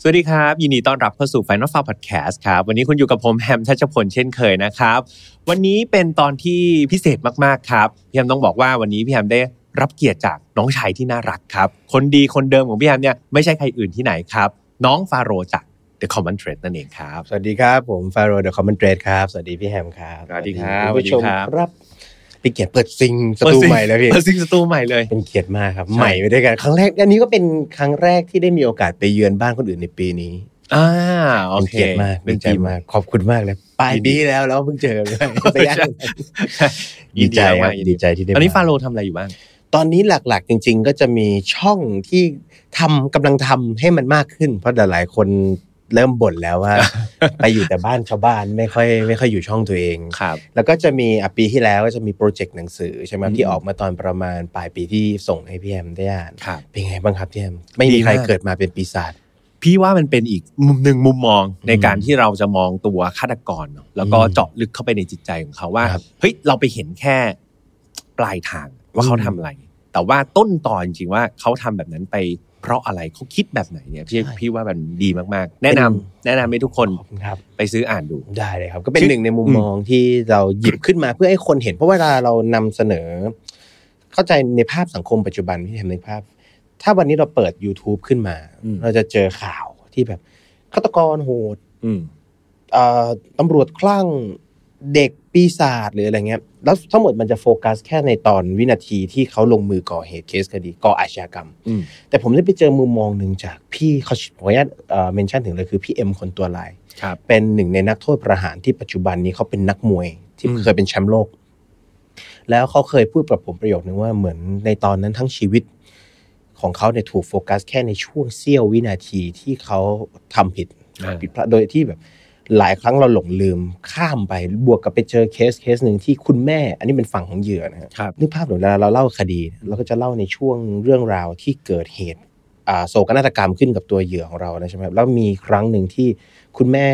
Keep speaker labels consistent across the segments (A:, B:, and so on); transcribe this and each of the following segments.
A: สวัสดีครับ ยินดีต้อนรับเข้าสู่ Final f a r Podcast ครับ วันนี้คุณอยู่กับผมแฮมชัชพลเช่นเคยนะครับ วันนี้เป็นตอนที่พิเศษมากๆครับ พี่แฮมต้องบอกว่าวันนี้พี่แฮมได้รับเกียรติจากน้องชายที่น่ารักครับ คนดีคนเดิมของพี่แฮมเนี่ยไม่ใช่ใครอื่นที่ไหนครับ น้องฟาโรห์จาก The Common Thread นั่นเองครับ
B: สวัสดีครับ ผมฟาโรเดอะคอมเมนเทรดครับ สวัสดีพี่แฮมครับ
A: สวัสดีครับ
B: ณผู้ช
A: สวั
B: ม
A: สดีครับ
B: ครับเป็นเกียรติเปิดซิงสตูใหม่เลยพี่
A: เปิดซิงสตูใหม่เลย
B: เป็นเกียรติมากครับ
A: ใช่
B: ใหม่ไปด้วยกัน ครั้งแรก อันนี้ก็เป็นครั้งแรกที่ได้มีโอกาสไปเยือนบ้านคนอื่นในปีนี้
A: อ่าโอ
B: เป็น
A: เค
B: เกียรติมาก
A: เป็
B: เป็นนใจ
A: ปี
B: มาก ขอบคุณมากเลยปลายปีแล้วแล้วเพิ่งเจอกันด้วย
A: ใช่ใช่
B: ดีใจ
A: มาม
B: าก ก
A: ยิน
B: ดีใจที่ได้
A: ตอนนี้
B: ม
A: ฟาโรห์ทำอะไรอยู่บ้าง
B: ตอนนี้หลักๆ จริง ๆ ก็จะมีช่องที่ทำกำลังทำให้มันมากขึ้น เพราะหลายๆคนเริ่มบ่นแล้ว ว่า ไปอยู่แต่บ้านชาวบ้านไม่ค่อยไม่ค่อยอยู่ช่องตัวเอง
A: ครับ
B: แล้วก็จะมีอ่ะปีที่แล้วก็จะมีโปรเจกต์หนังสือใช่ไหม
A: อืม
B: ที่ออกมาตอนประมาณปลายปีที่ส่งให้พี่แอมได้อ่าน
A: ครับ
B: เป็นไงบ้างครับพี่แอมไม่มีใคร
A: ดีมาก
B: เกิดมาเป็นปีศาจ
A: พี่ว่ามันเป็นอีกมุมหนึ่งมุมมองใน
B: อืม
A: การที่เราจะมองตัวฆาตกรเนอะแล้วก็
B: อืม
A: เจาะลึกเข้าไปในจิตใจของเขาว่า
B: ครับ
A: เฮ้ยเราไปเห็นแค่ปลายทางว่า
B: อืม
A: เขาทำอะไร แต่ว่าต้นตอนจริงๆว่าเขาทำแบบนั้นไปเพราะอะไรเขาคิดแบบไหนเนี่ยพี่พี่ว่ามันดีมากๆ แนะนำแนะนำให้ทุกคน
B: ขอบคุณครับ
A: ไปซื้ออ่านดู
B: ได้เลยครับ ก็เป็น
A: คือ
B: หนึ่งในมุมมองที่เราหยิบขึ้นมาเพื่อให้คนเห็น เพราะเวลาเรานำเสนอ เข้าใจในภาพสังคมปัจจุบันที่เห็นในภาพ ถ้าวันนี้เราเปิด YouTube ขึ้นมา
A: อืม
B: เราจะเจอข่าวที่แบบฆาตกรโหด
A: อืม
B: เอ่อตำรวจคลั่งเด็กปีศาจหรืออะไรเงี้ยแล้วทั้งหมดมันจะโฟกัสแค่ในตอนวินาทีที่เขาลงมือก่อเหตุเคสคดีก่ออาชญากรรม
A: อืม
B: แต่ผมได้ไปเจอมุมมองหนึ่งจากพี่เขาขออนุญาตเมนชั่นถึงเลยคือพี่เอ็มคนตัวลาย
A: ครับ
B: เป็นหนึ่งในนักโทษประหารที่ปัจจุบันนี้เขาเป็นนักมวยที่
A: อืม
B: เคยเป็นแชมป์โลก แล้วเขาเคยพูดกับผมประโยคนึงว่าเหมือนในตอนนั้นทั้งชีวิตของเขาเนี่ยถูกโฟกัสแค่ในช่วงเสี้ยววินาทีที่เขาทำผิด
A: อ่า
B: ผิดพลาดโดยที่แบบหลายครั้งเราหลงลืมข้ามไปบวกกับไปเจอเคสเคสหนึ่งที่คุณแม่ อันนี้เป็นฝั่งของเหยื่อนะฮะ
A: ครับ
B: นึกภาพหนูเวลาเราเล่าคดีเนี่ยเราก็จะเล่าในช่วงเรื่องราวที่เกิดเหตุอ่าโศกนาฏกรรมขึ้นกับตัวเหยื่อของเรานะใช่ไหมครับแล้วมีครั้งหนึ่งที่คุณแม่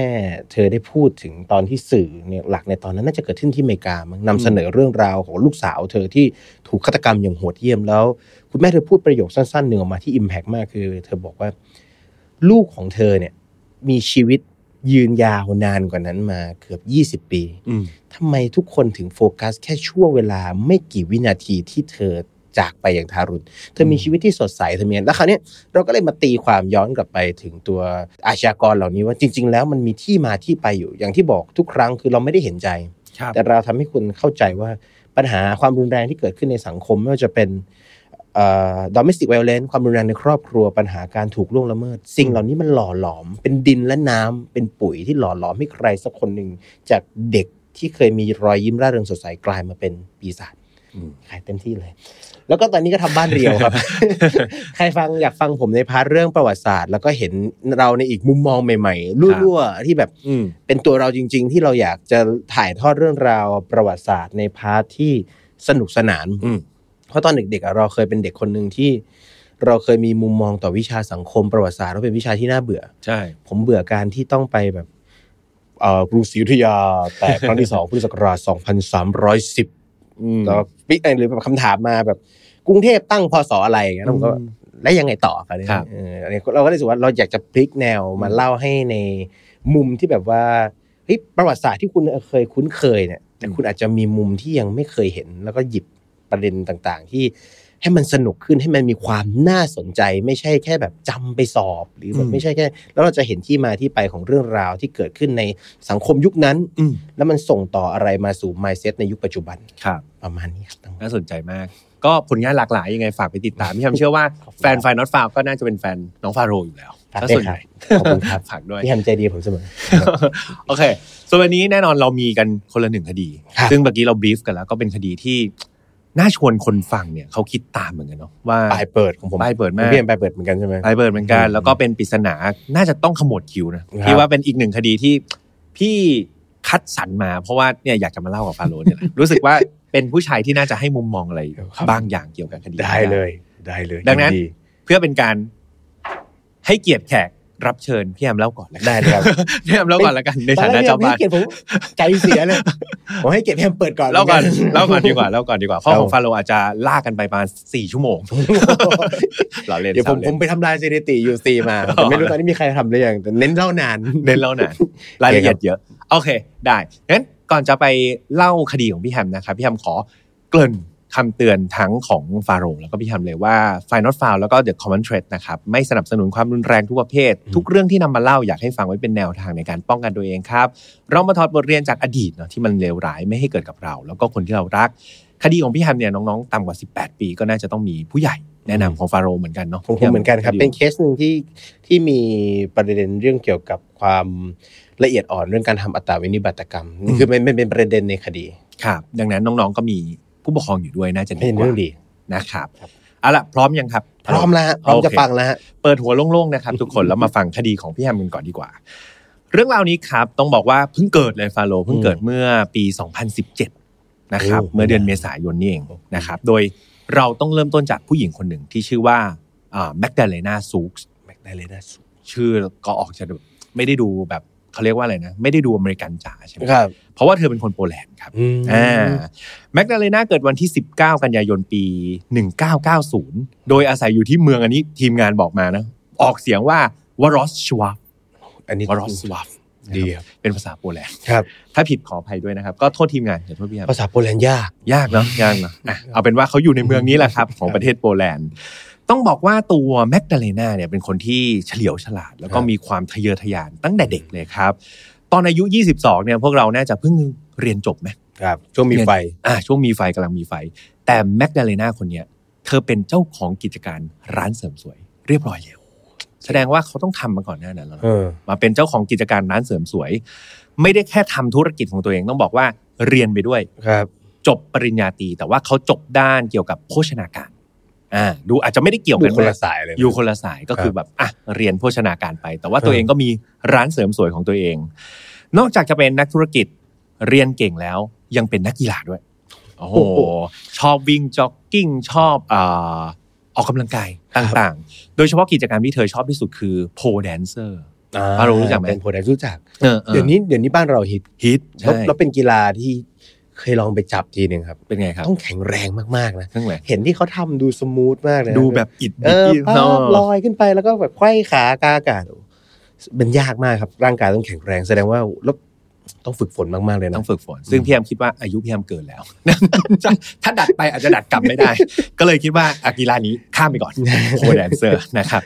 B: เธอได้พูดถึงตอนที่สื่อเนี่ยหลักในตอนนั้นน่าจะเกิดขึ้นที่อเมริกามั้งนำเสนอเรื่องราวของลูกสาว เธอที่ถูกฆาตกรรมอย่างโหดเยี่ยมแล้ว คุณแม่เธอพูดประโยคสั้นๆหนึ่งออกมาที่อิมแพกมากคือ เธอบอกว่า ลูกของเธอเนี่ยมีชีวิตยืนยาวนานกว่านั้นมาเกือบ 20 ปี
A: อืม
B: ทำไมทุกคนถึงโฟกัสแค่ช่วงเวลาไม่กี่วินาทีที่เธอจากไปอย่างทารุณ เธอมี
A: อืม
B: ชีวิตที่สดใสเธอมีแล้วคราวเนี้ยเราก็เลยมาตีความย้อนกลับไปถึงตัวอาชญากรเหล่านี้ว่าจริง ๆ แล้วมันมีที่มาที่ไปอยู่ อย่างที่บอกทุกครั้งคือเราไม่ได้เห็นใจ
A: ครับ
B: แต่เราทำให้คุณเข้าใจว่าปัญหาความรุนแรงที่เกิดขึ้นในสังคม ไม่ว่าจะเป็นเอ่อ domestic violence ความรุนแรงในครอบครัวปัญหาการถูกล่วงละเมิด สิ่งเหล่านี้มันหล่อหลอม เป็นดินและน้ำเป็นปุ๋ยที่หล่อหลอมให้ใครสักคนหนึ่งจากเด็กที่เคยมีรอยยิ้มร่าเริงสดใสกลายมาเป็นปีศาจ
A: อืม
B: ขายเต็มที่เลย แล้วก็ตอนนี้ก็ทำบ้านเรียว ครับ ใครฟังอยากฟังผมในพาร์ทเรื่องประวัติศาสตร์ แล้วก็เห็นเราในอีกมุมมองใหม่ๆรั่วๆที่แบบ
A: อืม
B: เป็นตัวเราจริง ๆ ที่เราอยากจะถ่ายทอดเรื่องราวประวัติศาสตร์ในพาร์ทที่สนุกสนาน
A: อืม
B: เพราะตอนเด็กๆอะเราเคยเป็นเด็กคนหนึ่งที่ เราเคยมีมุมมองต่อวิชาสังคมประวัติศาสตร์ว่าเป็นวิชาที่น่าเบื่อ
A: ใช่
B: ผมเบื่อการที่ต้องไปแบบเอ่อกรุงศรีอยุธยา แต่ครั้งที่สอง พุทธศักราช 2310
A: อืม
B: แล้วปิ๊กเองเลยแบบคำถามมาแบบกรุงเทพตั้งพศอะไรอย่างเงี้ยแล้วผมก็
A: อืม
B: แล้วยังไงต่อครับเนี่ย
A: ครับ
B: เอออันนี้เราก็เลยรู้สึกว่าเราอยากจะพลิกแนวมา
A: อืม
B: เล่าให้ในมุมที่แบบว่าเฮ้ยประวัติศาสตร์ที่คุณเคยคุ้นเคยเนี่ยแต่คุณอาจจะมีมุมที่ยังไม่เคยเห็น แล้วก็หยิบประเด็นต่างๆ ที่ให้มันสนุกขึ้นให้มันมีความน่าสนใจ ไม่ใช่แค่แบบจำไปสอบหรือแบบไม่ใช่แค่ แล้วเราจะเห็นที่มาที่ไปของเรื่องราวที่เกิดขึ้นในสังคมยุคนั้น
A: อืม
B: แล้วมันส่งต่ออะไรมาสู่ mindset ในยุคปัจจุบัน
A: ครับ
B: ประมาณนี้ครับทั้งหมด
A: น่าสนใจมาก ก็ผลงานหลากหลายยังไงฝากไปติดตาม พี่แฮมเชื่อว่า
B: ขอบคุณครับ
A: แฟนไฟนอตฟาร์ก็น่าจะเป็นแฟนน้องฟาโรห์อยู่แล้ว
B: ฝาก
A: ถ้า
B: ด้ว
A: ส่
B: ย
A: วน
B: ค
A: ให
B: รับ
A: ญ่
B: ขอบคุณครับ
A: ฝากด้วย
B: พี่แฮมใจดีผมเสมอ
A: โอเค ส่วนวันนี้แน่นอนเรามีกันคนละหนึ่งคดี
B: ครับ
A: ซึ่งเมื่อกี้เราบรีฟกันแล้วก็เป็นคดีที่ น่าชวนคนฟังเนี่ยเขาคิดตามเหมือนกันเนาะว่า
B: ปลายเปิดของผม
A: ปลายเปิดมาก
B: พี่เอ็มปลายเปิดเหมือนกันใช่ไหม
A: ไลเบิร์ดเหมือนกัน
B: อืม
A: แล้วก็เป็นปริศนาน่าจะต้องขมวดคิวนะครับ พี่ว่าเป็นอีกหนึ่งคดีที่พี่คัดสรรมา เพราะว่าเนี่ยอยากจะมาเล่ากับฟาโรห์เนี่ยแหละรู้สึกว่าเป็นผู้ชายที่น่าจะให้มุมมองอะไรบางอย่างเกี่ยวกับคดี
B: ได้เลยได้เลย
A: ดังนั้น
B: ยิดี
A: เพื่อเป็นการให้เกียรติแขก รับเชิญพี่แอมเล่าก่อนแล้วกัน
B: ได้เลยครับ
A: พี่แอมเล่าก่อนแล้วกันในฐานะ
B: ตอแรก
A: เจ้าบ้าน
B: พี่แอมให้เกียรติผมใจเสียเลยผมให้เกียรติพี่แอมเปิดก่อน
A: เล่าก่อน
B: หมื
A: เล่าก่อนดีกว่าเล่าก่อนดีกว่าข้อของ
B: ครับ
A: ฟาโรห์อาจจะลากกันไปประมาณสี่ชั่วโมงเราเล่น
B: เดี๋ยวผม
A: เรา
B: ผ
A: เล่
B: ม
A: น
B: ไปทำลายสถิติยูซีมา
A: เอาละ
B: แต่ไม่รู้ตอนนี้มีใครทำหรือยังแต่เน้นเล่านาน
A: เน้นเล่าหนานรายละเอียดเยอะ โอเค ได้งั้นก่อนจะไปเล่าคดีของพี่แฮมนะครับพี่แฮมขอเกริ่นคำเตือนทั้งของฟาโรห์แล้วก็พี่แฮมเลยว่า f i n a l f i l e แล้วก็ The Common Thread นะครับไม่สนับสนุนความรุนแรงทุกประเภท
B: อืม
A: ทุกเรื่องที่นำมาเล่าอยากให้ฟังไว้เป็นแนวทางในการป้องกันตัวเองครับ เรามาถอดบทเรียนจากอดีตเนาะที่มันเลวร้ายไม่ให้เกิดกับเรา แล้วก็คนที่เรารัก คดีของพี่แฮมเนี่ยน้องๆต่ำกว่า 18 ปี ก็น่าจะต้องมีผู้ใหญ่แนะนำของฟาโรห์เหมือนกันเนาะ
B: ผมผมเหมือนกันครับ เป็นเคสหนึ่งที่ที่มีประเด็นเรื่องเกี่ยวกับความละเอียดอ่อนเรื่องการทำอัตราวินิบัตกรรมนี่คือมันมันเป็นประเด็นในคดี
A: ครับดังนั้นน้องๆก็มีผู้ปกครองอยู่ด้วยน่าจะดี
B: เป็น
A: กว่า
B: เรื่องดี
A: นะครับ
B: ครับ
A: เอาล่ะพร้อมยังครับ
B: พร้อมแล้วฮะพร้อม
A: โอเค
B: จะฟังแล้วฮะ
A: เปิดหัวโล่งๆนะครับทุกคน แล้วมาฟังคดีของพี่แฮมกันก่อนดีกว่า เรื่องราวนี้ครับต้องบอกว่าเพิ่งเกิดเลยฟาโลเพิ่งเกิดเมื่อปี 2017 นะครับ
B: โอ้
A: เมื่อเดือนเมษายนนี่เองนะครับโดยเราต้องเริ่มต้นจากผู้หญิงคนหนึ่งที่ชื่อว่าแมกดาเลนาซูก
B: แม็กได้เลยนะ
A: ชื่อก็ออกจะแบบไม่ได้ดูแบบเขาเรียกว่าอะไรนะ ไม่ได้ดูอเมริกันจ๋าใช่ไหม
B: ครับ
A: เพราะว่าเธอเป็นคนโปแลนด์ครับ
B: อืม
A: อ่าแมกดาเลนาเกิดวันที่ 19 กันยายนปี 1990 โดยอาศัยอยู่ที่เมืองอันนี้ทีมงานบอกมานะ ออกเสียงว่าวรอสชวาฟ
B: อันนี้
A: วรอสชวาฟ
B: ดีครับ
A: เป็นภาษาโปแลนด์
B: ครับ
A: ถ้าผิดขออภัยด้วยนะครับ ก็โทษทีมงานอย่าโทษพี่ครับ
B: ภาษาโปแลนด์ยาก
A: ยากเนาะยากเนาะอ่ะเอาเป็นว่าเขาอยู่ในเมืองนี้แหละครับ ของประเทศโปแลนด์ ต้องบอกว่าตัวแมกดาเลนาเนี่ยเป็นคนที่เฉลียวฉลาด แล้วก็
B: ครับ
A: มีความทะเยอทะยานตั้งแต่เด็กเลยครับ ตอนอายุ 22 เนี่ยพวกเราน่าจะเพิ่งเรียนจบไหม
B: ครับ ช่วงมีไฟ
A: อ่าช่วงมีไฟกำลังมีไฟ แต่แมกดาเลนาคนเนี้ยเธอเป็นเจ้าของกิจการร้านเสริมสวย เรียบร้อยแล้วแสดงว่าเขาต้องทำมาก่อนหน้านั้นแล้ว
B: เอ
A: นะ
B: อ
A: มาเป็นเจ้าของกิจการร้านเสริมสวย ไม่ได้แค่ทำธุรกิจของตัวเองต้องบอกว่าเรียนไปด้วย
B: ครับ
A: จบปริญญาตรีแต่ว่าเขาจบด้านเกี่ยวกับโภชนาการอ่าดูอาจจะไม่ได้เกี่ยว
B: ดู
A: กัน
B: คนละ
A: มาก
B: สายเลยนะ
A: อยู่คนละสายก็คือ
B: ครับ
A: แบบอ่ะเรียนโภชนาการไป แต่ว่าตัว
B: เออ
A: เองก็มีร้านเสริมสวยของตัวเอง นอกจากจะเป็นนักธุรกิจเรียนเก่งแล้วยังเป็นนักกีฬาด้วย โอ้โหชอบวิ่งจ็อกกิ้งชอบเอ่อออกกำลังกายต่างๆ โดยเฉพาะกิจกรรมที่เธอชอบที่สุดคือโพแดนเซอร์
B: อ่
A: อ่าเรารู้จักไหม
B: เป็นโปแลนด์รู้จัก เดี๋ยวนี้เดี๋ยวนี้บ้านเราฮิต
A: ฮิต
B: แล้ว
A: ใช่
B: แล้วเป็นกีฬาที่เคยลองไปจับทีหนึ่งครับ
A: เป็นไงครับ
B: ต้องแข็งแรงมากๆนะ
A: เครื่องไหน
B: เห็นที่เขาทำดูสมูทมากเลยนะ
A: ดูแบบอิด
B: เออภา
A: เนอะ
B: พลอยขึ้นไปแล้วก็แบบไขว้ขากาอากาศมันยากมากครับ ร่างกายต้องแข็งแรงแสดงว่าแล้วต้องฝึกฝนมากๆเลยนะ
A: ต้องฝึกฝน ซึ่งพี่แอมคิดว่าอายุพี่แอมเกินแล้ว ถ้าดัดไปอาจจะดัดกลับไม่ได้ ก็เลยคิดว่าอากีฬานี้ข้ามไปก่อน โคแดนเซอร์นะครับ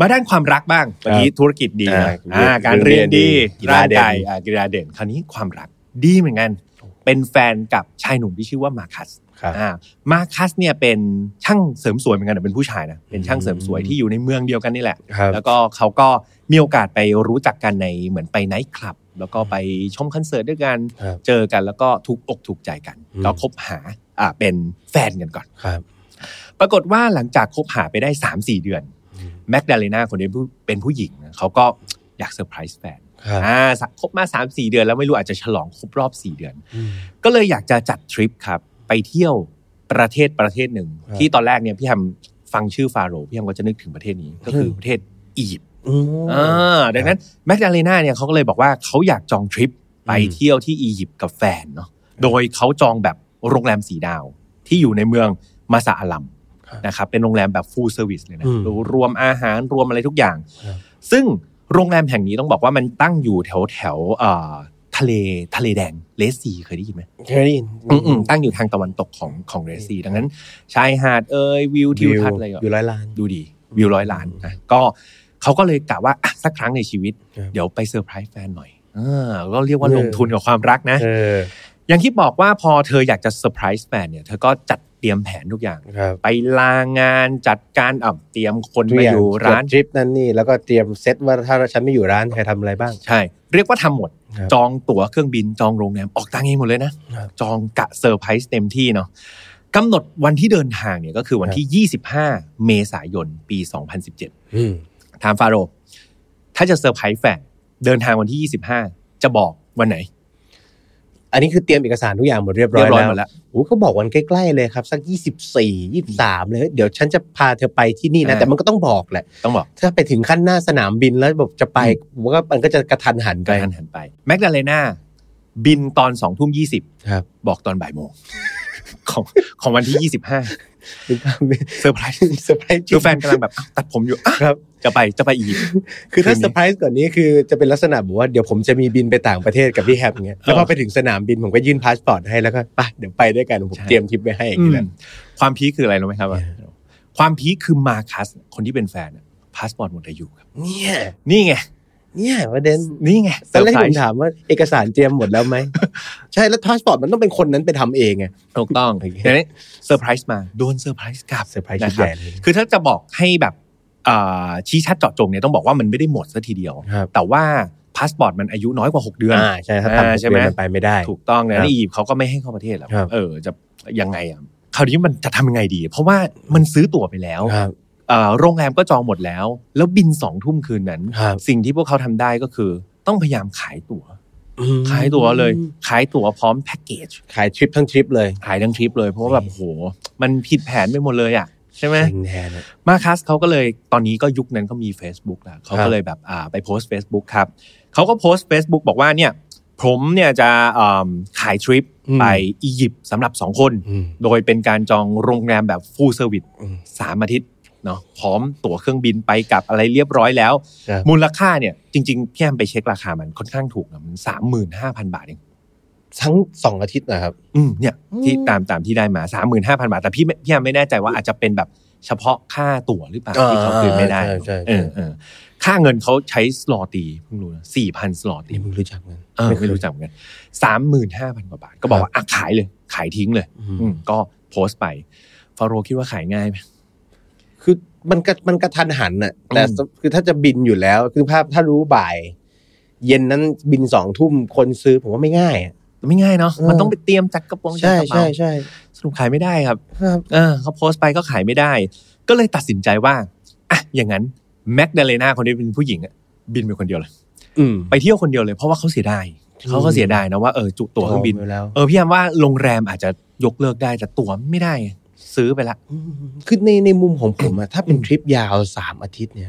A: มาด้านความรักบ้างวันนี้ธุรกิจดีนะ
B: อ่า
A: อ่าการเรียนดี
B: เรียนดีกีฬา
A: ร่างกาย
B: เด่น
A: อ่ากีฬาเด่น คราวนี้ความรักดีเหมือนกัน เป็นแฟนกับชายหนุ่มที่ชื่อว่ามาคัส
B: ครับ
A: อ่ามาคัสเนี่ยเป็นช่างเสริมสวยเหมือนกันแต่เป็นผู้ชายนะเป็นช่างเสริมสวยที่อยู่ในเมืองเดียวกันนี่แหละ
B: ครับ
A: แล้วก็เขาก็มีโอกาสไปรู้จักกันในเหมือนไปไนท์คลับ แล้วก็ไปชมคอนเสิร์ตด้วยกัน
B: ครับ
A: เจอกันแล้วก็ถูกอกถูกใจกัน
B: อืม
A: แล้วคบหาอ่าเป็นแฟนกันก่อน
B: ครับ
A: ปรากฏว่าหลังจากคบหาไปได้ 3 4 เดือนแมกดาเลนาคนนี้ผู้เป็นผู้หญิงนะเขาก็อยากเซอร์ไพรส์แฟน
B: ครับ
A: อ่าสักคบมา 3 4 เดือนแล้วไม่รู้อาจจะฉลองครบรอบ 4 เดือน
B: อืม
A: ก็เลยอยากจะจัดทริปครับ ไปเที่ยวประเทศประเทศหนึ่ง
B: ครับ
A: ที่ตอนแรกเนี่ยพี่แฮมฟังชื่อฟาโรห์พี่แฮมก็จะนึกถึงประเทศนี้ก็คือประเทศอียิปต์
B: อืม
A: อ่าดังนั้นแมกดาเลนาเนี่ยเขาก็เลยบอกว่าเขาอยากจองทริปไป
B: อืม
A: เที่ยวที่อียิปต์กับแฟนเนาะโดยเขาจองแบบโรงแรมสีดาว ที่อยู่ในเมืองมาซาอาลัม
B: ครับ
A: นะครับเป็นโรงแรมแบบฟูลเซอร์วิสเลยนะ
B: อืม
A: รวมอาหารรวมอะไรทุกอย่าง
B: ครับ
A: ซึ่งโรงแรมแห่งนี้ต้องบอกว่ามันตั้งอยู่แถวแถวเอ่อทะเลทะเลแดงเลสซีเคยได้ยินไหม
B: เคยได้ยิน
A: อืมๆตั้งอยู่ทางตะวันตกของของเรซีดังนั้นชายหาดเอ่ยวิวทิวทัศน์อะไรก็
B: วิวร้อยล้าน
A: ดูดีวิวร้อยล้านนะก็เขาก็เลยกะว่าอ่ะสักครั้งในชีวิต
B: ครับ
A: เดี๋ยวไปเซอร์ไพรส์แฟนหน่อยเออก็เรียกว่าลงทุนกับความรักนะ
B: เออ
A: อย่างที่บอกว่าพอเธออยากจะเซอร์ไพรส์แฟนเนี่ยเธอก็จัดเตรียมแผนทุกอย่าง
B: ครับ
A: ไปลางานจัดการอ่ะเตรียมคน
B: ทุก
A: มา
B: อ
A: อยู่ ยู่
B: ร้า
A: ร้าน น
B: ทริปนั่นนี่แล้วก็เตรียมเซตว่าถ้าฉันไม่อยู่ร้านใครทำอะไรบ้าง
A: ใช่ เรียกว่าทำหมด
B: ครับ
A: จองตั๋วเครื่องบินจองโรงแรมออกตังค์เองหมดเลยนะ
B: ครับ
A: จองกะเซอร์ไพรส์เต็มที่เนาะกำหนดวันที่เดินทางเนี่ยก็คือวันที่ 25 เมษายนปี 2017 ถามฟาโรห์ถ้าจะเซอร์ไพรส์แฟนเดินทางวันที่ 25 จะบอกวันไหน
B: อันนี้คือเตรียมเอกสารทุกอย่างหมดเรียบร้
A: เรี
B: อย ย
A: บร้อย
B: แล้ว
A: หมดแล้ว
B: โอ้ก็บอกวันใกล้ๆเลยครับ สัก 24 23 เลย เดี๋ยวฉันจะพาเธอไปที่นี่นะ
A: อ่า
B: แต่มันก็ต้องบอกแหละ
A: ต้องบอก
B: ถ้าไปถึงขั้นหน้าสนามบินแล้วบอกจะไปผมว่ามันก็จะกระทันหัน
A: ก
B: ไป
A: ระทันหันไป แมกดาเลนาบินตอนสองทุ่มยี่สิบ
B: ครับ
A: บอกตอนบ่ายโมง ของของวันที่ยี่สิบห้า เซอร์ไพรส์
B: เซอร์ไพรส์จริ
A: คื
B: ง
A: อแฟนกำลังแบบอ้าวตัดผมอยู่อ่ะ
B: ครับ
A: จะไปจะไปอีก
B: คือถ้า
A: คืนนี้
B: เซอร์ไพรส์กว่านี้คือจะเป็นลักษณะแบบว่าเดี๋ยวผมจะมีบินไปต่างประเทศกับพี่แฮปอย่างเงี้ยแล้วพอไปถึงสนามบินผมก็ยื่นพาสปอร์ตให้แล้วก็ไปเดี๋ยวไปด้วยกันผม
A: ใช่
B: เตรียมทริปไปให้อย่างเงี้ย
A: ความพีคคืออะไรรู้ไหมครับ
B: Yeah.
A: ความพีคคือมาคัส คนที่เป็นแฟนพาสปอร์ตหมดอายุครับ
B: เนี่ย
A: นี่ไง
B: เนี่ยประเด็น
A: นี่ไง
B: ตอนแรก
A: เซอ
B: ผ
A: ไพ
B: ม
A: ส์
B: ถามว่าเอกสารเตรียมหมดแล้วไหม ใช่แล้วพาสปอร์ตมันต้องเป็นคนนั้นไปทำเองไง
A: ถูกต้อง
B: โอเค
A: เดี๋ยวนี้เซอร์ไพรส์มาโดนเซอร์ไพรส์กลับ
B: เซอร์ไพรส์
A: นะ
B: ชุด
A: ครั
B: ให
A: บ
B: ญ่เลย
A: คือถ้าจะบอกให้แบบเอ่อชี้ชัดเจาะจงเนี่ยต้องบอกว่ามันไม่ได้หมดซะทีเดียว
B: ครับ
A: แต่ว่าพาสปอร์ตมันอายุน้อยกว่า 6 เดือน
B: อ่าใช่ถ้าตาม
A: อ่าใช่ไหม
B: นไปไม่ได้
A: ถูกต้องนะครับ ในอียิปต์เขาก็ไม่ให้เข้าประเทศแล้ว
B: ครับ
A: เออจะยังไงอ่ะคราวนี้มันจะทำยังไงดี เพราะว่ามันซื้อตั๋วไปแล้ว
B: ครับ
A: เอ่อโรงแรมก็จองหมดแล้ว แล้วบินสองทุ่มคืนนั้น
B: ครับ
A: สิ่งที่พวกเขาทำได้ก็คือ ต้องพยายามขายตั๋ว
B: อืม
A: ขายตั๋วเลย ขายตั๋วพร้อมแพ็กเกจ
B: ขายทริปทั้งทริปเลย
A: ขายทั้งทริปเลยเพราะว่าแบบโหมันผิดแผนไปหมดเลยอ่ะใช่ไหม
B: จริงแน่นะ
A: มาคัสเขาก็เลยตอนนี้ก็ยุคนั้นก็มี Facebook แล้วเขา
B: ครั
A: ก็
B: บ
A: เลยแบบอ่าไปโพสต์ Facebook ครับเขาก็โพสต์ Facebook บอกว่าเนี่ยผมเนี่ยจะอ่ำขายทริปไปอียิปต์สำหรับ 2 คน
B: อืม
A: โดยเป็นการจองโรงแรมแบบฟูลเซอร์วิส
B: อืม
A: สามอาทิตย์เนาะพร้อมตั๋วเครื่องบินไปกลับอะไรเรียบร้อยแล้ว
B: ครับ
A: มูลค่าเนี่ยจริงๆพี่แอมไปเช็คราคามันค่อนข้างถูกนะมันสามหมื่นห้าพันบาทเอง
B: ทั้งสองอาทิตย์นะครับ
A: อืมเนี่ยที่
B: อืม
A: ตามตามที่ได้มาสามหมื่นห้าพันบาท แต่พี่ไม่พี่แอมไม่แน่ใจว่าอาจจะเป็นแบบเฉพาะค่าตั๋วหรือเปล่าที่เขาคืนไม่ได้
B: อ่าใช่
A: เอ
B: ใช่
A: อเออค่าเงินเขาใช้สลอตีเพิ่งรู้นะสี่พันสลอตี
B: นี่มึงรู้จักมัน
A: เออไม่รู้จักเหมือนกันสามหมื่นห้าพันกว่าบาท ก็บอกว่าอ่ะขายเลย ขายทิ้งเลย
B: อืม
A: อืมก็โพสต์ไปฟาโรห์คิดว่าขายง่ายไหม
B: คือมันกระมันกระทันหันน่ะ แต่
A: อืม
B: คือถ้าจะบินอยู่แล้ว คือภาพถ้ารู้บ่าย เย็นนั้นบินสองทุ่มคนซื้อผมว่าไม่ง่ายอะ
A: ไม่ง่ายเนาะ
B: เออ
A: มันต้องไปเตรียมจัดกระโปรงจัด
B: ใช่
A: กระเป๋า
B: ใช่ใช่
A: สรุปขายไม่ได้ครับ
B: ครับ
A: เออเขาโพสต์ไปก็ขายไม่ได้ ก็เลยตัดสินใจว่าอ่ะอย่างนั้นแมกดาเลนาคนนี้เป็นผู้หญิงอะบินไปคนเดียวเลย
B: อืม
A: ไปเที่ยวคนเดียวเลยเพราะว่าเขาเสียดายเขาก็เสียดายนะว่าเออจุตั๋วเครื่องบิน
B: จไว้แล้ว
A: เออพี่แอมว่าโรงแรมอาจจะยกเลิกได้แต่ตั๋วไม่ได้ไงซื้อไปละ
B: มคือในในมุมของผมอะถ้าเป็นทริปยาวสามอาทิตย์เนี่ย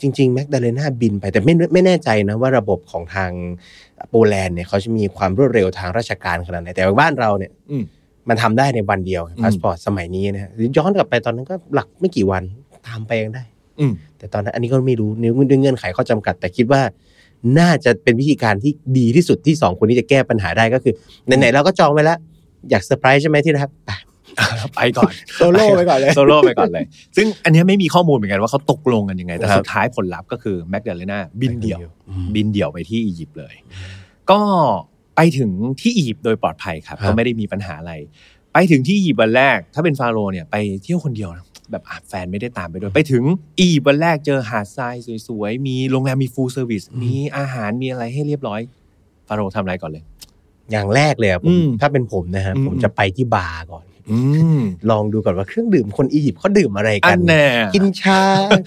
B: จริงๆแมกดาเลนาบินไปแต่ไม่ไม่แน่ใจนะว่าระบบของทางโปแลนด์เนี่ยเขาจะมีความรวดเร็วทางราชการขนาดไหนแต่ว่าบ้านเราเนี่ย
A: อืม
B: มันทำได้ในวันเดียว
A: อืม
B: พาสปอร์ตสมัยนี้นะฮะหรือย้อนกลับไปตอนนั้นก็หลักไม่กี่วันตามไปยังได้
A: อืม
B: แต่ตอนนั้นอันนี้ก็ไม่รู้เนื้อด้วยเงื่อนไขข้อจำกัด แต่คิดว่า น่าจะเป็นวิธีการที่ดีที่สุดที่สองคนนี้จะแก้ปัญหาได้ก็คือไหนๆเราก็จองไว้แล้ว อยากเซอร์ไพรส์ใช่ไหมที่นะครับไป
A: ไปก่อน
B: โซโล่ไปก่อนเลย
A: โซโล่ไปก่อนเลย ซึ่งอันเนี้ยไม่มีข้อมูลเหมือนกันว่าเขาตกลงกันยังไง แต่
B: ครับ
A: สุดท้ายผลลัพธ์ก็คือแมกดาเลนาบินเดี่ยว
B: อืม
A: บินเดี่ยวไปที่อียิปต์เลย ก็ไปถึงที่อียิปต์โดยปลอดภัยครับ
B: ครับ
A: ก็ไม่ได้มีปัญหาอะไร ไปถึงที่อียิปต์วันแรก ถ้าเป็นฟาโรห์เนี่ยไปเที่ยวคนเดียวนะแบบอ่ะแฟนไม่ได้ตามไปด้วย ไปถึงอียิปต์วันแรกเจอหาดทรายสวยๆ มีโรงแรมมีฟูลเซอร์วิส มีอาหารมีอะไรให้เรียบร้อย ฟาโรห์ทำอะไรก่อนเลย
B: อย่างแรกเลยอะผ
A: อื
B: ม
A: ม
B: ถ้าเป็นผมนะฮะ
A: อืม
B: ผมจะไปที่บาร์ก่อน
A: อืม
B: ลองดูก่อนว่าเครื่องดื่มคนอียิปต์เขาดื่มอะไร
A: อั
B: กัน
A: นแน่
B: กินชา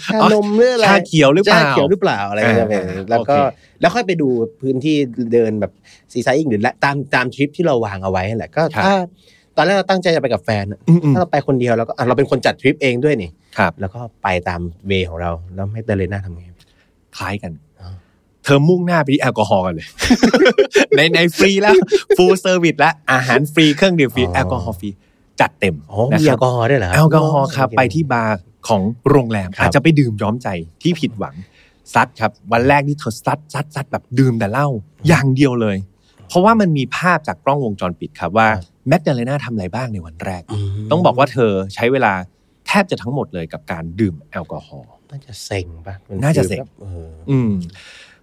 B: ชานมหรืออะไร
A: ชาเขียวหรือเปล่า
B: ชเขียวหรือเปล่าอะไร
A: อ่า
B: แบบนี้แล้วก็
A: โอเค
B: แล้วค่อยไปดูพื้นที่เดินแบบซีไซอิงหรือละตามตามทริปที่เราวางเอาไว้แหละก็ถ้าตอนแรกเราตั้งใจจะไปกับแฟนอะ
A: อืมอืม
B: ถ้าเราไปคนเดียวเราก็อ่ะเราเป็นคนจัดทริปเองด้วยนี่
A: ครับ
B: แล้วก็ไปตามเวของเราแล้วไม่เตเลน่าทำไง
A: คล้ายกัน
B: อ่า
A: เธอมุ่งหน้าไปที่แอลกอฮอล์กันเลย ในในฟรีแล้วฟูลเซอร์วิสแล้วอาหารฟรีเครื่องดื่มฟรีแอลกอฮอล์ฟรีจัดเต็ม
B: อ๋อ
A: นะ
B: มี
A: ค
B: แอ
A: รับ
B: ลกอฮอล์ด้วยเหรอ
A: แอลกอฮอล์ครับ
B: โเ
A: ไปที่บาร์ของโรงแรม
B: ครับ
A: อาจจะไปดื่มย้อมใจที่ผิดหวังซัดครับ วันแรกที่เธอซัดซัดซัดแบบดื่มแต่เหล้าอย่างเดียวเลย เพราะว่ามันมีภาพจากกล้องวงจรปิดครับว่าแมกดาเลนาทำอะไรบ้างในวันแรก
B: ม
A: ต้องบอกว่าเธอใช้เวลาแทบจะทั้งหมดเลยกับการดื่มแอลกอฮอล์
B: น่าจะเซ็งปะมั
A: น่าจะเซ็ง
B: ฟีลแบบออ
A: อืม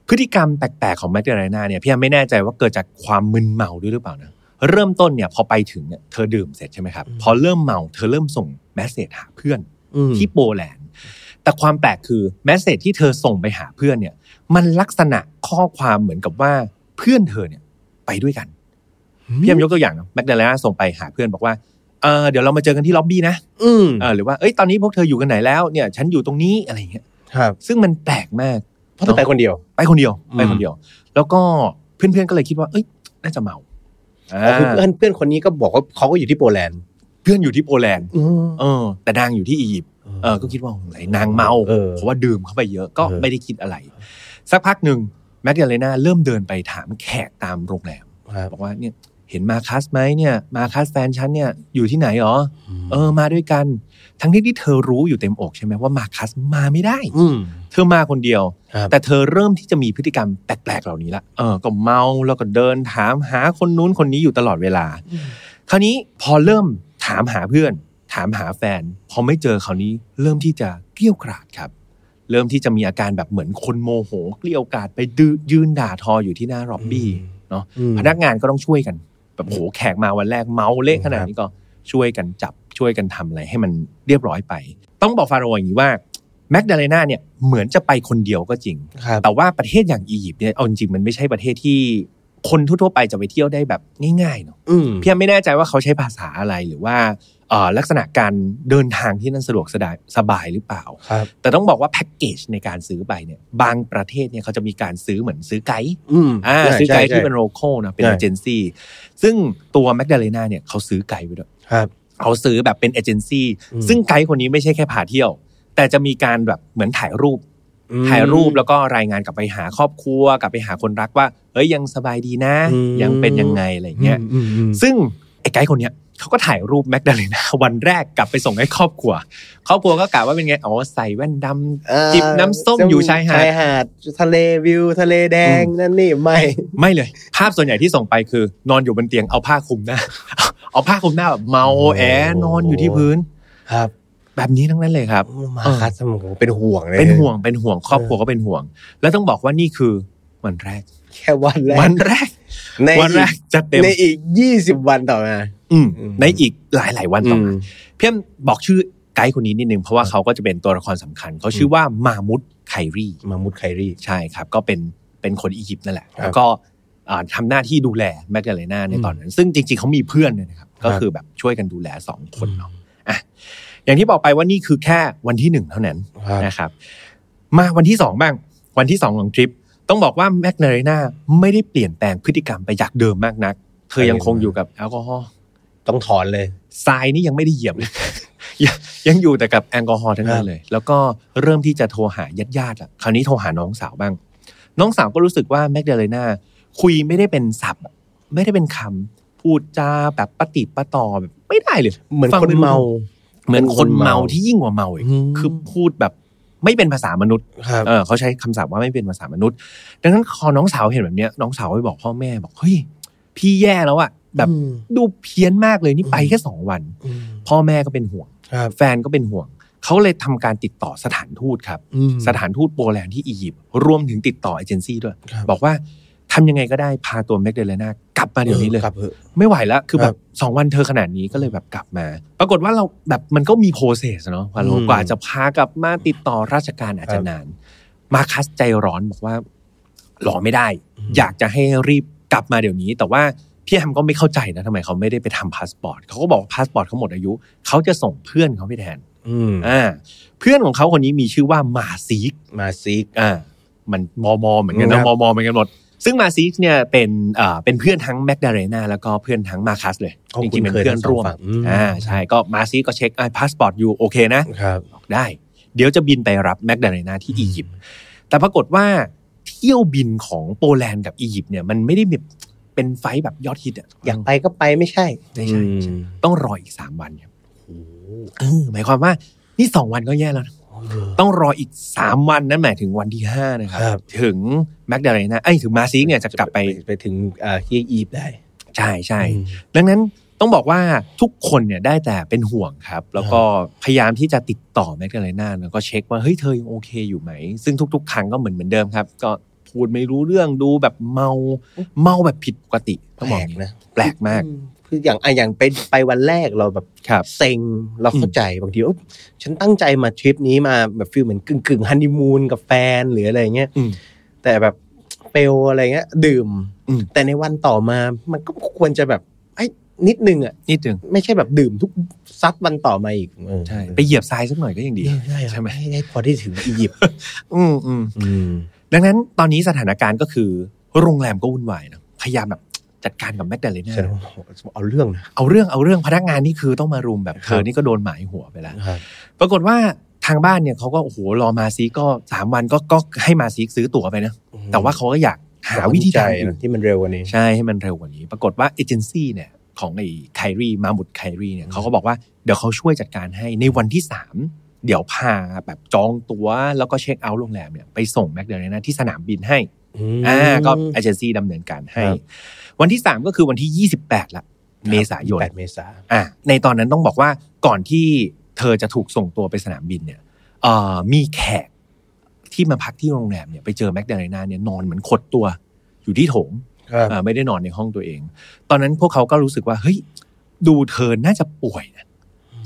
A: พฤติกรรมแปลกๆของแมกดาเลนาเนี่ยพี่ยังไม่แน่ใจว่าเกิดจากความมึนเมาด้วยหรือเปล่านะเริ่มต้นเนี่ยพอไปถึงเนี่ยเธอดื่มเสร็จใช่ไหมครับ
B: อืม
A: พอเริ่มเมาเธอเริ่มส่งแมสเซจหาเพื่อน
B: อืม
A: ที่โปแลนด์แต่ความแปลกคือแมสเซจที่เธอส่งไปหาเพื่อนเนี่ย มันลักษณะข้อความเหมือนกับว่าเพื่อนเธอเนี่ยไปด้วยกันพี่ยังยกตัวอย่างนะแมกดาเลนาส่งไปหาเพื่อนบอกว่าเออเดี๋ยวเรามาเจอกันที่ล็อบบี้นะ
B: อืม
A: เออหรือว่าเอ้ยตอนนี้พวกเธออยู่กันไหนแล้วเนี่ย ฉันอยู่ตรงนี้อะไรอย่างเงี้ย
B: ครับ
A: ซึ่งมันแปลกมาก
B: เพราะเธอไปคนเดียว
A: ไปคนเดียว
B: อืม
A: ไปคนเดียว แล้วก็เพื่อนๆก็เลยคิดว่า เอ้ย น่าจะเมา อ่า
B: คือเพื่อนเพื่อนคนนี้ก็บอกว่าเขาก็อยู่ที่โปแลนด์
A: เพื่อนอยู่ที่โปแลนด์
B: อืม
A: เออ แต่นางอยู่ที่อียิปต์เออก็คิดว่าไหนนางเมา
B: เออ
A: เพราะว่าดื่มเข้าไปเยอะก็
B: เออ
A: ไม่ได้คิดอะไร สักพักหนึ่งแมกดาเลนาเริ่มเดินไปถามแขกตามโรงแรม
B: ครับ
A: บอกว่าเนี่ยเห็นมาคัสไหมเนี่ยมาคัสแฟนฉันเนี่ยอยู่ที่ไหนหรอ เออมาด้วยกัน ทั้งที่ที่เธอรู้อยู่เต็มอกใช่ไหมว่ามาคัสมาไม่ได้
B: อืม
A: เธอมาคนเดียว
B: ครับ
A: แต่เธอเริ่มที่จะมีพฤติกรรมแปลกๆเหล่านี้ละเออก็เมาแล้วก็เดินถามหาคนนู้นคนนี้อยู่ตลอดเวลา คราวนี้พอเริ่มถามหาเพื่อน ถามหาแฟน พอไม่เจอคราวนี้ เริ่มที่จะเกลี้ยวกราดครับ เริ่มที่จะมีอาการแบบเหมือนคนโมโห เกลี้ยวกราดไปดื้อยืนด่าทออยู่ที่หน้าล็อบบี้ เนอะ
B: อืม
A: พนักงานก็ต้องช่วยกัน แบบโหแขกมาวันแรกเมาเละขนาดนี้ก็ช่วยกันจับช่วยกันทำอะไรให้มันเรียบร้อยไป ต้องบอกฟาโรห์อย่างนี้ว่าแมกดาเลนาเนี่ยเหมือนจะไปคนเดียวก็จริง
B: ครับ
A: แต่ว่าประเทศอย่างอียิปต์เนี่ยเอาจริงๆมันไม่ใช่ประเทศที่คนทั่วๆไปจะไปเที่ยวได้แบบง่ายๆเนาะ
B: อืม
A: พี่ไม่แน่ใจว่าเขาใช้ภาษาอะไรหรือว่าเอ่อลักษณะการเดินทางที่นั่นสะดวกสบายสบายหรือเปล่า
B: ครับ
A: แต่ต้องบอกว่าแพ็กเกจในการซื้อไปเนี่ยบางประเทศเนี่ยเขาจะมีการซื้อเหมือนซื้อไกด์
B: อืม
A: อ่า
B: ใช่
A: ซื้อไกด์
B: ใช่
A: ที่เป็นโลโก้นะเป็น
B: ใช่
A: เอเจนซี่ซึ่งตัวแม g ดาเลนาเนี่ยเขาซื้อไกด์ไว้ด้วย
B: ครับ
A: เขาซื้อแบบเป็นเอเจนซี่
B: อืม
A: ซึ่งไกด์คนนี้ไม่ใช่แค่พาเที่ยว แต่จะมีการแบบเหมือนถ่ายรูป
B: อืม
A: ถ่ายรูปแล้วก็รายงานกลับไปหาครอบครัว กลับไปหาคนรักว่า เอ้ยยังสบายดีนะ
B: อืม
A: ยังเป็นยังไงอะไรเงี้ย
B: อืมอืม
A: ซึ่งไอ้ไกด์คนเนี้ยเขาก็ถ่ายรูปแม g ดาเลนาวันแรกกลับไปส่งให้ครอบครัว ครอบครัวก็กล่าวว่าเป็นไงอ๋อใส่แว่นดำ
B: อ่า
A: จิบน้ำส้มอยู่ชายหาด
B: ดทะเลวิวทะเลแดงนั่นนี่ไม่
A: ไม่เลย ภาพส่วนใหญ่ที่ส่งไปคือนอนอยู่บนเตียงเอาผ้าคลุมหน้า เอาผ้าคลุมหน้าแบบเมา
B: โอ้
A: แอนอนอยู่ที่พื้น
B: ครับ
A: แบบนี้ทั้งนั้นเลยครับ
B: มาคัสมองเป็นห่วงเลย
A: เป็นห่วงเป็นห่วงครอบ
B: เออ
A: ครัวก็เป็นห่วง แล้วต้องบอกว่านี่คือวันแรก
B: แค่วันแรก
A: วันแรก
B: ใน
A: วันแรกจะเต็ม
B: ในอีกยี่สิบวันต่อมา
A: อืม
B: อืม
A: ในอีกหลายหลายๆวันต่อ
B: ม
A: มาเพียมบอกชื่อไกด์คนนี้นิดนึงเพราะว่าเขาก็จะเป็นตัวละครสำคัญ เขาชื่อว่ามามุดไครี
B: มามุดไครี
A: ใช่ครับ ก็เป็นเป็นคนอียิปต์นั่นแหละ
B: ครับ
A: แล้วก็อ่าทำหน้าที่ดูแลแมกดาเลนาในตอนนั้น ซึ่งจริงๆเขามีเพื่อนด้วยนะครับก็
B: ครับ
A: คือแบบช่วยกันดูแลสองคนเนาะ อ่ะอย่างที่บอกไปว่านี่คือแค่วันที่หนึ่งเท่านั้น
B: ครับ
A: นะครับ มาวันที่สองบ้าง วันที่สองของทริป ต้องบอกว่าแมกนาเรนาไม่ได้เปลี่ยนแปลงพฤติกรรมไปจากเดิมมากนัก เธอยังคงอยู่กับแอลกอฮอล์
B: ต้องถอนเลย
A: ทรายนี่ยังไม่ได้เหยียบ ยังยังอยู่แต่กับแอลกอฮอล์ทั้งนั้นเลย แล้วก็เริ่มที่จะโทรหาญาติญาติๆละคราวนี้โทรหาน้องสาวบ้าง น้องสาวก็รู้สึกว่าแมกดาเรนาคุยไม่ได้เป็นศัพท์อะไม่ได้เป็นคำพูดจาแบบปะติดปะต่อแบบไม่ได้เลย
B: เหมือน
A: ฟัง
B: คน
A: ไรู้
B: เมา
A: รื่อง เหมือนคนเมา
B: คนเมา
A: ที่ยิ่งกว่าเมาอีก
B: ม
A: คือพูดแบบไม่เป็นภาษามนุษย์
B: ครับ
A: เออเขาใช้คำศัพท์ว่าไม่เป็นภาษามนุษย์ ดังนั้นพอน้องสาวเห็นแบบเนี้ยน้องสาวไปบอกพ่อแม่บอกเฮ้ยพี่แย่แล้วอะแบบ
B: อืม
A: ดูเพี้ยนมากเลยนี่ไป
B: อืม
A: แค่สองวัน
B: อืม
A: พ่อแม่ก็เป็นห่วง
B: ครับ
A: แฟนก็เป็นห่วง เขาเลยทำการติดต่อสถานทูตครับ
B: อืม
A: สถานทูตโปแลนด์ที่อียิปต์รวมถึงติดต่อเอเจนซี่ด้วย
B: ครับ
A: บอกว่าทำยังไงก็ได้พาตัวแมกเดเลนากลับมาเดี๋ยวนี้เลย
B: ครับเถอะ
A: ไม่ไหวแล้ว คือ
B: ค
A: แบ
B: รับบ
A: สองวันเธอขนาดนี้ก็เลยแบบกลับมา ปรากฏว่าเราแบบมันก็มีโปรเซสเนาะพาโล
B: อืม
A: กว่าจะพากลับมาติดต่อราชการอาจจะนาน มาคัสใจร้อนบอกว่าหลอไม่ได้
B: อืม
A: อยากจะให้รีบกลับมาเดี๋ยวนี้ แต่ว่าพี่แฮมก็ไม่เข้าใจนะทำไมเขาไม่ได้ไปทำพาสปอร์ตเขาก็บอกว่าพาสปอร์ตเขาหมดอายุ เขาจะส่งเพื่อนเขาไปแทน
B: อืม
A: อ่าเพื่อนของเขาคนนี้มีชื่อว่ามาซีก
B: มาซิก
A: อ่ามันมอมอเหมือนกันนะครับ มอมอเหมือนกันหมด ซึ่งมาซิสเนี่ยเป็นอ่าเป็นเพื่อนทั้งแมกดาเรนาแล้วก็เพื่อนทั้งมาคัสเลย
B: ก็
A: จ
B: คุ
A: ริ
B: ณ
A: งๆเป็น
B: คย
A: เพื่อน
B: ทั้งสง
A: ร่วม
B: ฝั่งม
A: อ่าใช่ก็มาซิสก็เช็คพาสปอร์ตอยู่โอเคนะครับ บอกได้ เดี๋ยวจะบินไปรับแมกดาเรนาที่อียิปต์แต่ปรากฏว่าเที่ยวบินของโปแลนด์กับอียิปต์เนี่ยมันไม่ได้แบบเป็นไฟล์แบบยอดฮิตอ่ะ
B: อยากไปก็ไปไม่ใช่
A: ไม่ใช่
B: อื
A: ใช่
B: ม
A: ต้องรออีกสามวันครับ
B: โอ้โห
A: เออหมายความว่านี่สองวันก็แย่แล้วนะ ต้องรออีก 3 วันนั่นหมายถึงวันที่ 5 นะครับ
B: ครับ
A: ถึงแมกดาเรนาไอ้ยถึงมาซิกเนี่ยจะกลับไป
B: ไปถึงเอ่อที่อีฟได้
A: ใช่ใช่
B: อืม
A: ดังนั้นต้องบอกว่าทุกคนเนี่ยได้แต่เป็นห่วงครับ แล้วก็พยายามที่จะติดต่อแมกดาเรนาแล้วก็เช็คว่าเฮ้ยเธอยังโอเคอยู่ไหม ซึ่งทุก ๆ ครั้งก็เหมือนเหมือนเดิมครับ ก็พูดไม่รู้เรื่องดูแบบเมาเมาแบบผิดปกติต้องบอกอย่าง
B: แปล
A: นี้
B: กนะ
A: แปลกมาก
B: อืคืออย่างอ่ะอย่างไปไปวันแรกเราแบบ
A: ครับ
B: เซ็งเราเข้าใจบางทีเอ้ยฉันตั้งใจมาทริปนี้มาแบบฟีลเหมือนกึ่งกึ่งฮันนีมูนกับแฟนหรืออะไรเงี้ย
A: อืม
B: แต่แบบเปลอะไรเงี้ย ดื่ม
A: อืม
B: แต่ในวันต่อมามันก็ควรจะแบบไอ้ยนิดนึงอ่ะ
A: นิดนึง
B: ไม่ใช่แบบดื่มทุกซัดวันต่อมาอีกเออ
A: ใช่ไปเหยียบทรายสักหน่อยก็ยังดี
B: ใช่
A: ใช่
B: ใช่
A: ไห
B: ไห
A: ม
B: มให้พอได้ถึงอียิปต์
A: อืมอืม
B: อืม
A: ดังนั้นตอนนี้สถานการณ์ก็คือโรงแรมก็วุ่นวายนะพยายามแบบ จัดการกับแมกดาเลน่า
B: ฉันว่าเอาเรื่องนะ
A: เอาเรื่องเอาเรื่องพนักงานนี่คือต้องมารุมแบบ
B: ครับ
A: เธอนี่ก็โดนหมายหัวไปแล้ว ปรากฏว่าทางบ้านเนี่ยเขาก็โอ้โหรอมาซีกก็สามวันก็ก็ให้มาซีกซื้อตั๋วไปนะ แต่ว่าเขาก็อยากหาวิธีการอื่น
B: ที่มันเร็วกว่านี้
A: ใช่ให้มันเร็วกว่านี้ ปรากฏว่าเอเจนซี่เนี่ยของไอ้ไครีมาหมุดไครีเนี่ย
B: อืม
A: เขาก็บอกว่าเดี๋ยวเขาช่วยจัดการให้ในวันที่ 3 เดี๋ยวพาแบบจองตั๋วแล้วก็เช็คเอาท์โรงแรมเนี่ยไปส่งแมคเดลนาที่สนามบินให้
B: ม
A: อ่าก็เอเจนซี่ดำเนินการให้
B: ครับ
A: วันที่ 3 ก็คือวันที่ 28 ละเมษายน
B: แปดเมษา
A: อ่าในตอนนั้นต้องบอกว่าก่อนที่เธอจะถูกส่งตัวไปสนามบินเนี่ยเอ่อมีแขกที่มาพักที่โรงแรมเนี่ยไปเจอแมคเดลนาเนี่ยนอนเหมือนขดตัวอยู่ที่โถง
B: ครับ
A: อ่าไม่ได้นอนในห้องตัวเอง ตอนนั้นพวกเขาก็รู้สึกว่า เฮ้ย ดูเธอน่าจะป่วยนะ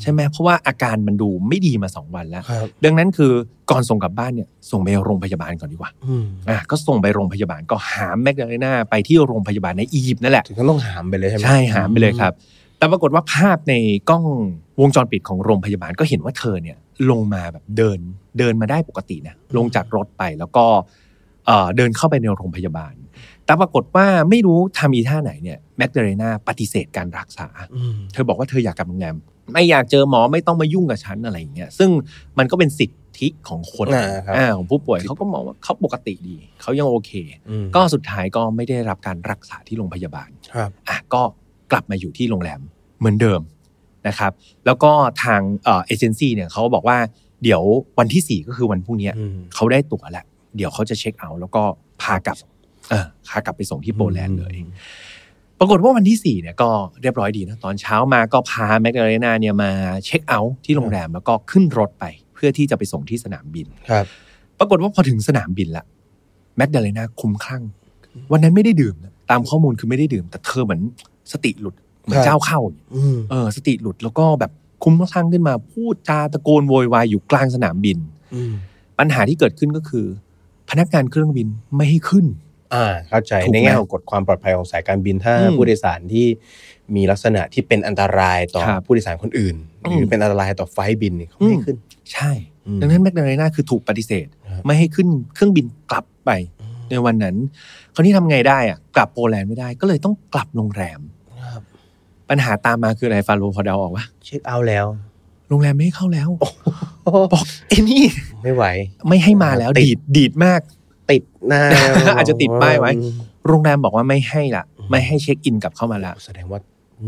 A: ใช่ไหมเพราะว่าอาการมันดูไม่ดีมาสองวันแล้ว
B: ครับ
A: ดังนั้นคือก่อนส่งกลับบ้านเนี่ย ส่งไปโรงพยาบาลก่อนดีกว่า
B: อืม
A: อ่ะก็ส่งไปโรงพยาบาลก็หามแมกดาเลนาไปที่โรงพยาบาลในอียิปต์นั่นแหละ
B: ถึงก็ต้องหามไปเลยใช่ไหม
A: ใช่หามไปเลยครับ แต่ปรากฏว่าภาพในกล้องวงจรปิดของโรงพยาบาลก็เห็นว่าเธอเนี่ยลงมาแบบเดินเดินมาได้ปกตินะลงจากรถไปแล้วก็เอ่อเดินเข้าไปในโรงพยาบาล แต่ปรากฏว่าไม่รู้ทำอีท่าไหนเนี่ยแมกดาเรนาปฏิเสธการรักษา
B: อืม
A: เธอบอกว่าเธออยากกลับโรงแรมไม่อยากเจอหมอไม่ต้องมายุ่งกับฉันอะไรอย่างเงี้ยซึ่งมันก็เป็นสิทธิของคน
B: อ่าครับ
A: อ่าของผู้ป่วยเขาก็มองว่าเขาปกติดีเขายังโอเค
B: อืม
A: ก็สุดท้ายก็ไม่ได้รับการรักษาที่โรงพยาบาล
B: ครับ
A: อ่ะก็กลับมาอยู่ที่โรงแรมเหมือนเดิมนะครับ แล้วก็ทางเอ่อเอเจนซี่เนี่ยเขาบอกว่าเดี๋ยววันที่ 4 ก็คือวันพรุ่งเนี้ย
B: อืม
A: เขาได้ตั๋วแล้ว เดี๋ยวเขาจะเช็คเอาท์แล้วก็พากลับเออพากลับไปส่งที่โปแลนด์เลย
B: อืม
A: ปรากฏว่าวันที่ 4เนี่ยก็เรียบร้อยดีนะตอนเช้ามาก็พาแมกดาเลนาเนี่ยมาเช็คเอาท์ที่โรงแรมแล้วก็ขึ้นรถไปเพื่อที่จะไปส่งที่สนามบิน
B: ครับ
A: ปรากฏว่าพอถึงสนามบินละแมกดาเลนาคลุ้มคลั่ง วันนั้นไม่ได้ดื่มนะตามข้อมูลคือไม่ได้ดื่ม แต่เธอเหมือนสติหลุดเหมือนเจ้าเข้าอย่างเงี้ย
B: อืม
A: เออสติหลุดแล้วก็แบบคลุ้มคลั่งขึ้นมา พูดจาตะโกนโวยวายอยู่กลางสนามบิน
B: อืม
A: ปัญหาที่เกิดขึ้นก็คือ พนักงานเครื่องบินไม่ให้ขึ้น
B: อ่า เข้าใจ
A: ถูกไหม
B: ในแง่ของกฎความปลอดภัยของสายการบินถ้า
A: อืม
B: ผู้โดยสารที่มีลักษณะที่เป็นอันตรายต่อ
A: ครับ
B: ผู้โดยสารคนอื่น หรือ
A: ม
B: เป็นอันตรายต่อไฟล์บินเนี่ยเขาไม่ให้ขึ้น
A: ใช่
B: อืม
A: ดังนั้นแมกดาเลนาคือถูกปฏิเสธ
B: ครับ
A: ไม่ให้ขึ้นเครื่องบินกลับไป ในวันนั้นคราวนี้ทำไงได้อะกลับโปแลนด์ไม่ได้ก็เลยต้องกลับโรงแรม
B: ครับ
A: ปัญหาตามมาคืออะไรฟาโรห์พอเดาออกว่า
B: เช็คเอาท์แล้ว
A: โรงแรมไม่ให้เข้าแล้ว บอกไอ้นี่
B: ไม่ไหว
A: ไม่ให้มาแล้ว
B: ติด
A: ดีดดีดมาก
B: ติดหน้า
A: อาจจะติดป้ายไว้ โรงแรมบอกว่าไม่ให้ละ
B: อืม
A: ไม่ให้เช็คอินกลับเข้ามาละ
B: แสดงว่า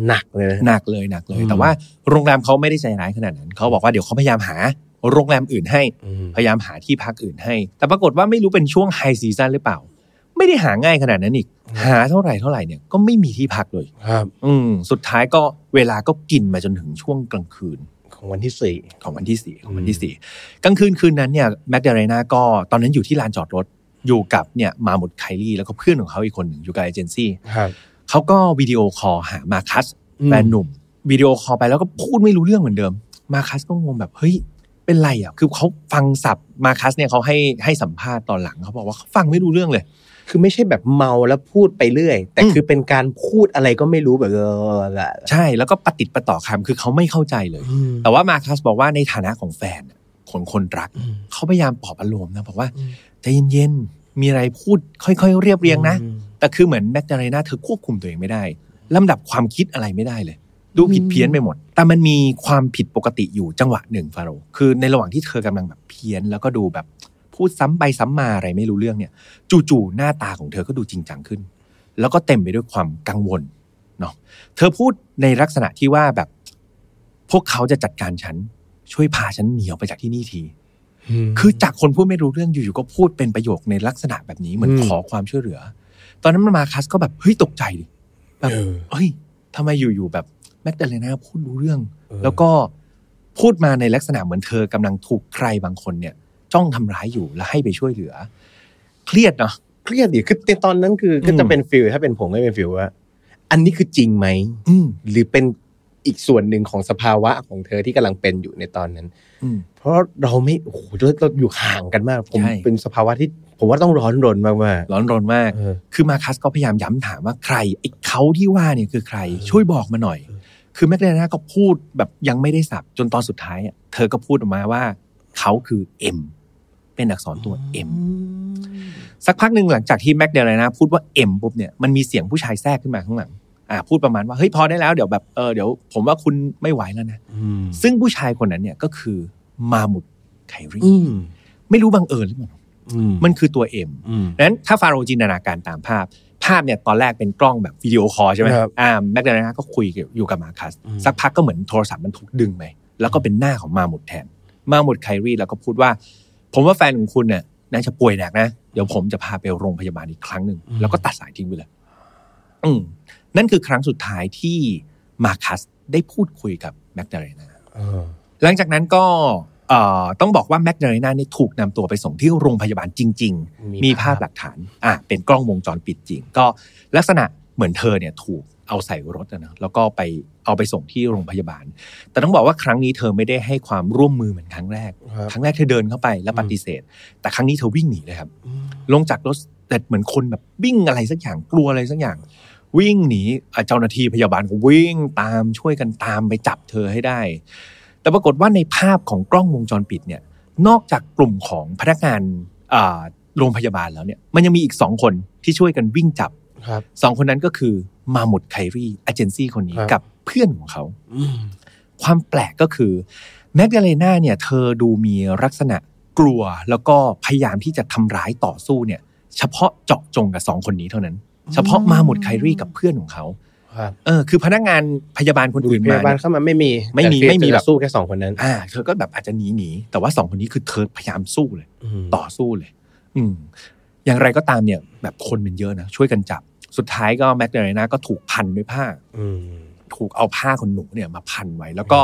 B: หนักเลยนะ
A: หนักเลยหนักเลย
B: อืม
A: แต่ว่าโรงแรมเขาไม่ได้ใจร้ายขนาดนั้นเขาบอกว่าเดี๋ยวเขาพยายามหา โรงแรมอื่นให้
B: อืม
A: พยายามหาที่พักอื่นให้ แต่ปรากฏว่าไม่รู้เป็นช่วงไฮซีซันหรือเปล่า ไม่ได้หาง่ายขนาดนั้นอีก หาเท่าไหร่เท่าไหร่เนี่ยก็ไม่มีที่พักเลย
B: ครับ
A: อืมสุดท้ายก็เวลาก็กินมาจนถึงช่วงกลางคืน
B: ของวันที่สี่
A: ของวันที่สี่ของวันที่
B: อืม
A: สี่กลางคืนคืนนั้นเนี่ยแมกดาเรนาก็ตอนนั้นอยู่ที่ลานจอดรถอยู่กับเนี่ยมาหมดไคลี่แล้วก็เพื่อนของเขาอีกคนหนึ่งอยู่กับเอเจนซี่
B: ครับ
A: เขาก็วิดีโอคอลหามาคัสแฟนหนุ่มวิดีโอคอลไปแล้วก็พูดไม่รู้เรื่องเหมือนเดิม มาคัสก็งงแบบเฮ้ยเป็นไรอ่ะคือเขาฟังสับมาคัสเนี่ยเขาให้ให้สัมภาษณ์ตอนหลังเขาบอกว่าเขาฟังไม่รู้เรื่องเลย
B: คือไม่ใช่แบบเมาแล้วพูดไปเรื่อย แต่
A: อืม
B: คือเป็นการพูดอะไรก็ไม่รู้แบบเออละ
A: ใช่แล้วก็ปฏิดประต่อคำคือเขาไม่เข้าใจเลย แต่ว่ามาคัสบอกว่าในฐานะของแฟนคนคนรัก
B: อืม
A: เขาพยายามปลอบอารมณ์นะบอกว่า
B: อืม
A: ใจเย็นๆ มีอะไรพูดค่อยๆ เรียบเรียงนะ แต่คือเหมือนแมกดาเลนาเธอควบคุมตัวเองไม่ได้ ลำดับความคิดอะไรไม่ได้เลย ดูผิดเพี้ยนไปหมด แต่มันมีความผิดปกติอยู่จังหวะหนึ่งฟาโรห์คือในระหว่างที่เธอกำลังแบบเพี้ยน แล้วก็ดูแบบพูดซ้ำไปซ้ำมาอะไรไม่รู้เรื่องเนี่ย จู่ๆหน้าตาของเธอก็ดูจริงจังขึ้น แล้วก็เต็มไปด้วยความกังวลเนาะเธอพูดในลักษณะที่ว่าแบบ พวกเขาจะจัดการฉันช่วยพาฉันหนีออกไปจากที่นี่ที
B: ม
A: คือจากคนพูดไม่รู้เรื่องอยู่ๆก็พูดเป็นประโยคในลักษณะแบบนี้เหมือน
B: อืม
A: ขอความช่วยเหลือ ตอนนั้นมันมาคัสก็แบบเฮ้ยตกใจดิแบบ
B: เออ
A: เฮ้ยทำไมอยู่ๆแบบแมกดาเลนาพูดรู้เรื่อง
B: เออ
A: แล้วก็พูดมาในลักษณะเหมือนเธอกำลังถูกใครบางคนเนี่ย จ้องทำร้ายอยู่และให้ไปช่วยเหลือ เครียดเนาะ
B: เครียดดิคือในตอนนั้นคืออ
A: ม
B: ก็จะเป็นฟิลถ้าเป็นผมก็เป็นฟิลว่า อันนี้คือจริงไหม
A: อืม
B: หรือเป็นอีกส่วนหนึ่งของสภาวะของเธอที่กำลังเป็นอยู่ในตอนนั้น
A: อืม
B: เพราะเราไม่โอ้โหเราเราอยู่ห่างกันมาก ผม
A: ใช่
B: เป็นสภาวะที่ผมว่าต้องร้อนรนมากๆ
A: ร้อนรนมาก
B: เออ
A: คือมาคัสก็พยายามย้ำถามว่าใครไอ้เขาที่ว่าเนี่ยคือใคร
B: เออ
A: ช่วยบอกมาหน่อย
B: เออ
A: คือแมกดาเลนาก็พูดแบบยังไม่ได้สับจนตอนสุดท้ายอะเธอก็พูดออกมาว่า เขาคือเอ็ม เป็นอักษรตัว M สักพักหนึ่งหลังจากที่แม็กเดลนาพูดว่า M ปุ๊บเนี่ยมันมีเสียงผู้ชายแทรกขึ้นมาข้างหลังอ่าพูดประมาณว่าเฮ้ยพอได้แล้วเดี๋ยวแบบเออเดี๋ยวผมว่าคุณไม่ไหวแล้วนะ
B: อืม
A: ซึ่งผู้ชายคนนั้นเนี่ยก็คือมาหมุดไครี
B: อืม
A: ไม่รู้บังเอิญหรือเปล่า
B: อืม
A: มันคือตัว M
B: อืม
A: นั้นถ้าฟาโรห์จินตนาการตามภาพ ภาพเนี่ยตอนแรกเป็นกล้องแบบวิดีโอคอลใช่ไหม
B: ครับ
A: อ่าแม็กเดลนาก็คุยอยู่กับมาคัส
B: อืม
A: สักพักก็เหมือนโทรศัพท์มันถูกดึงไปแล้วก็เป็นหน้าของมาหมุดแทน มาหมุดไครีแล้วก็พูดว่า ผมว่าแฟนของคุณเนี่ยน่าจะป่วยหนักนะ เดี๋ยวผมจะพาไปโรงพยาบาลอีกครั้งหนึ่ง
B: อืม
A: แล้วก็ตัดสายทิ้งไปเลยอืมนั่นคือครั้งสุดท้ายที่มาคัสได้พูดคุยกับแม็กเดลนา
B: เออ
A: หลังจากนั้นก็เอ่อต้องบอกว่าแมกเดลิน่าเนี่ยถูกนำตัวไปส่งที่โรงพยาบาลจริง ๆ มีภาพหลักฐานอ่ะเป็นกล้องวงจรปิดจริง ก็ลักษณะเหมือนเธอเนี่ยถูกเอาใส่รถอะนะแล้วก็ไปเอาไปส่งที่โรงพยาบาล แต่ต้องบอกว่าครั้งนี้เธอไม่ได้ให้ความร่วมมือเหมือนครั้งแรก
B: ครับ
A: ครั้งแรกเธอเดินเข้าไปแล้วปฏิเสธ แต่ครั้งนี้เธอวิ่งหนีเลยครับ
B: อืม
A: ลงจากรถแต่เหมือนคนแบบวิ่งอะไรสักอย่างกลัวอะไรสักอย่าง วิ่งหนีอ่ะเจ้าหน้าที่พยาบาลก็วิ่งตามช่วยกันตามไปจับเธอให้ได้ แต่ปรากฏว่าในภาพของกล้องวงจรปิดเนี่ยนอกจากกลุ่มของพนักงานอ่าโรงพยาบาลแล้วเนี่ยมันยังมีอีกสองคนที่ช่วยกันวิ่งจับ
B: ครับ
A: สองคนนั้นก็คือมาหมุดไครีเอเจนซี่คนนี้
B: ครับ
A: กับเพื่อนของเขา
B: อืม
A: ความแปลกก็คือแมกดาเลนาเนี่ยเธอดูมีลักษณะกลัวแล้วก็พยายามที่จะทำร้ายต่อสู้เนี่ย เฉพาะเจาะจงกับสองคนนี้เท่านั้น เฉพาะมาหมุดไครีกับเพื่อนของเขา
B: ครับ
A: เออคือพนักงานพยาบาลคนอื่นมาย
B: พาบาล
A: เนี่ย
B: เข้ามาไม่มี
A: ไม่มี
B: แต่
A: ไม่มีแบบ
B: สู้แค่สองคนนั้น
A: อ่า เธอก็แบบอาจจะหนีหนีแต่ว่าสองคนนี้คือเธอพยายามสู้เลย
B: ม
A: ต่อสู้เลย อืม อย่างไรก็ตามเนี่ย แบบคนมันเยอะนะช่วยกันจับ สุดท้ายก็แมกดาเลนาก็ถูกพันด้วยผ้า
B: อืม
A: ถูกเอาผ้าขนหนูเนี่ยมาพันไว้ แล้วก็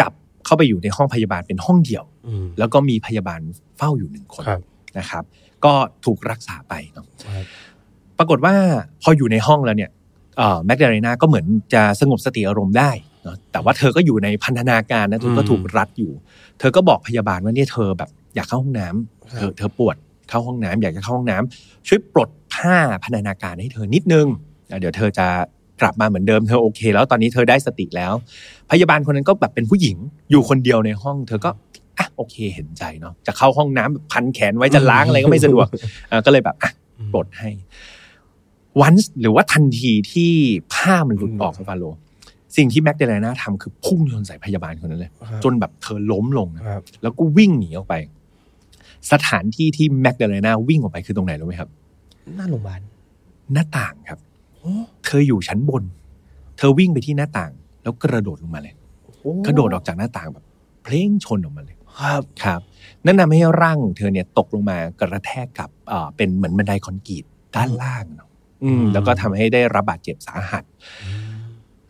A: จับเข้าไปอยู่ในห้องพยาบาลเป็นห้องเดี่ยว
B: อืม
A: แล้วก็มีพยาบาลเฝ้าอยู่หนึ่งคน
B: ครับ
A: นะครับ ก็ถูกรักษาไปเนาะ
B: ครับ
A: ปรากฏว่าพออยู่ในห้องแล้วเนี่ยแมกดาเรนาก็เหมือนจะสงบสติอารมณ์ได้เนาะแต่ว่าเธอก็อยู่ในพันธนาการนะเธอก็
B: อืม
A: ถูกรัดอยู่ เธอก็บอกพยาบาลว่าเนี่ยเธอแบบอยากเข้าห้องน้ำเธอเธอปวดเข้าห้องน้ำอยากจะเข้าห้องน้ำช่วยปลดผ้าพันธนาการให้เธอนิดนึงอ่ะเดี๋ยวเธอจะกลับมาเหมือนเดิมเธอโอเค แล้วตอนนี้เธอได้สติแล้ว พยาบาลคนนั้นก็แบบเป็นผู้หญิงอยู่คนเดียวในห้อง เธอก็อ่ะโอเคเห็นใจเนาะจะเข้าห้องน้ำแบบพันแขนไว้จะล้างอะไรก็ไม่สะดวกเออก็เลยแบบอ่ะปลดให้ วันหรือว่าทันทีที่ผ้ามันหลุดออกครับฟาโล สิ่งที่แม็กเดลนาทำคือพุ่งชนใส่พยาบาลคนนั้นเลย
B: ครับ
A: จนแบบเธอล้มลงนะ
B: ครับ
A: แล้วก็วิ่งหนีออกไป สถานที่ที่แมกดาเลนาวิ่งออกไปคือตรงไหนรู้ไหมครับ
B: หน้าโรงพยาบาล
A: หน้าต่างครับ เธออยู่ชั้นบน เธอวิ่งไปที่หน้าต่าง แล้วกระโดดลงมาเลย กระโดดออกจากหน้าต่างแบบ เพลงชนออกมาเลย
B: ครับ
A: ครับ นั่นทำให้ร่างของเธอเนี่ยตกลงมากระแทกกับเอ่อเป็นเหมือนบันไดคอนกรีตด้านล่างเนาะอืม
B: อืม
A: แล้วก็ทำให้ได้รับบาดเจ็บสาหัส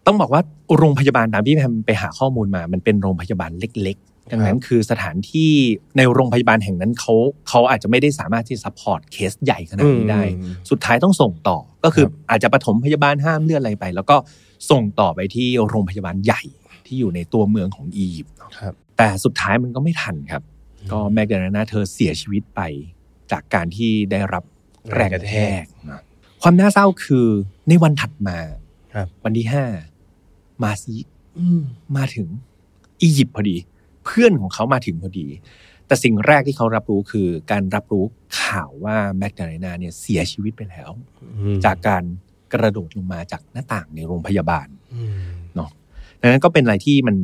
A: ต้องบอกว่าโรงพยาบาลตามที่แพมไปหาข้อมูลมา มันเป็นโรงพยาบาลเล็กๆ ดังนั้นคือสถานที่ในโรงพยาบาลแห่งนั้นเขาเขาอาจจะไม่ได้สามารถที่ซัพพอร์ตเคสใหญ่ขนาดนี้ได้
B: อืม
A: สุดท้ายต้องส่งต่อก็คือ
B: ครับ
A: อาจจะปฐมพยาบาลห้ามเลือดอะไรไป แล้วก็ส่งต่อไปที่โรงพยาบาลใหญ่ที่อยู่ในตัวเมืองของอียิปต์
B: ครับ
A: แต่สุดท้ายมันก็ไม่ทันครับ ก็แมกดานาเธอเสียชีวิตไปจากการที่ได้รับแรงกระแทกนะความน่าเศร้าคือในวันถัดมา
B: ครับ
A: วันที่ห้ามาซี
B: อืม
A: มาถึงอียิปต์พอดี เพื่อนของเขามาถึงพอดี แต่สิ่งแรกที่เขารับรู้คือการรับรู้ข่าวว่าแมกดาเลนาเนี่ยเสียชีวิตไปแล้ว จากการกระโดดลงมาจากหน้าต่างในโรงพยาบาล
B: อืม
A: ดังนั้นก็เป็นอะไรที่มัน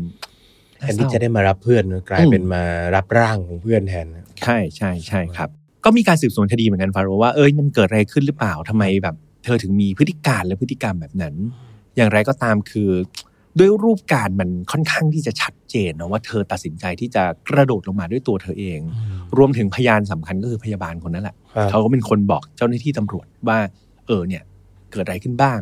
B: แทนที่จะได้มารับเพื่อนนะกลายเป็นมารับร่างของเพื่อนแทนนะ
A: ใช่ใช่ใช่ครับ ก็มีการสืบสวนคดีเหมือนกันฟาโรห์ว่าเอ้ยมันเกิดอะไรขึ้นหรือเปล่าทำไมแบบ เธอถึงมีพฤติการและพฤติกรรมแบบนั้น อย่างไรก็ตามคือ ด้วยรูปการณ์มันค่อนข้างที่จะชัดเจนนะว่าเธอตัดสินใจที่จะกระโดดลงมาด้วยตัวเธอเอง รวมถึงพยานสำคัญก็คือพยาบาลคนนั้นแหละ เขาก็เป็นคนบอกเจ้าหน้าที่ตำรวจว่า เออเนี่ย เกิดอะไรขึ้นบ้าง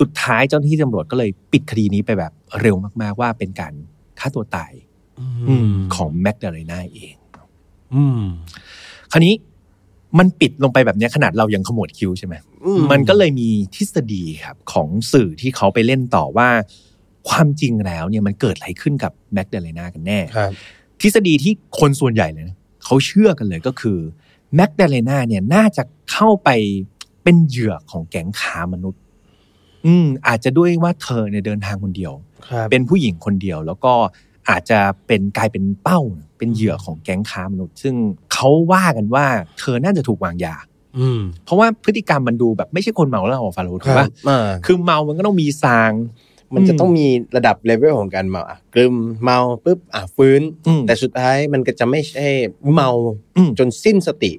A: สุดท้ายเจ้าหน้าที่ตำรวจก็เลยปิดคดีนี้ไปแบบเร็วมาก ๆ ว่าเป็นการฆ่าตัวตายของแมกดาเลนาเอง
B: อืม
A: คราวนี้มันปิดลงไปแบบเนี้ยขนาดเรายังขมวดคิ้วใช่ไหม
B: อื
A: มันก็เลยมีทฤษฎีครับของสื่อที่เขาไปเล่นต่อว่า ความจริงแล้วเนี่ยมันเกิดอะไรขึ้นกับแมกดาเลนากันแน่
B: ครับ
A: ทฤษฎีที่คนส่วนใหญ่เลยนะเขาเชื่อกันเลยก็คือแมกดาเลนาเนี่ยน่าจะเข้าไปเป็นเหยื่อของแก๊งค้ามนุษย์ อืม อาจจะด้วยว่าเธอเนี่ยเดินทางคนเดียว
B: ครับ
A: เป็นผู้หญิงคนเดียว แล้วก็อาจจะเป็นกลายเป็นเป้า เป็นเหยื่อของแก๊งค้ามนุษย์ ซึ่ง เขาว่ากันว่าเธอน่าจะถูกวางยา
B: อืม
A: เพราะว่าพฤติกรรมมันดูแบบไม่ใช่คนเมาแล้วอะฟาโรห์ถูกปะ
B: อ่า
A: คือเมามันก็ต้องมีซาง
B: มันจะต้องมีระดับเลเวลของการเมาอ่ะกลืมเมาปุ๊บอ่ะฟื้น
A: อืม
B: แต่สุดท้ายมันก็จะไม่ใช่เมา
A: อืม
B: จนสิ้นสติ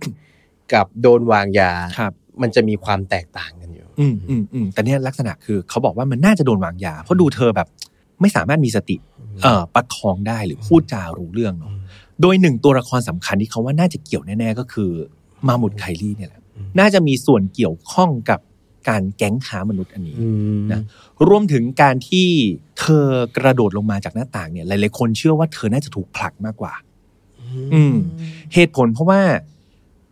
B: กับโดนวางยา
A: ครับ
B: มันจะมีความแตกต่างกันอยู่
A: อืมอืมอืมแต่เนี่ยลักษณะคือเขาบอกว่ามันน่าจะโดนวางยา เพราะดูเธอแบบไม่สามารถมีสติเอ่อประคองได้หรือพูดจารู้เรื่องเนอะโดยหนึ่งตัวละครสำคัญที่เขาว่าน่าจะเกี่ยวแน่ๆก็คือมาหมุดไคลี่เนี่ยแหละ
B: อืม
A: น่าจะมีส่วนเกี่ยวข้องกับการแก๊งค้ามนุษย์อันนี้
B: อืม
A: นะ รวมถึงการที่เธอกระโดดลงมาจากหน้าต่างเนี่ยหลายๆคนเชื่อว่าเธอน่าจะถูกผลักมากกว่า อืม เหตุผลเพราะว่า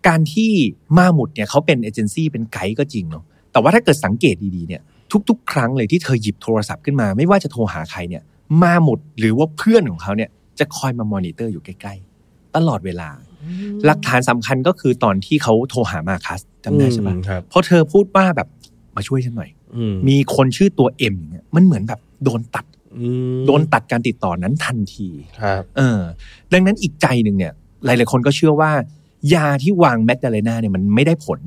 A: การที่มาหมุดเนี่ยเขาเป็นเอเจนซี่เป็นไกด์ก็จริงเนาะแต่ว่าถ้าเกิดสังเกตดีๆเนี่ย ทุกๆ ครั้งเลยที่เธอหยิบโทรศัพท์ขึ้นมา ไม่ว่าจะโทรหาใครเนี่ย มาหมุดหรือว่าเพื่อนของเขาเนี่ยจะคอยมามอนิเตอร์อยู่ใกล้ๆ ตลอดเวลา หลักฐานสำคัญก็คือตอนที่เขาโทรหามาคัสจำได้ใช่ปะ
B: อืครับ
A: เพราะเธอพูดว่าแบบมาช่วยฉันหน่อย
B: อื
A: มีคนชื่อตัวเอ็มเนี่ยมันเหมือนแบบโดนตัด
B: อืม
A: โดนตัดการติดต่อนั้นทันที
B: ครับ
A: เออดังนั้นอีกใจหนึ่งเนี่ย หลาย ๆ คนก็เชื่อว่า ยาที่วางแมกดาเลนาเนี่ยมันไม่ได้ผล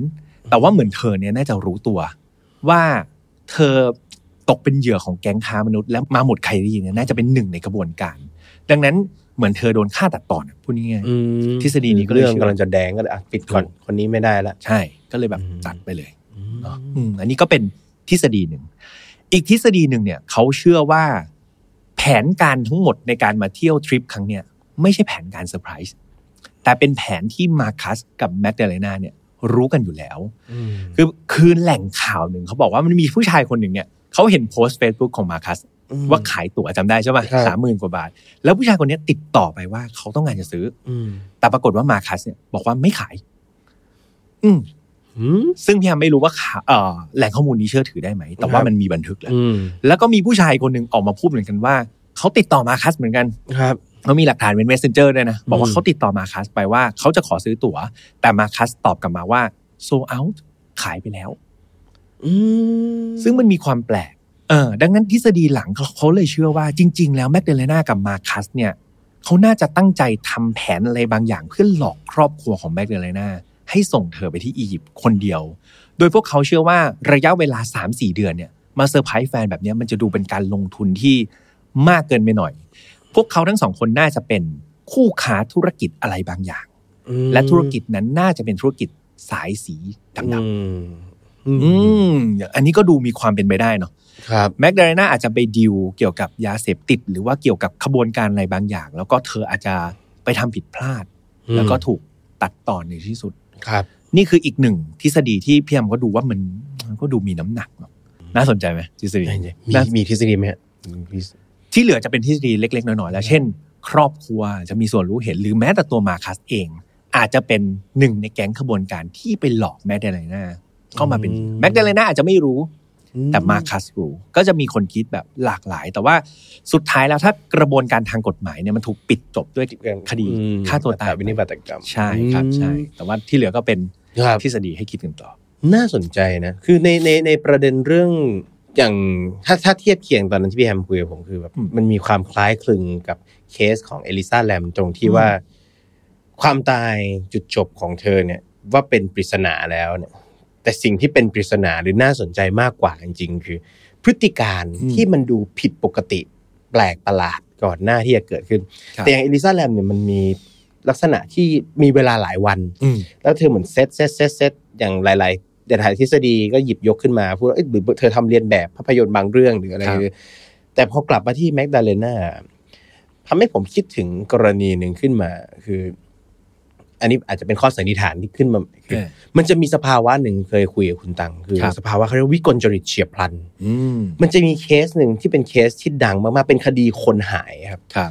A: แต่ว่าเหมือนเธอเนี่ยน่าจะรู้ตัว ว่าเธอตกเป็นเหยื่อของแก๊งค้ามนุษย์ และมาหมดไครีเนี่ยน่าจะเป็นหนึ่งในกระบวนการ ดังนั้นเหมือนเธอโดนฆ่าตัดตอนอะพูดง่าย
B: อืม
A: ทฤษฎีนี้ก็เลย
B: เรื่อง
A: เชื่อ
B: กำลังจะแดงก็เลยอ่ะปิดก่อนคนนี้ไม่ได้ละ
A: ๆใช่ก็เลยแบบ
B: อืม
A: ตัดไปเลยเนอะ
B: อื
A: อื
B: ม
A: มอันนี้ก็เป็นทฤษฎีหนึ่งอีกทฤษฎีหนึ่งเนี่ยเขาเชื่อว่า แผนการทั้งหมดในการมาเที่ยวทริปครั้งเนี่ยไม่ใช่แผนการเซอร์ไพรส์แต่เป็นแผนที่มาคัสกับแมกดาเลนาเนี่ยรู้กันอยู่แล้ว
B: อืม
A: คือคืนแหล่งข่าวหนึ่งเขาบอกว่ามันมีผู้ชายคนหนึ่งเนี่ยเขาเห็นโพสต์ Facebook ของมาคัส
B: อืม
A: ว่าขายตั๋วจำได้ใช่ไหม
B: ครับ
A: สามหมื่นกว่าบาท แล้วผู้ชายคนเนี้ยติดต่อไปว่าเขาต้องการจะซื้อ
B: อืม
A: แต่ปรากฏว่ามาคัสเนี่ยบอกว่าไม่ขาย อืม
B: อืม
A: ซึ่งพี่แฮมไม่รู้ว่าข่าวเอ่อแหล่งข้อมูลนี้เชื่อถือได้ไหม แต่ว่า
B: ครับ
A: มันมีบันทึกแล้ว
B: อืม
A: แล้วก็มีผู้ชายคนหนึ่งออกมาพูดเหมือนกันว่า เขาติดต่อมาคัสเหมือนกัน
B: ครับ
A: เขามีหลักฐานเป็น messenger ด้วยนะ บอกว่า
B: อืม
A: เขาติดต่อมาคัสไปว่าเขาจะขอซื้อตั๋ว แต่มาคัสตอบกลับมาว่า so out ขายไปแล้ว
B: อืม
A: ซึ่งมันมีความแปลก เออ ดังนั้นทฤษฎีหลังเขาเขาเลยเชื่อว่าจริง ๆ แล้วแมกเดเลนากับมาคัสเนี่ยเขาน่าจะตั้งใจทำแผนอะไรบางอย่างเพื่อหลอกครอบครัวของแมกเดเลนาให้ส่งเธอไปที่อียิปต์คนเดียว โดยพวกเขาเชื่อว่าระยะเวลา 3-4 เดือนเนี่ยมาเซอร์ไพรส์แฟนแบบเนี้ยมันจะดูเป็นการลงทุนที่มากเกินไปหน่อย พวกเขาทั้งสองคนน่าจะเป็นคู่ค้าธุรกิจอะไรบางอย่าง และธุรกิจนั้นน่าจะเป็นธุรกิจสายสีดำๆ
B: อืม
A: อืมอย่างอันนี้ก็ดูมีความเป็นไปได้เนาะ
B: ครับ
A: แมกดาเลนาอาจจะไปดิวเกี่ยวกับยาเสพติด หรือว่าเกี่ยวกับขบวนการอะไรบางอย่าง แล้วก็เธออาจจะไปทำผิดพลาด แล้วก็ถูกตัดตอนในที่สุด
B: ครับ
A: นี่คืออีกหนึ่งทฤษฎีที่พี่แอมก็ดูว่ามันมันก็ดูมีน้ำหนักเนอะน่าสนใจไหมทฤษฎี
B: มี
A: น่า
B: มีทฤษฎีไหมฮะ
A: ที่เหลือจะเป็นทฤษฎีเล็ก ๆ น้อยๆแล้ว เช่น ครอบครัวจะมีส่วนรู้เห็นหรือแม้แต่ตัวมาคัสเอง อาจจะเป็นหนึ่งในแก๊งขบวนการที่ไปหลอกแมกดาเลนาเข้ามาเป็นแมกดาเลนาอาจจะไม่รู้ แต่มาคัสรูก็จะมีคนคิดแบบหลากหลาย แต่ว่าสุดท้ายแล้วถ้ากระบวนการทางกฎหมายเนี่ยมันถูกปิดจบด้วยคดี
B: อืม
A: ฆ่าตัวตาย
B: วินิบาตกรรม
A: ใช่ครับใช่ แต่ว่าที่เหลือก็เป็น
B: ครับ
A: ทฤษฎีให้คิดกันต่อ
B: น่าสนใจนะ คือในในในประเด็นเรื่องอย่างถ้าถ้าเทียบเคียงตอนนั้นที่พี่แฮมคุยกับผมคือแบบ
A: อืม
B: มันมีความคล้ายคลึงกับเคสของเอลิซาแลมตรงที่
A: อืม
B: ว่า ความตายจุดจบของเธอเนี่ย ว่าเป็นปริศนาแล้วเนี่ย แต่สิ่งที่เป็นปริศนาหรือน่าสนใจมากกว่าจริงๆ คือ พฤติการที่มันดูผิดปกติแปลกประหลาดก่อนหน้าที่จะเกิดขึ้น
A: ครับ
B: แต่อย่างเอลิซาแลมเนี่ยมันมีลักษณะที่มีเวลาหลายวัน
A: อืม
B: แล้วเธอเหมือนเซตเซตเซตเซตอย่างหลายๆเดยวหลายทฤษฎีก็หยิบยกขึ้นมาพูดว่าเอ้ยหรือเธอทำเรียนแบบภาพยนตร์บางเรื่องหรืออะไร
A: ครับ
B: แต่พอกลับมาที่แมกดาเลนาทำให้ผมคิดถึงกรณีหนึ่งขึ้นมา คือ อันนี้อาจจะเป็นข้อสันนิษฐานที่ขึ้นมาคือ
A: เออ
B: มันจะมีสภาวะหนึ่งเคยคุยกับคุณตัง คือ
A: ครับ
B: สภาวะเขาเรียกว่าวิกลจริตเฉียบพลัน
A: อืม
B: มันจะมีเคสหนึ่งที่เป็นเคสที่ดังมากๆเป็นคดีคนหายครับ
A: ครับ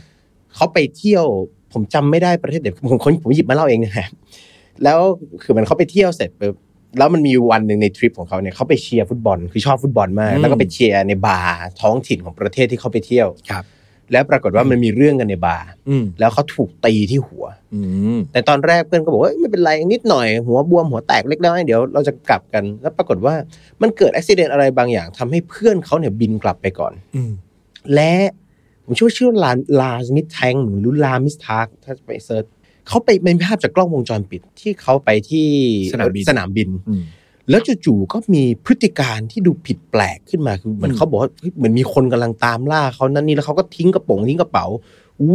B: เขาไปเที่ยวผมจำไม่ได้ประเทศเด็กผมคนผมหยิบมาเล่าเองนะฮะแล้วคือมันเขาไปเที่ยวเสร็จปุ๊บแล้วมันมีวันหนึ่งในทริปของเขาเนี่ยเขาไปเชียร์ฟุตบอลคือชอบฟุตบอลมาก
A: อืม
B: แล้วก็ไปเชียร์ในบาร์ท้องถิ่นของประเทศที่เขาไปเที่ยว
A: ครับ
B: แล้วปรากฏว่ามันมีเรื่องกันในบาร์
A: อืม
B: แล้วเขาถูกตีที่หัว
A: อืม
B: แต่ตอนแรกเพื่อนก็บอกว่าเอ้ยไม่เป็นไรนิดหน่อยหัวบวมหัวแตกเล็กน้อยเดี๋ยวเราจะกลับกันแล้วปรากฏว่ามันเกิดอุบิเหตุอะไรบางอย่างทำให้เพื่อนเขาเนี่ยบินกลับไปก่อน
A: อืม
B: และผมเชื่อว่าชื่อลาลาสมิทแทงหรือลามิสทาร์กถ้าไปเซิร์ช เขาไปเป็นภาพจากกล้องวงจรปิดที่เขาไปที่
A: สนามบิน
B: สนามบิน
A: อืม
B: แล้วจู่ๆก็มีพฤติการที่ดูผิดแปลกขึ้นมาคือเหมือน
A: อืม
B: เขาบอกว่าเฮ้ยเหมือนมีคนกำลังตามล่าเขานั่นนี่แล้วเขาก็ทิ้งกระโปรงทิ้งกระเป๋า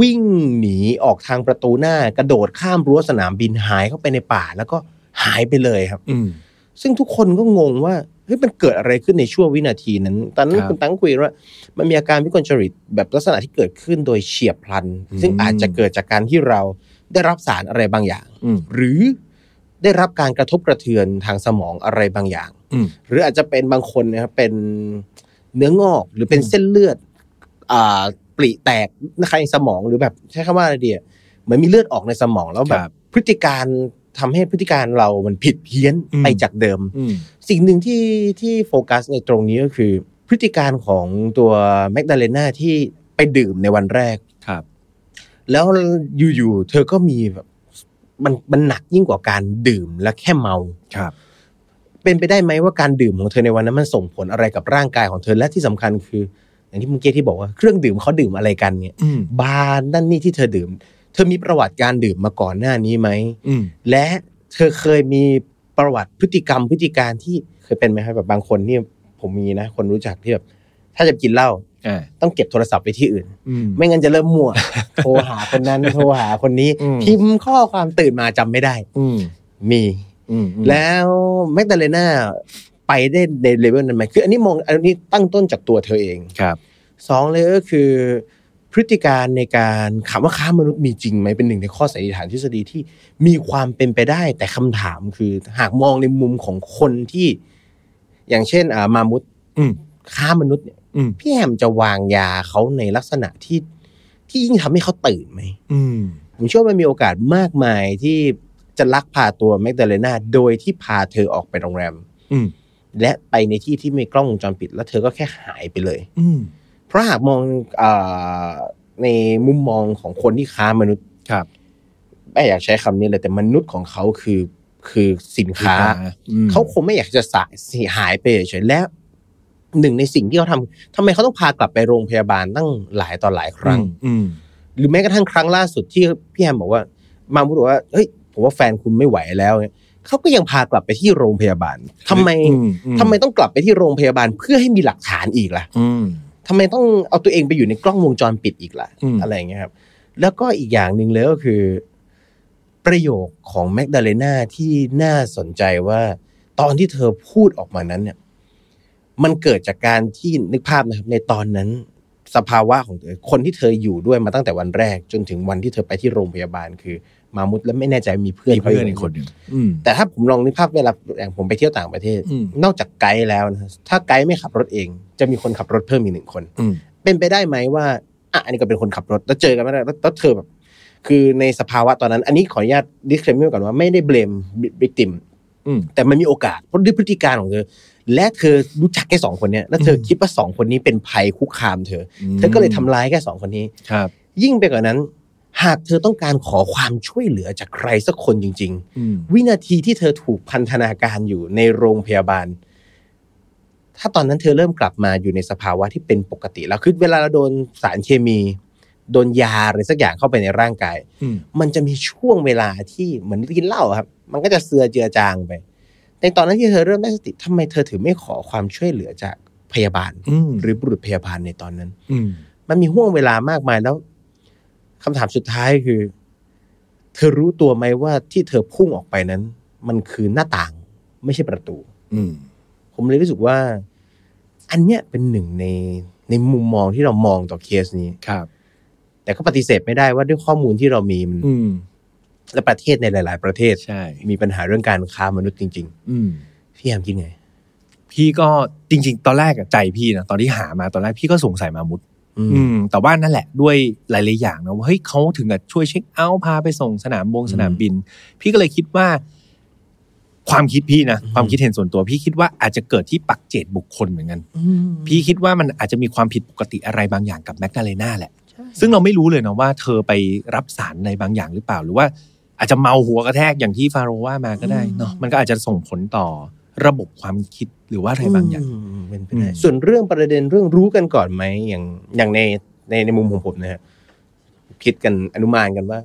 B: วิ่งหนีออกทางประตูหน้ากระโดดข้ามรั้วสนามบินหายเข้าไปในป่า แล้วก็หายไปเลยครับ
A: อืม
B: ซึ่งทุกคนก็งงว่าเฮ้ยมันเกิดอะไรขึ้นในช่วงวินาทีนั้น ตอนนั้น
A: ครับ
B: คุณตั้งคุยว่ามันมีอาการวิกลจริตแบบลักษณะที่เกิดขึ้นโดยเฉียบพลัน
A: อืม
B: ซึ่งอาจจะเกิดจากการที่เราได้รับสารอะไรบางอย่าง
A: อืม
B: หรือได้รับการกระทบกระเทือนทางสมองอะไรบางอย่าง
A: อืม
B: หรืออาจจะเป็นบางคนนะครับเป็นเนื้องอกหรือเป็นเส้นเลือดอ่าปริแตกนะคะในสมองหรือแบบใช้คำว่าอะไรดีอะเหมือนมีเลือดออกในสมองแล้วแบ
A: ครับ
B: พฤติการทำให้พฤติการเรามันผิดเพี้ยน
A: อืม
B: ไปจากเดิม
A: อืม
B: สิ่งหนึ่งที่ที่โฟกัสในตรงนี้ก็คือ พฤติการของตัวแมกดาเลนาที่ไปดื่มในวันแรก
A: ครับ
B: แล้วอยู่ๆเธอก็มีแบบมันมันหนักยิ่งกว่าการดื่มและแค่เมา
A: ครับ
B: เป็นไปได้ไหมว่าการดื่มของเธอในวันนั้นมันส่งผลอะไรกับร่างกายของเธอและที่สำคัญคือ อย่างที่เมื่อกี้ที่บอกว่าเครื่องดื่มเขาดื่มอะไรกันเนี่ย
A: อืม
B: บาร์นั่นนี่ที่เธอดื่ม เธอมีประวัติการดื่มมาก่อนหน้านี้ไหม
A: อืม
B: และเธอเคยมีประวัติพฤติกรรมพฤติการที่เคยเป็นไหมครับแบบบางคนนี่ผมมีนะ คนรู้จักที่แบบถ้าจะกินเหล้า
A: อ่า
B: ต้องเก็บโทรศัพท์ไปที่อื่น
A: อืม
B: ไม่งั้นจะเริ่ม มั่ว โทรหาคนนั้นโทรหาคนนี้
A: อืม
B: พิมพ์ข้อความตื่นมาจำไม่ได้
A: อืม
B: มี
A: อืม
B: แล้วแมกดาเลนาไปได้ในเลเวลนั้นไหมคืออันนี้มองอันนี้ตั้งต้นจากตัวเธอเอง
A: ครับ
B: สองเลยก็คือ พฤติการในการคำว่าค้ามนุษย์มีจริงไหมเป็นหนึ่งในข้อสันนิษฐานทฤษฎีที่มีความเป็นไปได้แต่คำถามคือ หากมองในมุมของคนที่ อย่างเช่นอ่ามามุต
A: อืม
B: ค้ามนุษย์เนี่ย
A: อืม
B: พี่แฮมจะวางยาเขาในลักษณะที่ที่ยิ่งทำให้เขาตื่นไหม
A: อืม
B: ผมเชื่อว่ามันมีโอกาสมากมายที่จะลักพาตัวแมกดาเลนาโดยที่พาเธอออกไปโรงแรม
A: อืม
B: และไปในที่ที่มีกล้องวงจรปิด แล้วเธอก็แค่หายไปเลย
A: อืม
B: เพราะหากมองอาในมุมมองของคนที่ค้ามนุษย์
A: ครับ
B: ไม่อยากใช้คำนี้เลยแต่มนุษย์ของเขาคือคือสินค้า
A: อืม
B: เขาคงไม่อยากจะสายหายไปเฉยๆและหนึ่งในสิ่งที่เขาทำทำไมเขาต้องพากลับไปโรงพยาบาลตั้งหลายต่อหลายครั้ง
A: อืม
B: หรือแม้กระทั่งครั้งล่าสุดที่พี่แฮมบอกว่า มาพูดว่าเฮ้ยผมว่าแฟนคุณไม่ไหวแล้วเนี่ยเขาก็ยังพากลับไปที่โรงพยาบาลทำไม
A: อืมอื
B: ทำไมต้องกลับไปที่โรงพยาบาลเพื่อให้มีหลักฐานอีกล่ะ
A: อืม
B: ทำไมต้องเอาตัวเองไปอยู่ในกล้องวงจรปิดอีกล่ะ
A: อืม
B: อะไรอย่างเงี้ยครับ แล้วก็อีกอย่างหนึ่งเลยก็คือ ประโยคของแมกดาเลนาที่น่าสนใจว่าตอนที่เธอพูดออกมานั้นเนี่ย มันเกิดจากการที่นึกภาพนะครับ ในตอนนั้น สภาวะของเธอคนที่เธออยู่ด้วยมาตั้งแต่วันแรก จนถึงวันที่เธอไปที่โรงพยาบาลคือ มามุดและไม่แน่ใจมีเพื่อน
A: มีเพื่อนอีกคนหนึ่งอืม
B: แต่ถ้าผมลองนึกภาพเวลาอย่างผมไปเที่ยวต่างประเทศ
A: อืม
B: นอกจากไกด์แล้วนะถ้าไกด์ไม่ขับรถเอง จะมีคนขับรถเพิ่มอีกหนึ่งคน
A: อืม
B: เป็นไปได้ไหมว่าอ่ะอันนี้ก็เป็นคนขับรถแล้วเจอกันไม่ได้แล้วแล้วเธอแบบ คือในสภาวะตอนนั้น อันนี้ขออนุญาตดิสเคลมเมอร์ก่อนว่าไม่ได้เบลมบิกติม
A: อืม
B: แต่มันมีโอกาสเพราะด้วยพฤติการของเธอ และเธอรู้จักแค่สองคนเนี้ยแล้วเธอคิดว่าสองคนนี้เป็นภัยคุกคามเธออเธอก็เลยทำร้ายแค่สองคนนี้
A: ครับ
B: ยิ่งไปกว่านั้น หากเธอต้องการขอความช่วยเหลือจากใครสักคนจริง ๆ
A: อืม
B: วินาทีที่เธอถูกพันธนาการอยู่ในโรงพยาบาล ถ้าตอนนั้นเธอเริ่มกลับมาอยู่ในสภาวะที่เป็นปกติ แล้วคือเวลาเราโดนสารเคมี โดนยาอะไรสักอย่างเข้าไปในร่างกาย
A: อืม
B: มันจะมีช่วงเวลาที่เหมือนกินเหล้าอะครับ มันก็จะเสือเจือจางไป ในตอนนั้นที่เธอเริ่มได้สติทำไมเธอถึงไม่ขอความช่วยเหลือจากพยาบาล
A: อืม
B: หรือบุรุษพยาบาลในตอนนั้น
A: อืม
B: มันมีห่วงเวลามากมายแล้วคำถามสุดท้ายคือ เธอรู้ตัวไหมว่าที่เธอพุ่งออกไปนั้น มันคือหน้าต่าง ไม่ใช่ประตู
A: อืม
B: ผมเลยรู้สึกว่า อันเนี้ยเป็นหนึ่งในในมุมมองที่เรามองต่อเคสนี้
A: ครับ
B: แต่ก็ปฏิเสธไม่ได้ว่าด้วยข้อมูลที่เรามีมัน
A: อืม
B: และประเทศในหลาย ๆ ประเทศ
A: ใช่
B: มีปัญหาเรื่องการค้ามนุษย์จริง
A: อืม
B: ๆ พี่แอมคิดไง
A: พี่ก็จริง ๆ ตอนแรกอะใจพี่นะตอนที่หามาตอนแรกพี่ก็สงสัยมามุด
B: อืม
A: อืม แต่ว่านั่นแหละด้วยหลาย ๆ อย่างนะว่าเฮ้ยเขาถึงกับช่วยเช็คเอาท์พาไปส่งสนามบง
B: อืม
A: สนามบิน พี่ก็เลยคิดว่า ความคิดพี่นะ
B: อืม
A: ความคิดเห็นส่วนตัว พี่คิดว่าอาจจะเกิดที่ปักเจตบุคคลเหมือนกัน
B: อืม
A: พี่คิดว่ามันอาจจะมีความผิดปกติอะไรบางอย่างกับแมกดาเลนาแหละ ซึ่งเราไม่รู้เลยนะว่าเธอไปรับสารในบางอย่างหรือเปล่า หรือว่าอาจจะเมาหัวกระแทกอย่างที่ฟาโรห์ว่ามาก็ได้เนาะมันก็อาจจะส่งผลต่อระบบความคิดหรือว่าอะไรบางอย่าง
B: มเป็นไปได้
A: อืม
B: ส่วนเรื่องประเด็นเรื่องรู้กันก่อนไหมอย่างอย่างในในในมุมของผมนะฮะคิดกันอนุมานกันว่า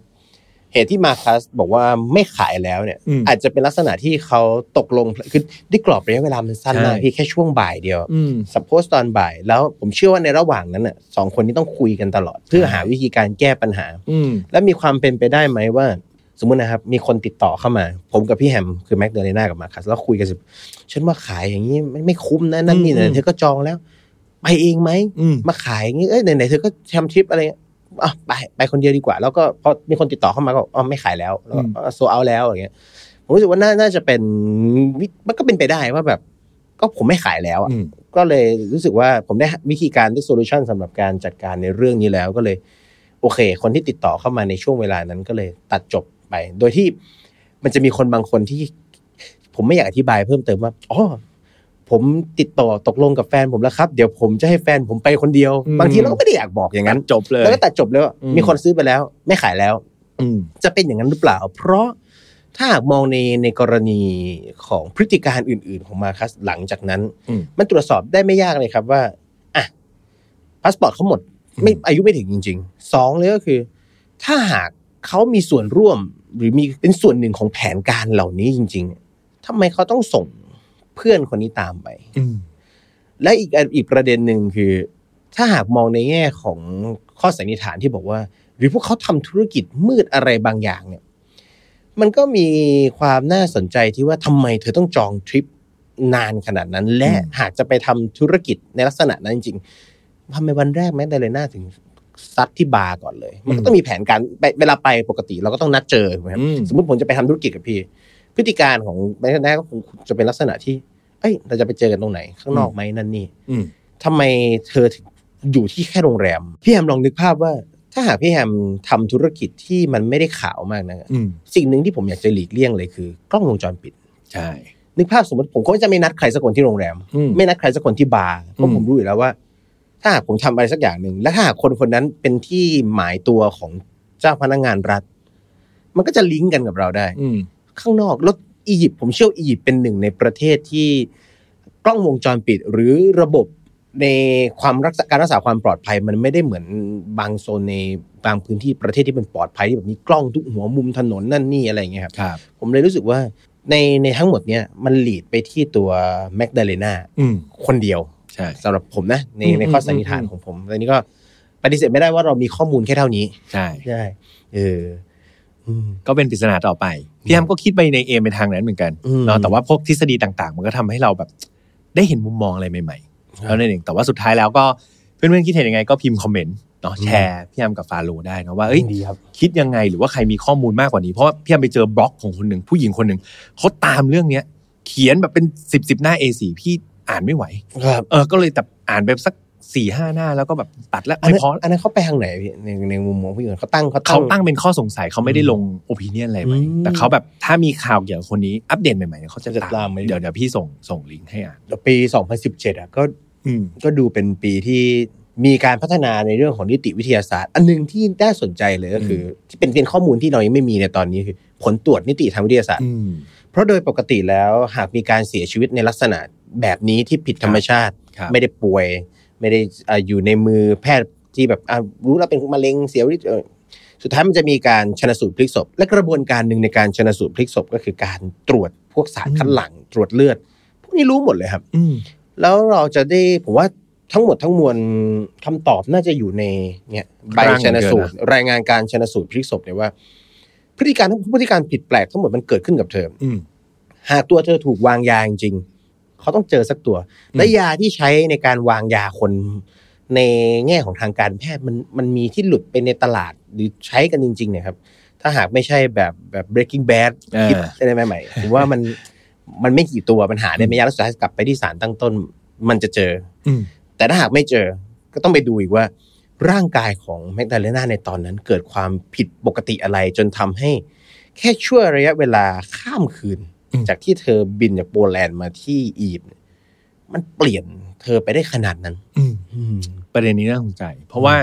B: เหตุที่มาคัสบอกว่าไม่ขายแล้วเนี่ย
C: อืม
B: อาจจะเป็นลักษณะที่เขาตกลงคือได้กรอบระยะเวลามันสั้นมาก
A: ใช่
B: พี่แค่ช่วงบ่ายเดียว
C: อืม
B: สั p โ s สตอนบ่าย แล้วผมเชื่อว่าในระหว่างนั้นน่ะสองคนนี้ต้องคุยกันตลอด เพื่อหาวิธีการแก้ปัญหา
C: อืม
B: และมีความเป็นไปได้ไหมว่า สมมตินะครับ มีคนติดต่อเข้ามา ผมกับพี่แฮมคือแม็กเดเลน่ากับมาคัสแล้วคุยกันสิฉันว่าขายอย่างนี้มันไม่คุ้มนะนั่นนี่
C: อืม
B: ไหนเธอก็จองแล้ว ไปเองไหม
C: อืม
B: มาขายอย่างนี้เอ้ยไหนๆเธอก็ทำทริปอะไรเงี้ยอ่ะไปไปคนเดียวดีกว่า แล้วก็พอมีคนติดต่อเข้ามาก็อ๋อไม่ขายแล้วแล้วโซเอาแล้วอย่างเงี้ยผมรู้สึกว่าน่าน่าจะเป็นวิมันก็เป็นไปได้ว่าแบบ ก็ผมไม่ขายแล้วอะ
C: อืม
B: ก็เลยรู้สึกว่าผมได้วิธีการได้โซลูชันสำหรับการจัดการในเรื่องนี้แล้วก็เลย โอเค คนที่ติดต่อเข้ามาในช่วงเวลานั้นก็เลยตัดจบไป โดยที่มันจะมีคนบางคนที่ ผมไม่อยากอธิบายเพิ่มเติมว่าอ๋อผมติดต่อตกลงกับแฟนผมแล้วครับ เดี๋ยวผมจะให้แฟนผมไปคนเดียว
C: อืม
B: บางทีเราก็ไม่ได้อยากบอกอย่างนั้น
A: จบเลย
B: แล้วก็ตัดจบแล้วา
C: อืม
B: มีคนซื้อไปแล้ว ไม่ขายแล้ว
C: อืม
B: จะเป็นอย่างนั้นหรือเปล่า เพราะถ้าหากมองในในกรณีของพฤติการอื่น ๆ ของมาคัสหลังจากนั้น
C: อืม
B: มันตรวจสอบได้ไม่ยากเลยครับว่าอ่ะพาสปอร์ตเขาหมด ไม่
C: อืม
B: อายุไม่ถึงจริงๆสองเลยก็คือ ถ้าหากเขามีส่วนร่วมหรือมีเป็นส่วนหนึ่งของแผนการเหล่านี้จริงๆทำไมเขาต้องส่งเพื่อนคนนี้ตามไป
C: อืม
B: และอีกอันอีกประเด็นหนึ่งคือ ถ้าหากมองในแง่ของข้อสันนิษฐานที่บอกว่า หรือพวกเขาทำธุรกิจมืดอะไรบางอย่างเนี่ยมันก็มีความน่าสนใจที่ว่าทำไมเธอต้องจองทริปนานขนาดนั้น และ
C: อืม
B: หากจะไปทำธุรกิจในลักษณะนั้นจริงๆทำไมวันแรกแม้แต่เลยน่าถึงซัดที่บาร์ก่อนเลย มันก็ต้องมีแผนการไปเวลาไปปกติเราก็ต้องนัดเจอถูกไหมครับ
C: อืม
B: สมมติผมจะไปทำธุรกิจกับพี่ พฤติการของแม่แน่ก็คงจะเป็นลักษณะที่ เอ้ย เราจะไปเจอกันตรงไหน ข้างนอกไหมนั่นนี่
C: อืม
B: ทำไมเธอถึงอยู่ที่แค่โรงแรม พี่แฮมลองนึกภาพว่า ถ้าหากพี่แฮมทำธุรกิจที่มันไม่ได้ขาวมากนะ
C: อืม
B: สิ่งหนึ่งที่ผมอยากจะหลีกเลี่ยงเลยคือกล้องวงจรปิด
A: ใช่
B: นึกภาพสมมติผมก็จะไม่นัดใครสักคนที่โรงแรม
C: อืม
B: ไม่นัดใครสักคนที่บาร์เพ
C: อื
B: ราะ
C: ม
B: ผมรู้อยู่แล้วว่า ถ้าหากผมทำอะไรสักอย่างหนึ่งและถ้าหากคนคนนั้นเป็นที่หมายตัวของเจ้าพนักงานรัฐ มันก็จะลิงก์กันกับเราได้
C: อืม
B: ข้างนอกแล้วอียิปต์ผมเชื่อว่าอียิปต์เป็นหนึ่งในประเทศที่กล้องวงจรปิดหรือระบบในความรักษาการรักษาความปลอดภัย มันไม่ได้เหมือนบางโซนในบางพื้นที่ประเทศที่มันปลอดภัยที่แบบมีกล้องทุกหัวมุมถนนนั่นนี่อะไรอย่างเงี้ยครับ
A: ครับ
B: ผมเลยรู้สึกว่าในในทั้งหมดเนี่ยมันหลีดไปที่ตัวแมกดาเลนา
C: อืม
B: คนเดียว
A: ใช่
B: สำหรับผมนะ ใน
C: อืม
B: ในข้อ
C: ม
B: สันนิษฐาน
C: อืม
B: ของผมแต่นี้ก็ปฏิเสธไม่ได้ว่าเรามีข้อมูลแค่เท่านี้
A: ใช่
B: ใช่เอออืม
A: ก็เป็นปริศนาต่อไป พี่แฮมก็คิดไปในเอมไปทางนั้นเหมือนกันเนาะ แต่ว่าพวกทฤษฎีต่างๆ มันก็ทำให้เราแบบได้เห็นมุมมองอะไรใหม่
B: ค
A: ๆ
B: รับ
A: แล้วนั่นเอง แต่ว่าสุดท้ายแล้วก็เพื่อนๆคิดเห็นยังไงก็พิมพ์คอมเมนต์เนาะ แชร์พี่แฮมกับฟาโลได้เนาะว่าเอ้ย
B: ดีครับ
A: คิดยังไงหรือว่าใครมีข้อมูลมากกว่านี้ เพราะว่าพี่แฮมไปเจอบล็อกของคนหนึ่งผู้หญิงคนหนึ่งเขาตามเรื่องเนี้ย เขียนแบบเป็นสิบสิบหน้า A4 พี่อ่านไม่ไหว
B: ครับ
A: เออ ก็เลยแต่อ่านไปสักสี่ห้าหน้าแล้วก็แบบตัดแล้ว
B: อัน
A: ไม่
B: นั้น
A: พอ
B: อันนั้นเขาไปทางไหนพี่ในในมุมมองผู้อื่นเขาตั้งเขาตั้ง
A: เขาตั้งเป็นข้อสงสัยเขาไม่ได้ลงโอปิเนียนอะไรไป
B: อืม
A: แต่เขาแบบถ้ามีข่าวเกี่ยวกับคนนี้อัปเดตใหม่ๆเนี่ยเขาจะ
B: จะตามไหม
A: เดี๋ยวเดี๋ยวพี่ส่งส่งลิงก์ให้อ่าน
B: ปี 2017อ่ะก็
C: อืม
B: ก็ดูเป็นปีที่มีการพัฒนาในเรื่องของนิติวิทยาศาสตร์ อันหนึงที่น่าสนใจเลยก็คืออที่เป็นเป็นข้อมูลที่เรายังไม่มีในตอนนี้คือ ผลตรวจนิติทางวิทยาศาสตร์
C: อืม
B: เพราะโดยปกติแล้วหากมีการเสียชีวิตในลักษณะแบบนี้ที่ผิดธรรมชาติ
A: ครับ
B: ไม่ได้ป่วย ไม่ได้อ่าอยู่ในมือแพทย์ที่แบบอ่ะรู้แล้วเป็นมะเร็งเสียชีวิตเออสุดท้ายมันจะมีการชนสูตรพลิกศพ และกระบวนการหนึ่งในการชนสูตรพลิกศพ ก็คือการตรวจพวกสารคัดหลั่งตรวจเลือด พวกนี้รู้หมดเลยครับ
C: อืม
B: แล้วเราจะได้ผมว่าทั้งหมดทั้งมวลคำตอบน่าจะอยู่ในเนี่ยใบ
A: ร่าง
B: ชนสูต
A: เกิ
B: ร
A: น
B: รายงานการชนสูตรพลิกศพเนี่ยว่า พฤติการทั้งพฤติการผิดแปลกทั้งหมดมันเกิดขึ้นกับเธอ
C: อืม
B: หากตัวเธอถูกวางยาจริงๆเขาต้องเจอสักตัว และ
C: อืม
B: ยาที่ใช้ในการวางยาคนในแง่ของทางการแพทย์มันมันมีที่หลุดไปในตลาดหรือใช้กันจริงๆเนี่ยครับ ถ้าหากไม่ใช่แบบแบบ breaking bad
A: อ่า
B: คิดอะไรใหม่ๆผมว่ามันมันไม่กี่ตัวปัญหาได้ไม่ยากแล้วสุดท้ายกลับไปที่สารตั้งต้น มันจะเจอ
C: อืม
B: แต่ถ้าหากไม่เจอก็ต้องไปดูอีกว่า ร่างกายของแมกดาเลนาในตอนนั้นเกิดความผิดปกติอะไรจนทำให้ แค่ชั่วระยะเวลาข้ามคืน
C: อืม
B: จากที่เธอบินจากโปแลนด์มาที่อียิปต์เนี่ยมันเปลี่ยนเธอไปได้ขนาดนั้น
C: อืม
A: ประเด็นนี้น่าสนใจ เพราะว่า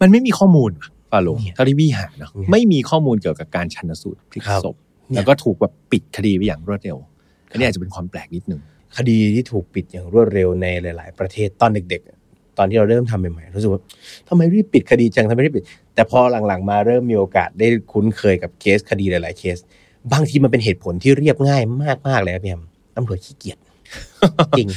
A: มันไม่มีข้อมูลฟาโล
B: เนี่ย
A: เท่าที่พี่หาเนาะ
B: เนี่ย
A: ไม่มีข้อมูลเกี่ยวกับการชันสูตรพลิก
B: ครับ
A: ศพ
B: เนี่ย
A: แล้วก็ถูกแบบปิดคดีไปอย่างรวดเร็วอันนี้อาจจะเป็นความแปลกนิดนึง
B: คดีที่ถูกปิดอย่างรวดเร็วในหลาย ๆ ประเทศตอนเด็กๆ ตอนที่เราเริ่มทำใหม่ๆรู้สึกว่าทำไมรีบปิดคดีจังทำไมรีบปิด แต่พอหลังๆมาเริ่มมีโอกาสได้คุ้นเคยกับเคสคดีหลายๆเคส บางทีมันเป็นเหตุผลที่เรียบง่ายมากๆเลยครับพี่แฮมตำรวจขี้เกียจ จริง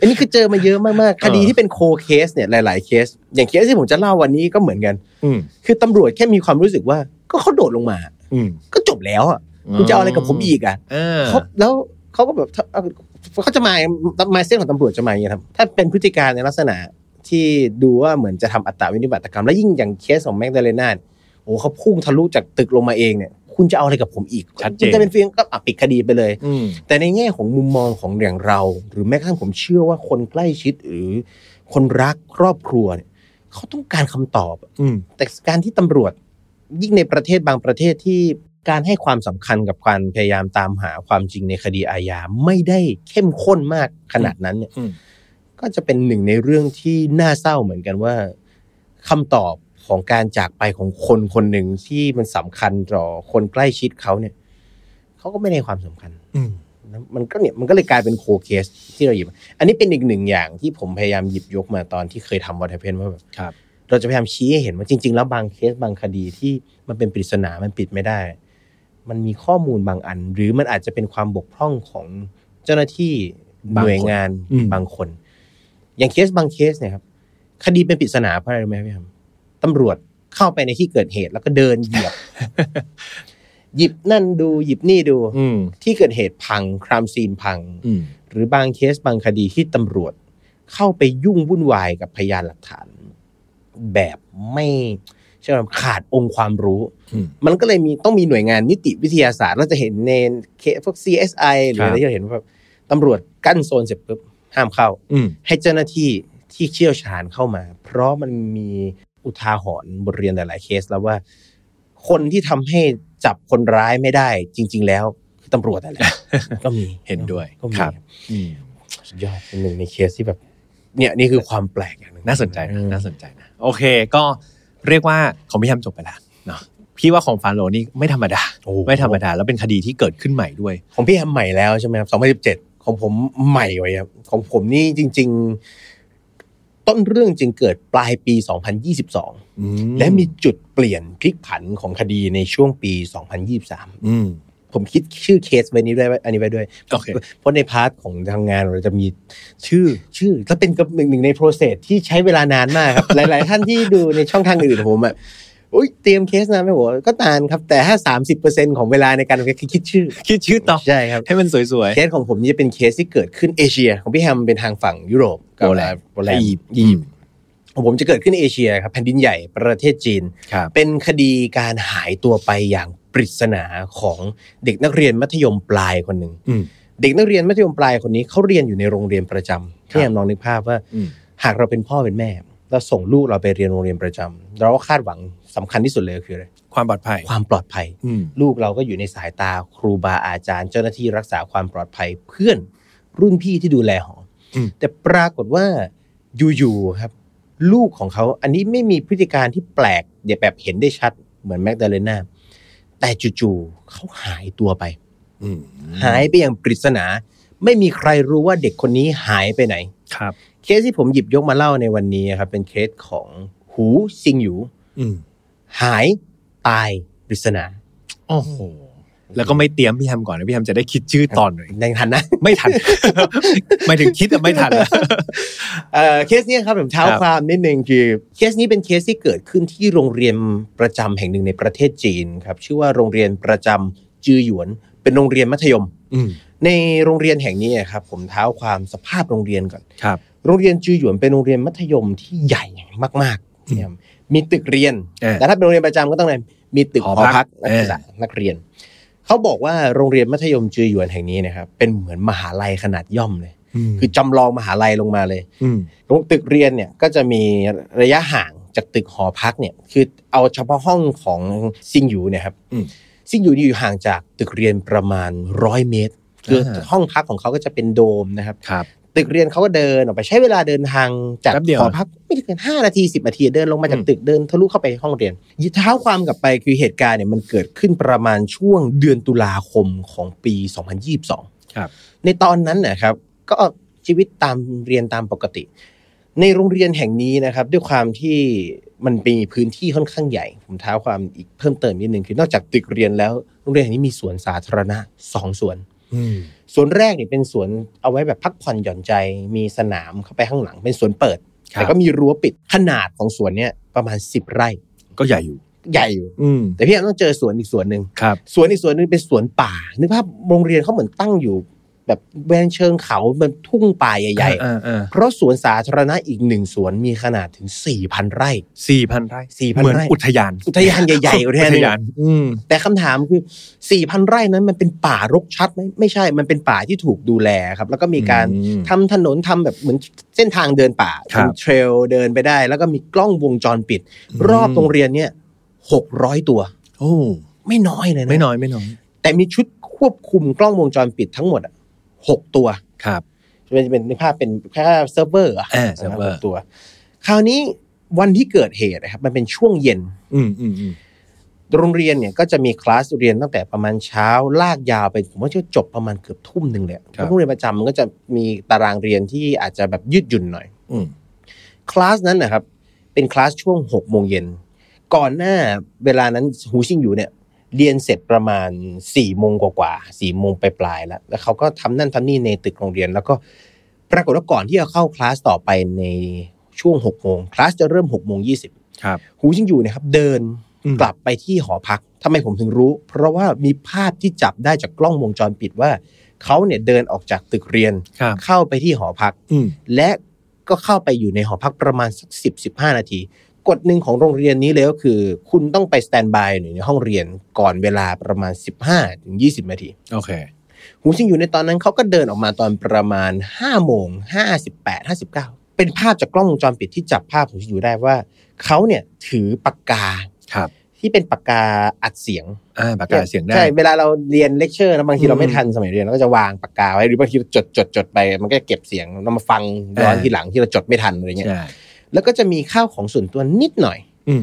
B: อันนี้คือเจอมาเยอะมากๆ คดีที่เป็นโคเคสเนี่ยหลาย ๆ เคส อย่างเคสที่ผมจะเล่าวันนี้ก็เหมือนกัน
A: อืม
B: คือตำรวจแค่มีความรู้สึกว่า ก็เขาโดดลงมา
A: อืม
B: ก็จบแล้วอ่ะคุณจะเอาอะไรกับผมอีกอ่ะ
A: อ่า
B: เขาแล้วเขาก็แบบถ้าเอาเขาจะมามาเส้นของตำรวจจะมาอย่างเงี้ยครับถ้าเป็นพฤติการในลักษณะที่ดูว่าเหมือนจะทำอัตตาวินิบาตกรรม แล้วยิ่งอย่างเคสของแมกดาเลนาโอ้เขาพุ่งทะลุจากตึกลงมาเองเนี่ยคุณจะเอาอะไรกับผมอีกคุณจะเป็นเฟียงก็อ่ะปิดคดีไปเลย
A: อืม
B: แต่ในแง่ของมุมมองของอย่างเรา หรือแม้กระทั่งผมเชื่อว่าคนใกล้ชิดหรือ คนรักครอบครัวเนี่ยเขาต้องการคำตอบ
A: อืม
B: แต่การที่ตำรวจ ยิ่งในประเทศบางประเทศที่การให้ความสำคัญกับการพยายามตามหาความจริงในคดีอาญาไม่ได้เข้มข้นมากขนาดนั้นเนี่ย
A: อืม
B: ก็จะเป็นหนึ่งในเรื่องที่น่าเศร้าเหมือนกันว่าคำตอบของการจากไปของคนคนหนึ่งที่มันสำคัญต่อคนใกล้ชิดเขาเนี่ยเขาก็ไม่ได้ความสำคัญ
A: อืม
B: นะมันก็เนี่ยมันก็เลยกลายเป็นโคเคสที่เราหยิบมาอันนี้เป็นอีกหนึ่งอย่างที่ผมพยายามหยิบยกมาตอนที่เคยทำวอเทเพนว่าแบบ
A: ครับ
B: เราจะพยายามชี้ให้เห็นว่าจริง ๆ แล้วบางเคสบางคดีที่มันเป็นปริศนามันปิดไม่ได้ มันมีข้อมูลบางอัน หรือมันอาจจะเป็นความบกพร่องของเจ้าหน้าที่หน่วยงาน
A: อืม
B: บางคน อย่างเคสบางเคสเนี่ยครับคดีเป็นปริศนาเพราะอะไรรู้ไหมครับพี่ครับตำรวจเข้าไปในที่เกิดเหตุแล้วก็เดินเหยีย บ หยิบนั่นดูหยิบนี่ดู
A: อืม
B: ที่เกิดเหตุพังครามซีนพัง
A: อืม
B: หรือบางเคสบางคดีที่ตำรวจเข้าไปยุ่งวุ่นวายกับพยานหลักฐาน แบบไม่ใช่ไหมขาดองค์ความรู้
A: อืม
B: มันก็เลยมีต้องมีหน่วยงานนิติวิทยาศาสตร์ เราจะเห็นในเคสพวก CSI หรืออะไร
A: ครับ
B: ที่เราเห็นว่าแบบตำรวจกั้นโซนเสร็จปุ๊บห้ามเข้า
A: อืม
B: ให้เจ้าหน้าที่ที่เชี่ยวชาญเข้ามา เพราะมันมีอุทาหรณ์บทเรียนหลาย ๆ เคสแล้วว่า คนที่ทำให้จับคนร้ายไม่ได้ จริง ๆ แล้วคือตำรวจนั่นแหละ ก็มี
A: เห็นด้วย
B: ก็มี
A: ครับอืม
B: สุดยอดเป็นหนึ่งในเคสที่แบบ เนี่ยนี่คือความแปลกอย่งหง
A: น่าสนใจ
B: อื
A: นะ
B: ม
A: น่าสนใจนะโอเคก็เรียกว่าของพี่แฮมจบไปแล้วเนาะพี่ว่าของฟาโรห์นี่ไม่ธรรมดา
B: โอ้โห
A: ไม่ธรรมดาแล้วเป็นคดีที่เกิดขึ้นใหม่ด้วย
B: ของพี่แฮมใหม่แล้วใช่ไหมครับ 2017 ของผมใหม่ไว้ครับ ของผมนี่จริง ๆ ต้นเรื่องจริงเกิดปลายปี 2022
A: อื
B: และมีจุดเปลี่ยนพลิกผันของคดีในช่วงปี 2023
A: อืม
B: ผมคิดชื่อเคสไว้นี้ด้วยอันนี้ไว้ด้วย
A: โอเค
B: เพราะในพาร์ทของทางงานเราจะมีชื่อชื่อแล้วเป็นกับหนึ่งหนึ่งในโปรเซสที่ใช้เวลานานมากครับ หลาย ๆ ท่านที่ดูในช่องทางอื่นผมแบบอุ้ยเตรียมเคสนานไหมผมก็นานครับ แต่ถ้าสามสิบเปอร์เซ็นของเวลาในการคิดคิดชื่อ
A: คิดชื่อต่อ
B: ใช่ครับ
A: ให้มันสวย
B: เคสของผมนี่จะเป็นเคสที่เกิดขึ้นเอเชีย ของพี่แฮมเป็นทางฝั่งยุโรปกั
A: โปแลนด์
B: โปแลนด์
A: ยิบยิบ
B: ของผมจะเกิดขึ้นเอเชียครับแผ่นดินใหญ่ประเทศจีน
A: ครับ
B: เป็นคดีการหายตัวไปอย่างปริศนาของเด็กนักเรียนมัธยมปลายคนหนึ่ง
A: อืม
B: เด็กนักเรียนมัธยมปลายคนนี้เขาเรียนอยู่ในโรงเรียนประจำ
A: ครับ
B: พี่แอมลองนึกภาพว่า
A: อืม
B: หากเราเป็นพ่อเป็นแม่ เราส่งลูกเราไปเรียนโรงเรียนประจำเราก็คาดหวังสำคัญที่สุดเลยคืออะไร
A: ความปลอดภัย
B: ความปลอดภัย
A: อืม
B: ลูกเราก็อยู่ในสายตาครูบาอาจารย์ เจ้าหน้าที่รักษาความปลอดภัยเพื่อนรุ่นพี่ที่ดูแลหออ
A: ม
B: แต่ปรากฏว่าอยู่ๆครับ ลูกของเขาอันนี้ไม่มีพฤติการที่แปลกเดี๋ยวแบบเห็นได้ชัดเหมือนแมกดาเลนาแต่จู่ๆเขาหายตัวไป
A: อืม
B: หายไปอย่างปริศนา ไม่มีใครรู้ว่าเด็กคนนี้หายไปไหน
A: ครับ
B: เคสที่ผมหยิบยกมาเล่าในวันนี้ครับ เป็นเคสของหูซิงหยู
A: อืม
B: หายตายปริศนา
A: โอ้โหแล้วก็ไม่เตรียมพี่แฮมก่อนนะพี่แฮมจะได้คิดชื่อตอนหน่อย
B: ในทันนะ
A: ไม่ ทัน หมายถึงคิดแต่ไม่ทัน
B: เอ่อเคสเนี้ยครับผมเท้า
A: ครับ
B: ความนิดนึงคือเคสนี้เป็นเคสที่เกิดขึ้นที่โรงเรียนประจำแห่งหนึ่งในประเทศจีนครับชื่อว่าโรงเรียนประจำจือหยวน เป็นโรงเรียนมัธยม
A: อืม
B: ในโรงเรียนแห่งนี้ครับผมเท้าความสภาพโรงเรียนก่อน
A: ครับ
B: โรงเรียนจือหยวนเป็นโรงเรียนมัธยมที่ใหญ่มากๆ
A: อืม
B: เนี่ยมีตึกเรียน
A: เออ
B: แต่ถ้าเป็นโรงเรียนประจำก็ต้องเลยมีตึก
A: ห
B: ห
A: อ
B: อ
A: พัก
B: พักนักศึกษา
A: เออ
B: นักเรียน เขาบอกว่าโรงเรียนมัธยมจือหยวนแห่งนี้นะครับเป็นเหมือนมหาลัยขนาดย่อมเลย คือจำลองมหาลัยลงมาเลย
A: อืม
B: ตรงตึกเรียนเนี่ยก็จะมีระยะห่างจากตึกหอพักเนี่ยคือเอาเฉพาะห้องของซิงหยูเนี่ยครับ
A: อืม
B: ซิงหยูนี่อยู่ห่างจากตึกเรียนประมาณร้อยเมตรคือ
A: อ่า
B: ห้องพักของเขาก็จะเป็นโดมนะครับ
A: ครับ
B: ตึกเรียนเขาก็เดินออกไปใช้เวลาเดินทางจาก
A: แป๊บเดียว
B: หอพักไม่เกินห้านาทีสิบนาทีเดินลงมาจาก
A: อืม
B: ตึกเดินทะลุเข้าไปห้องเรียนเท้าความกลับไปคือเหตุการณ์เนี่ยมันเกิดขึ้นประมาณช่วงเดือนตุลาคมของปี 2022
A: ครับ
B: ในตอนนั้นนะครับ ก็ชีวิตตามเรียนตามปกติ ในโรงเรียนแห่งนี้นะครับ ด้วยความที่มันมีพื้นที่ค่อนข้างใหญ่ ผมท้าความอีกเพิ่มเติมนิดนึงคือนอกจากตึกเรียนแล้วโรงเรียนแห่งนี้มีสวนสาธารณะสองสวน
A: อืม
B: สวนแรกเนี่ยเป็นสวนเอาไว้แบบพักผ่อนหย่อนใจ มีสนามเข้าไปข้างหลัง เป็นสวนเปิด
A: ครับ
B: แต่ก็มีรั้วปิดขนาดของสวนเนี่ยประมาณ 10 ไร่
A: ก็ใหญ่อยู่
B: ใหญ่อยู่
A: อืม
B: แต่พี่แอมต้องเจอสวนอีกสวนหนึ่ง
A: ครับ
B: สวนอีกสวนหนึ่งเป็นสวนป่านึกภาพโรงเรียนเขาเหมือนตั้งอยู่ แบบแวนเชิงเขามันทุ่งป่าใหญ่
A: อ่าอ่า
B: ๆ เพราะสวนสาธารณะอีกหนึ่งสวนมีขนาดถึง 4,000 ไร่
A: สี่พันไร่
B: 4,000
A: เหมือน
B: ไร่
A: อุทยาน
B: อุทยานใหญ่ๆอุทยาน
A: อุท
B: หนึ่ง
A: ยานอืม
B: แต่คำถามคือ 4,000 ไร่นั้นมันเป็นป่ารกชัดไหมไม่ใช่ มันเป็นป่าที่ถูกดูแลครับ แล้วก็มีการ
A: อื
B: ทำถนนทำแบบเหมือนเส้นทางเดินป่า
A: ครับ
B: ทำเทรลเดินไปได้ แล้วก็มีกล้องวงจรปิด รอบโรงเรียนเนี่ย600 ตัว
A: โอ้
B: ไม่น้อยเลยนะ
A: ไม่น้อยไม่น้อย
B: แต่มีชุดควบคุมกล้องวงจรปิดทั้งหมดอะหกตัว
A: ครับ
B: จะเป็นจะเป็นในภาพเป็นแค่เซิร์ฟเวอร์อะ
A: อ่าเซิร์ฟเวอ
B: ห
A: ร์
B: กตัว คราวนี้วันที่เกิดเหตุนะครับมันเป็นช่วงเย็น
A: อืมอืมอืม
B: โรงเรียนเนี่ยก็จะมีคลาสเรียนตั้งแต่ประมาณเช้าลากยาวไปผมว่าจะจบประมาณเกือบทุ่มหนึ่งเลยเพราะโรงเรียนประจำมันก็จะมีตารางเรียนที่อาจจะแบบยืดหยุ่นหน่อย
A: อืม
B: คลาสนั้นนะครับเป็นคลาสช่วงหกโมงเย็นก่อนหน้าเวลานั้นฮูชิงอยู่เนี่ยเรียนเสร็จประมาณ4ี่โมงกว่าๆสี่โมงปลายๆแล้วแล้วเขาก็ทำนั่นทำนี่ในตึกโรงเรียน แล้วก็ปรากฏว่าก่อนที่จะเข้าคลาสต่อไปในช่วงหกโมงคลาสจะเริ่มหกโมงยี่สิบ
A: ครับ
B: ฮูชิงอยู่เนะครับเดิน
A: อืม
B: กลับไปที่หอพักทำไมผมถึงรู้ เพราะว่ามีภาพที่จับได้จากกล้องวงจรปิดว่า เขาเนี่ยเดินออกจากตึกเรียน
A: ครับ
B: เข้าไปที่หอพัก
A: อืม
B: และก็เข้าไปอยู่ในหอพักประมาณสักสิบสิบห้านาที กฎหนึ่งของโรงเรียนนี้เลยก็คือ คุณต้องไปสแตนบายอยู่ในห้องเรียนก่อนเวลาประมาณ 15ถึง20 นาที
A: โอเค
B: หูชิงอยู่ในตอนนั้นเขาก็เดินออกมาตอนประมาณ5โมง58 59 เป็นภาพจากกล้องวงจรปิดที่จับภาพหูชิงอยู่ได้ว่าเขาเนี่ยถือปากกา
A: ครับ
B: ที่เป็นปากกาอัดเสียง
A: อ่าปากกาเสียงได้
B: ใช่เวลาเราเรียนเลคเชอร์นะบางที
A: อืม
B: เราไม่ทันสมัยเรียนเราก็จะวางปากกาไว้หรือบางทีเราจดจดจดไป มันก็เก็บเสียงเรามาฟังย้อน
A: อ่า
B: ทีหลังที่เราจดไม่ทันอะไรเงี้ย
A: ใช่
B: แล้วก็จะมีข้าวของส่วนตัวนิดหน่อย
A: อืม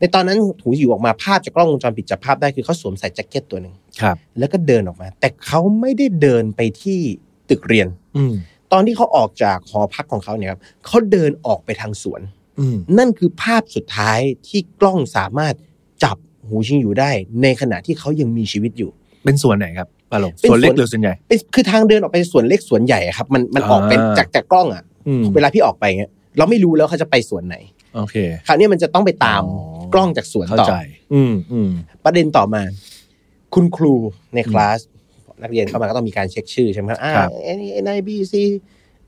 B: ในตอนนั้นถูอยู่ออกมาภาพจากกล้องวงจรปิดจับภาพได้คือเขาสวมใส่แจ็คเก็ตตัวหนึ่ง
A: ครับ
B: แล้วก็เดินออกมา แต่เขาไม่ได้เดินไปที่ตึกเรียน
A: อืม
B: ตอนที่เขาออกจากหอพักของเขาเนี่ยครับเขาเดินออกไปทางสวน
A: อืม
B: นั่นคือภาพสุดท้ายที่กล้องสามารถจับหูชิงอยู่ได้ ในขณะที่เขายังมีชีวิตอยู่
A: เป็นส่วนไหนครับปาหลง
B: เป็น
A: ส่วนเล็
B: ส่
A: ก
B: วน
A: หรือส่วนใหญ่
B: เป็นคือทางเดินออกไปสวนเล็กสวนใหญ่อะครับ มันมัน
A: อ่า
B: ออกเป็นจากจากกล้องอ่ะ
A: อืม
B: เวลาพี่ออกไปเงี้ยเราไม่รู้แล้วเขาจะไปสวนไหน
A: โอเค
B: คราวเนี้ยมันจะต้องไปตาม
A: อ๋อ
B: กล้องจากสวน
A: เข้า
B: ต่อ
A: ใจ อืมอืม
B: ประเด็นต่อมา คุณครูในคลาส นักเรียนเข้ามาก็ต้องมีการเช็คชื่อใช่ไหมครับอ่าเอ็นเอ็นไอบีซี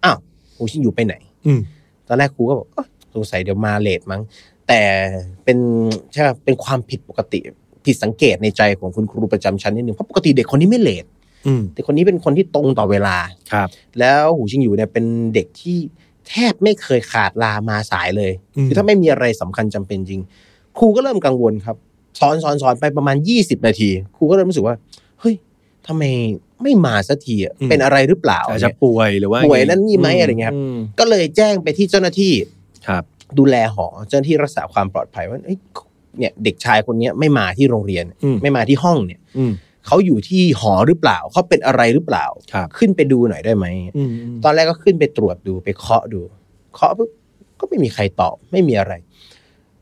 B: อ้าวหูชิงอยู่ไปไหน
A: อืม
B: ตอนแรกครูก็บอกเอ้อสงสัยเดี๋ยวมาเลทมั้ง แต่เป็นใช่ไหมเป็นความผิดปกติ ผิดสังเกตในใจของคุณครูประจำชั้นนิดนึงเพราะปกติเด็กคนนี้ไม่เลท
A: อืม
B: แต่คนนี้เป็นคนที่ตรงต่อเวลา
A: ครับ
B: แล้วหูชิงอยู่เนี่ยเป็นเด็กที่แทบไม่เคยขาดลามาสายเลย
A: ม
B: คือถ้าไม่มีอะไรสำคัญจำเป็นจริง ครูก็เริ่มกังวลครับสอนสอนสอนไปประมาณ 20 นาที ครูก็เริ่มรู้สึกว่าเฮ้ยทำไมไม่มาสักทีอะเป็นอะไรหรือเปล่า
A: อาจจะป่วยหรือว่า
B: ป่วยนั่นนี่ไหมอะไรเงี้ยครับ
A: ม
B: ก็เลยแจ้งไปที่เจ้าหน้าที่
A: ครับ
B: ดูแลหอเจ้าหน้าที่รักษาความปลอดภัยว่าเอ้ยเนี่ยเด็กชายคนเนี้ยไม่มาที่โรงเรียน
A: อืม
B: ไม่มาที่ห้องเนี่ย
A: อืม
B: เขาอยู่ที่หอหรือเปล่าเขาเป็นอะไรหรือเปล่า
A: ครับ
B: ขึ้นไปดูหน่อยได้ไหม
A: อืม
B: ตอนแรกก็ขึ้นไปตรวจดูไปเคาะดู เคาะปุ๊บก็ไม่มีใครตอบไม่มีอะไร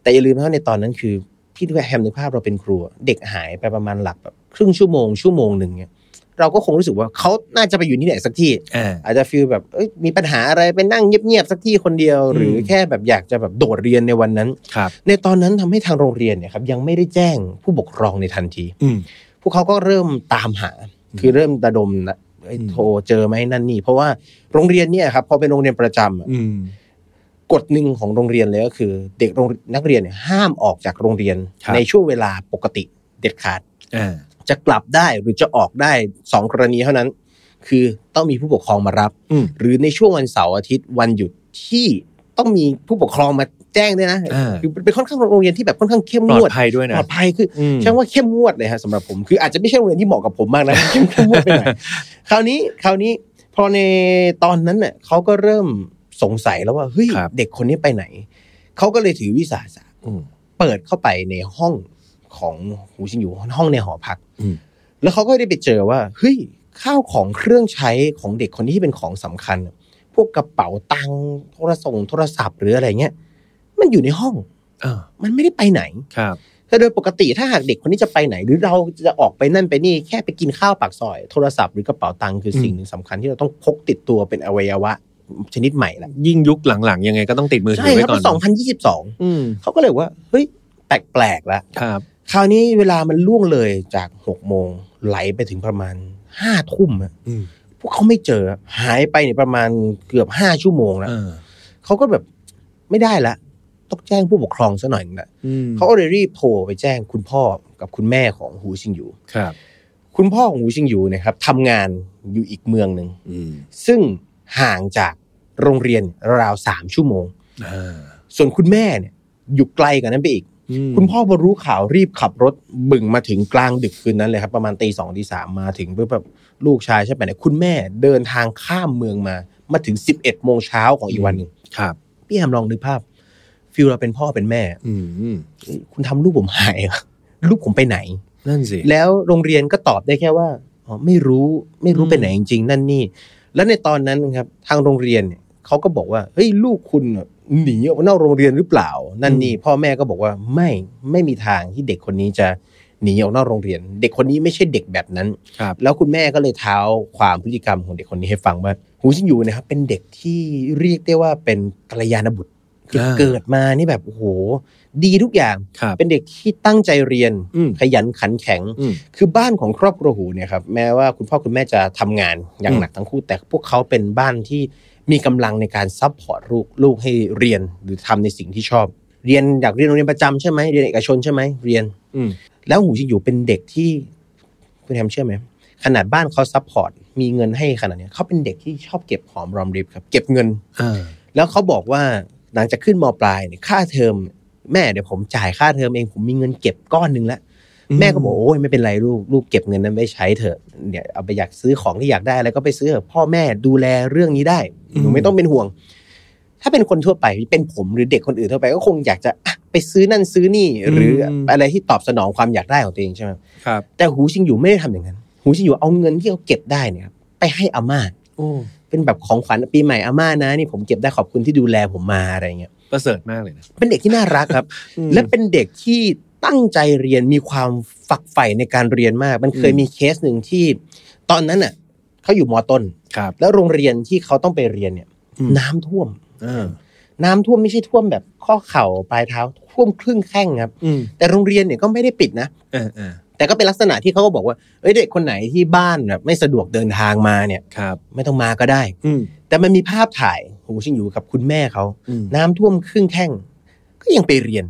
B: แต่อย่าลืมนะว่าในตอนนั้นคือพี่ดูแฮมในกภาพเราเป็นครัว เด็กหายไปประมาณหลักแบบครึ่งชั่วโมงชั่วโมงหนึ่งเนี่ยเราก็คงรู้สึกว่าเขาน่าจะไปอยู่ที่ไหนสักที่
A: อ่า
B: อาจจะฟีลแบบเอ้ยมีปัญหาอะไรไปนั่งเงียบๆสักที่คนเดียว หรืออ
A: ม
B: แค่แบบอยากจะแบบโดดเรียนในวันนั้น
A: ครับ
B: ในตอนนั้นทำให้ทางโรงเรียนเนี่ยครับยังไม่ได้แจ้งผู้ปกครองในทันที
A: อืม
B: พวกเขาก็เริ่มตามหา
A: อืม
B: คือเริ่มระดมนะเอ้ย
A: อืม
B: โทรเจอไหมนั่นนี่เพราะว่าโรงเรียนเนี่ยครับพอเป็นโรงเรียนประจำอะ
A: อืม
B: กฎหนึ่งของโรงเรียนเลยก็คือ เด็กโรงนักเรียนเนี่ยห้ามออกจากโรงเรียน ในช่วงเวลาปกติเด็ดขาด
A: อ่า
B: จะกลับได้หรือจะออกได้สองกรณีเท่านั้น คือต้องมีผู้ปกครองมารับ
A: อืม
B: หรือในช่วงวันเสาร์อาทิตย์วันหยุดที่ต้องมีผู้ปกครองมาแจ้งด้วยนะ
A: อ่า
B: คือเป็นค่อนข้างโรงเรียนที่แบบค่อนข้างเข้ม
A: ปล
B: ง
A: อด
B: วด
A: ภัยด้วยนะ
B: ปลอดภัยคือ
A: อืม
B: ช่างว่าเข้มงวดเลยฮะสำหรับผมคืออาจจะไม่ใช่โรงเรียนที่เหมาะกับผมมากนะ เข้มงวดไปหน่อยคราวนี้คราวนี้พอในตอนนั้นเน่ะเขาก็เริ่มสงสัยแล้วว่าเฮ้ย
A: ครับ
B: เด็กคนนี้ไปไหนเขาก็เลยถือวิสาสะ
A: อืม
B: เปิดเข้าไปในห้องของหูชิงอยู่ห้องในหอพัก
A: อืม
B: แล้วเขาก็ได้ไปเจอว่าเฮ้ยข้าวของเครื่องใช้ของเด็กคนนี้ที่เป็นของสำคัญน่ะ พวกกระเป๋าตังค์โทรส่งโทรศัพท์หรืออะไรเงี้ยมันอยู่ในห้อง
A: เออ
B: มันไม่ได้ไปไหน
A: ครับ
B: แต่โดยปกติถ้าหากเด็กคนนี้จะไปไหน หรือเราจะออกไปนั่นไปนี่แค่ไปกินข้าวปากซอย โทรศัพท์หรือกระเป๋าตังค์คือสิ่งหนึ่งสำคัญที่เราต้องพกติดตัวเป็นอวัยวะชนิดใหม่ละ
A: ยิ่งยุคหลังๆ ยังไงก็ต้องติดมือถื
B: ใช่
A: อ
B: ค
A: ไว้
B: รับ
A: ก่อน
B: สองพันยี่สิบสอง
A: อืม
B: เขาก็เลยว่าเฮ้ยแปลกๆละ
A: ครับ
B: คราวนี้เวลามันล่วงเลยจากหกโมงไหลไปถึงประมาณห้าทุ่มอะ
A: อืม
B: พวกเขาไม่เจอหายไปเนี่ยประมาณเกือบห้าชั่วโมงแล้ว
A: เออ
B: เขาก็แบบไม่ได้ละต้องแจ้งผู้ปกครองซะหน่อยนึงละ
A: อืม
B: เขาก็เลยรีบโทรไปแจ้งคุณพ่อกับคุณแม่ของหูชิงอยู่
A: ครับ
B: คุณพ่อของหูชิงอยู่เนะครับทำงานอยู่อีกเมืองหนึ่ง
A: อืม
B: ซึ่งห่างจากโรงเรียนราวสามชั่วโมง
A: อ่า
B: ส่วนคุณแม่เนี่ยอยู่ไกลกว่านั้นไปอีก
A: อืม
B: คุณพ่อพอรู้ข่าวรีบขับรถบึ่งมาถึงกลางดึกคืนนั้นเลยครับ ประมาณตีสองตีสามมาถึงเพื่อแบบลูกชายใช่ไหมเนี่ยคุณแม่เดินทางข้ามเมืองมา มาถึงสิบเอ็ดโมงเช้าของอีกวันหนึ่ง
A: ครับ
B: พี่แฮมลองนึกภาพฟิลเราเป็นพ่อเป็นแม่
A: อืม
B: คุณทำลูกผมหายเหรอลูกผมไปไหน
A: นั่นสิ
B: แล้วโรงเรียนก็ตอบได้แค่ว่าอ๋อไม่รู้ไม่รู้
A: อืม
B: ไปไหนจริงๆ นั่นนี่ แล้วในตอนนั้นนะครับทางโรงเรียนเนี่ยเขาก็บอกว่าเฮ้ยลูกคุณน่ะหนีออกมานอกโรงเรียนหรือเปล่า นั่นนี่พ่อแม่ก็บอกว่าไม่ไม่มีทางที่เด็กคนนี้จะหนีออกนอกโรงเรียน เด็กคนนี้ไม่ใช่เด็กแบบนั้น
A: ครับ
B: แล้วคุณแม่ก็เลยเท้าความพฤติกรรมของเด็กคนนี้ให้ฟังว่าหูชิงอยู่นะครับเป็นเด็กที่เรียกได้ว่าเป็นกัลยาณบุตรคืออา เกิดมานี่แบบโอ้โหดีทุกอย่าง
A: ครับ
B: เป็นเด็กที่ตั้งใจเรียน
A: อืม
B: ขยันขันแข็ง
A: อืม
B: คือบ้านของครอบครัวหูเนี่ยครับแม้ว่าคุณพ่อคุณแม่จะทำงานอย่าง
A: อืม
B: หนักทั้งคู่แต่พวกเขาเป็นบ้านที่มีกำลังในการซัพพอร์ตลูกลูกให้เรียนหรือทำในสิ่งที่ชอบ เรียนอยากเรียนโรงเรียนประจำใช่ไหมเรียนเอกชนใช่ไหมเรียน
A: อืม
B: แล้วหูชิงอยู่เป็นเด็กที่คุณแฮมเชื่อไหมขนาดบ้านเขาซัพพอร์ตมีเงินให้ขนาดเนี้ยเขาเป็นเด็กที่ชอบเก็บหอมรอมริบครับเก็บเงิน
A: อ่า
B: แล้วเขาบอกว่าหลังจากขึ้นมปลายเนี่ยค่าเทอมแม่เดี๋ยวผมจ่ายค่าเทอมเองผมมีเงินเก็บก้อนหนึ่งแล้ว แม่ก็บอกโอ้ยไม่เป็นไรลูกลูกเก็บเงินนั้นไว้ใช้เถอะเนี่ยเอาไปอยากซื้อของที่อยากได้แล้วก็ไปซื้อเถอะพ่อแม่ดูแลเรื่องนี้ได้หนูไม่ต้องเป็นห่วง ถ้าเป็นคนทั่วไปเป็นผมหรือเด็กคนอื่นทั่วไปก็คงอยากจะอ่ะไปซื้อนั่นซื้อนี่ หรืออะไรที่ตอบสนองความอยากได้ของตัวเองใช่ไหม
A: ครับ
B: แต่หูชิงอยู่ไม่ได้ทำอย่างนั้น หูชิงอยู่เอาเงินที่เขาเก็บได้เนี่ยครับไปให้อาม่า
A: โอ้
B: เป็นแบบของขวัญปีใหม่อาม่านะนี่ผมเก็บได้ขอบคุณที่ดูแลผมมาอะไรเงี้ย
A: ประเสริฐมากเลยนะ
B: เป็นเด็กที่น่ารักครับ และเป็นเด็กที่ตั้งใจเรียนมีความฝักใฝ่ในการเรียนมาก มันเคยมีเคสหนึ่งที่ ตอนนั้นน่ะเขาอยู่มอต้น
A: ครับ
B: แล้วโรงเรียนที่เขาต้องไปเรียนเนี่ย
A: อืม
B: น้ำท่วม
A: อ่า
B: น้ำท่วมไม่ใช่ท่วมแบบข้อเข่าปลายเท้าท่วมครึ่งแข้งครับ
A: อืม
B: แต่โรงเรียนเนี่ยก็ไม่ได้ปิดนะ
A: เออเออ
B: แต่ก็เป็นลักษณะที่เขาก็บอกว่าเอ้ยเด็กคนไหนที่บ้านแบบไม่สะดวกเดินทางมาเนี่ย
A: ครับ
B: ไม่ต้องมาก็ได้
A: อืม
B: แต่มันมีภาพถ่ายหูชิงอยู่กับคุณแม่เขา
A: อืม
B: น้ำท่วมครึ่งแข้งก็ยังไปเรียน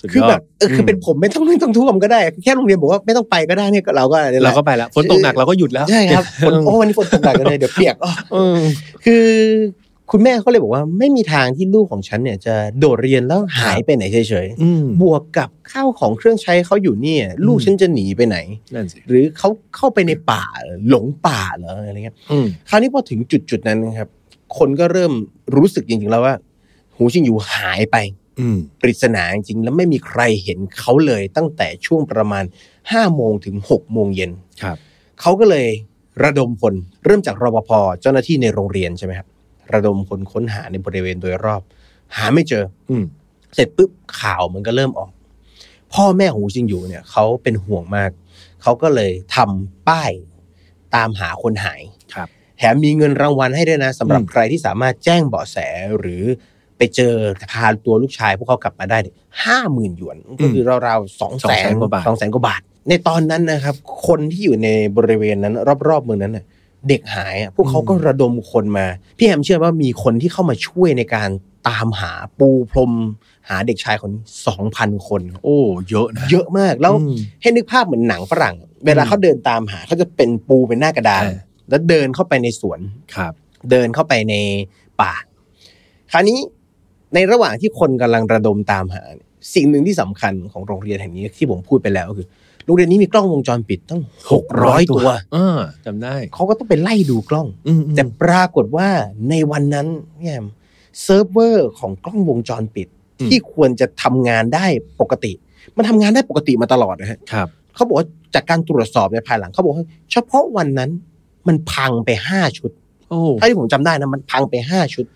A: สุดยด
B: คือแบบเออคือเป็นผมไม่ต้องไม่ต้องท่วมก็ได้ แค่โรงเรียนบอกว่าไม่ต้องไปก็ได้เนี่ยก็เราก็อะไร
A: เราก็ไปแล้วฝนตกหนักเราก็หยุดแล้ว
B: ใช่ ครับฝนโอ้วันนี้ฝนตกหนักเลยเดี๋ยวเปียกอ้อ
A: เออ
B: คือคุณแม่เขาเลยบอกว่าไม่มีทางที่ลูกของฉันเนี่ยจะโดดเรียนแล้วหายไปไหนเฉย
A: อืม
B: ๆบวกกับข้าวของเครื่องใช้เขาอยู่เนี่ย ลูก
A: อืม
B: ฉันจะหนีไปไหน
A: นั่นสิ
B: หรือเขาเข้าไปในป่าเหรอหลงป่าเหรออะไรเงี้ย
A: อืม
B: คราวนี้พอถึงจุดจุดๆนั้นนะครับ คนก็เริ่มรู้สึกจริงๆแล้วว่า หูชิงอยู่หายไป
A: อืม
B: ปริศนาจริงๆแล้วไม่มีใครเห็นเขาเลยตั้งแต่ช่วงประมาณ5โมงถึง6โมงเย็น
A: ครับ
B: เขาก็เลยระดมพลเริ่มจากรปภเจ้าหน้าที่ในโรงเรียนใช่ไหมครับระดมพลค้นหาในบริเวณโดยรอบ หาไม่เจอ
A: อืม
B: เสร็จปุ๊บข่าวมันก็เริ่มออก พ่อแม่ของหูจิงอยู่เนี่ยเขาเป็นห่วงมากเขาก็เลยทำป้ายตามหาคนหาย
A: ครับ
B: แถมมีเงินรางวัลให้ด้วยนะสำหรับ
A: อืม
B: ใครที่สามารถแจ้งเบาะแสหรือไปเจอพาตัวลูกชายพวกเขากลับมาได้ห้าหมื่นหยวน ก็คือราวๆสองแสน
A: 200,000กว่าบาท
B: สองแสนกว่าบาท ในตอนนั้นนะครับ คนที่อยู่ในบริเวณนั้น รอบๆเมืองนั้นน่ะเด็กหายอ่ะพวกเขาก็ระดมคนมา พี่แฮมเชื่อว่ามีคนที่เข้ามาช่วยในการตามหาปูพรม หาเด็กชายคนนี้สองพันคนครับ
A: โอ้เยอะนะ
B: เยอะมากแล้ว
A: อืม
B: ให้นึกภาพเหมือนหนังฝรั่ง เวลา
A: อืม
B: เขาเดินตามหาเขาจะเป็นปูเป็นหน้ากระดาน
A: อ่า
B: แล้วเดินเข้าไปในสวน
A: ครับ
B: เดินเข้าไปในป่า คราวนี้ในระหว่างที่คนกำลังระดมตามหาเนี่ยสิ่งหนึ่งที่สำคัญของโรงเรียนแห่งนี้ที่ผมพูดไปแล้วก็คือโรงเรียนนี้มีกล้องวงจรปิดตั้งหกร้อยตัว
A: เออจำได้
B: เขาก็ต้องไปไล่ดูกล้อง
A: อืม
B: แต่ปรากฏว่าในวันนั้นเนี่ยเซิร์ฟเวอร์ของกล้องวงจรปิด ที่ควรจะทำงานได้ปกติ มันทำงานได้ปกติมาตลอดนะฮะ
A: ครับ
B: เขาบอกว่าจากการตรวจสอบในภายหลังเขาบอกว่าเฉพาะวันนั้นมันพังไปห้าชุด
A: โอ้โห
B: ถ้าที่ผมจำได้นะมันพังไปห้าชุด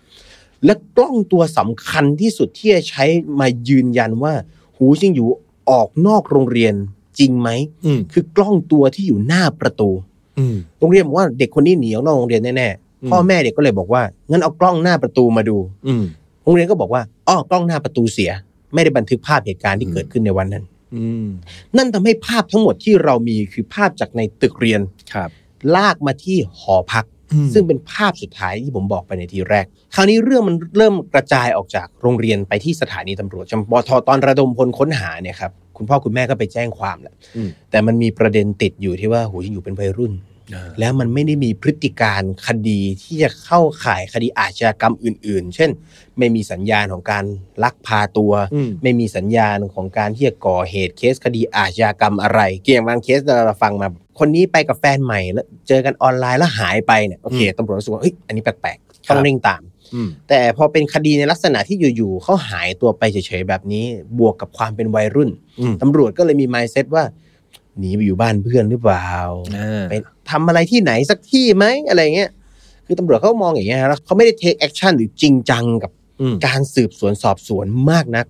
B: และกล้องตัวสำคัญที่สุดที่จะใช้มายืนยันว่า หูจิงอยู่ออกนอกโรงเรียนจริงไหม
A: อืม
B: คือกล้องตัวที่อยู่หน้าประตู
A: อืม
B: โรงเรียนบอกว่าเด็กคนนี้หนีออกนอกโรงเรียนแน่
A: อืม
B: ๆพ่อแม่เด็กก็เลยบอกว่างั้นเอากล้องหน้าประตูมาดู
A: อืม
B: โรงเรียนก็บอกว่าอ้อกล้องหน้าประตูเสีย ไม่ได้บันทึกภาพเหตุการณ์
A: อื
B: ที่
A: ม
B: เกิดขึ้นในวันนั้น
A: อืม
B: นั่นทำให้ภาพทั้งหมดที่เรามีคือภาพจากในตึกเรียน
A: ครับ
B: ลากมาที่หอพัก
A: อืม
B: ซึ่งเป็นภาพสุดท้ายที่ผมบอกไปในทีแรก คราวนี้เรื่องมันเริ่มกระจายออกจากโรงเรียนไปที่สถานีตำรวจจำปทตอนระดมพลค้นหาเนี่ยครับคุณพ่อคุณแม่ก็ไปแจ้งความแหละ
A: อืม
B: แต่มันมีประเด็นติดอยู่ที่ว่าหูยังอยู่เป็นวัยรุ่น
A: อ่า
B: แล้วมันไม่ได้มีพฤติการคดีที่จะเข้าข่ายคดีอาชญากรรมอื่น ๆ เช่น ไม่มีสัญญาณของการลักพาตัว
A: อืม
B: ไม่มีสัญญาณของการที่จะก่อเหตุเคสคดีอาชญากรรมอะไร เกี่ยงบางเคสเราฟังมา คนนี้ไปกับแฟนใหม่แล้วเจอกันออนไลน์แล้วหายไปเนี่ยโอเคตำรวจรู้สึกว่าเฮ้ยอันนี้แปลกๆต้องเร่งตาม
A: อืม
B: แต่พอเป็นคดีในลักษณะที่อยู่ๆเขาหายตัวไปเฉยๆแบบนี้ บวกกับความเป็นวัยรุ่น
A: อืม
B: ตำรวจก็เลยมีมายเซตว่าหนีไปอยู่บ้านเพื่อนหรือเปล่า
A: อ่า
B: ไปทำอะไรที่ไหนสักที่ไหมอะไรเงี้ย คือตำรวจเขามองอย่างเงี้ยแล้วเขาไม่ได้ take action หรือจริงจังกับ
A: อืม
B: การสืบสวนสอบสวนมากนัก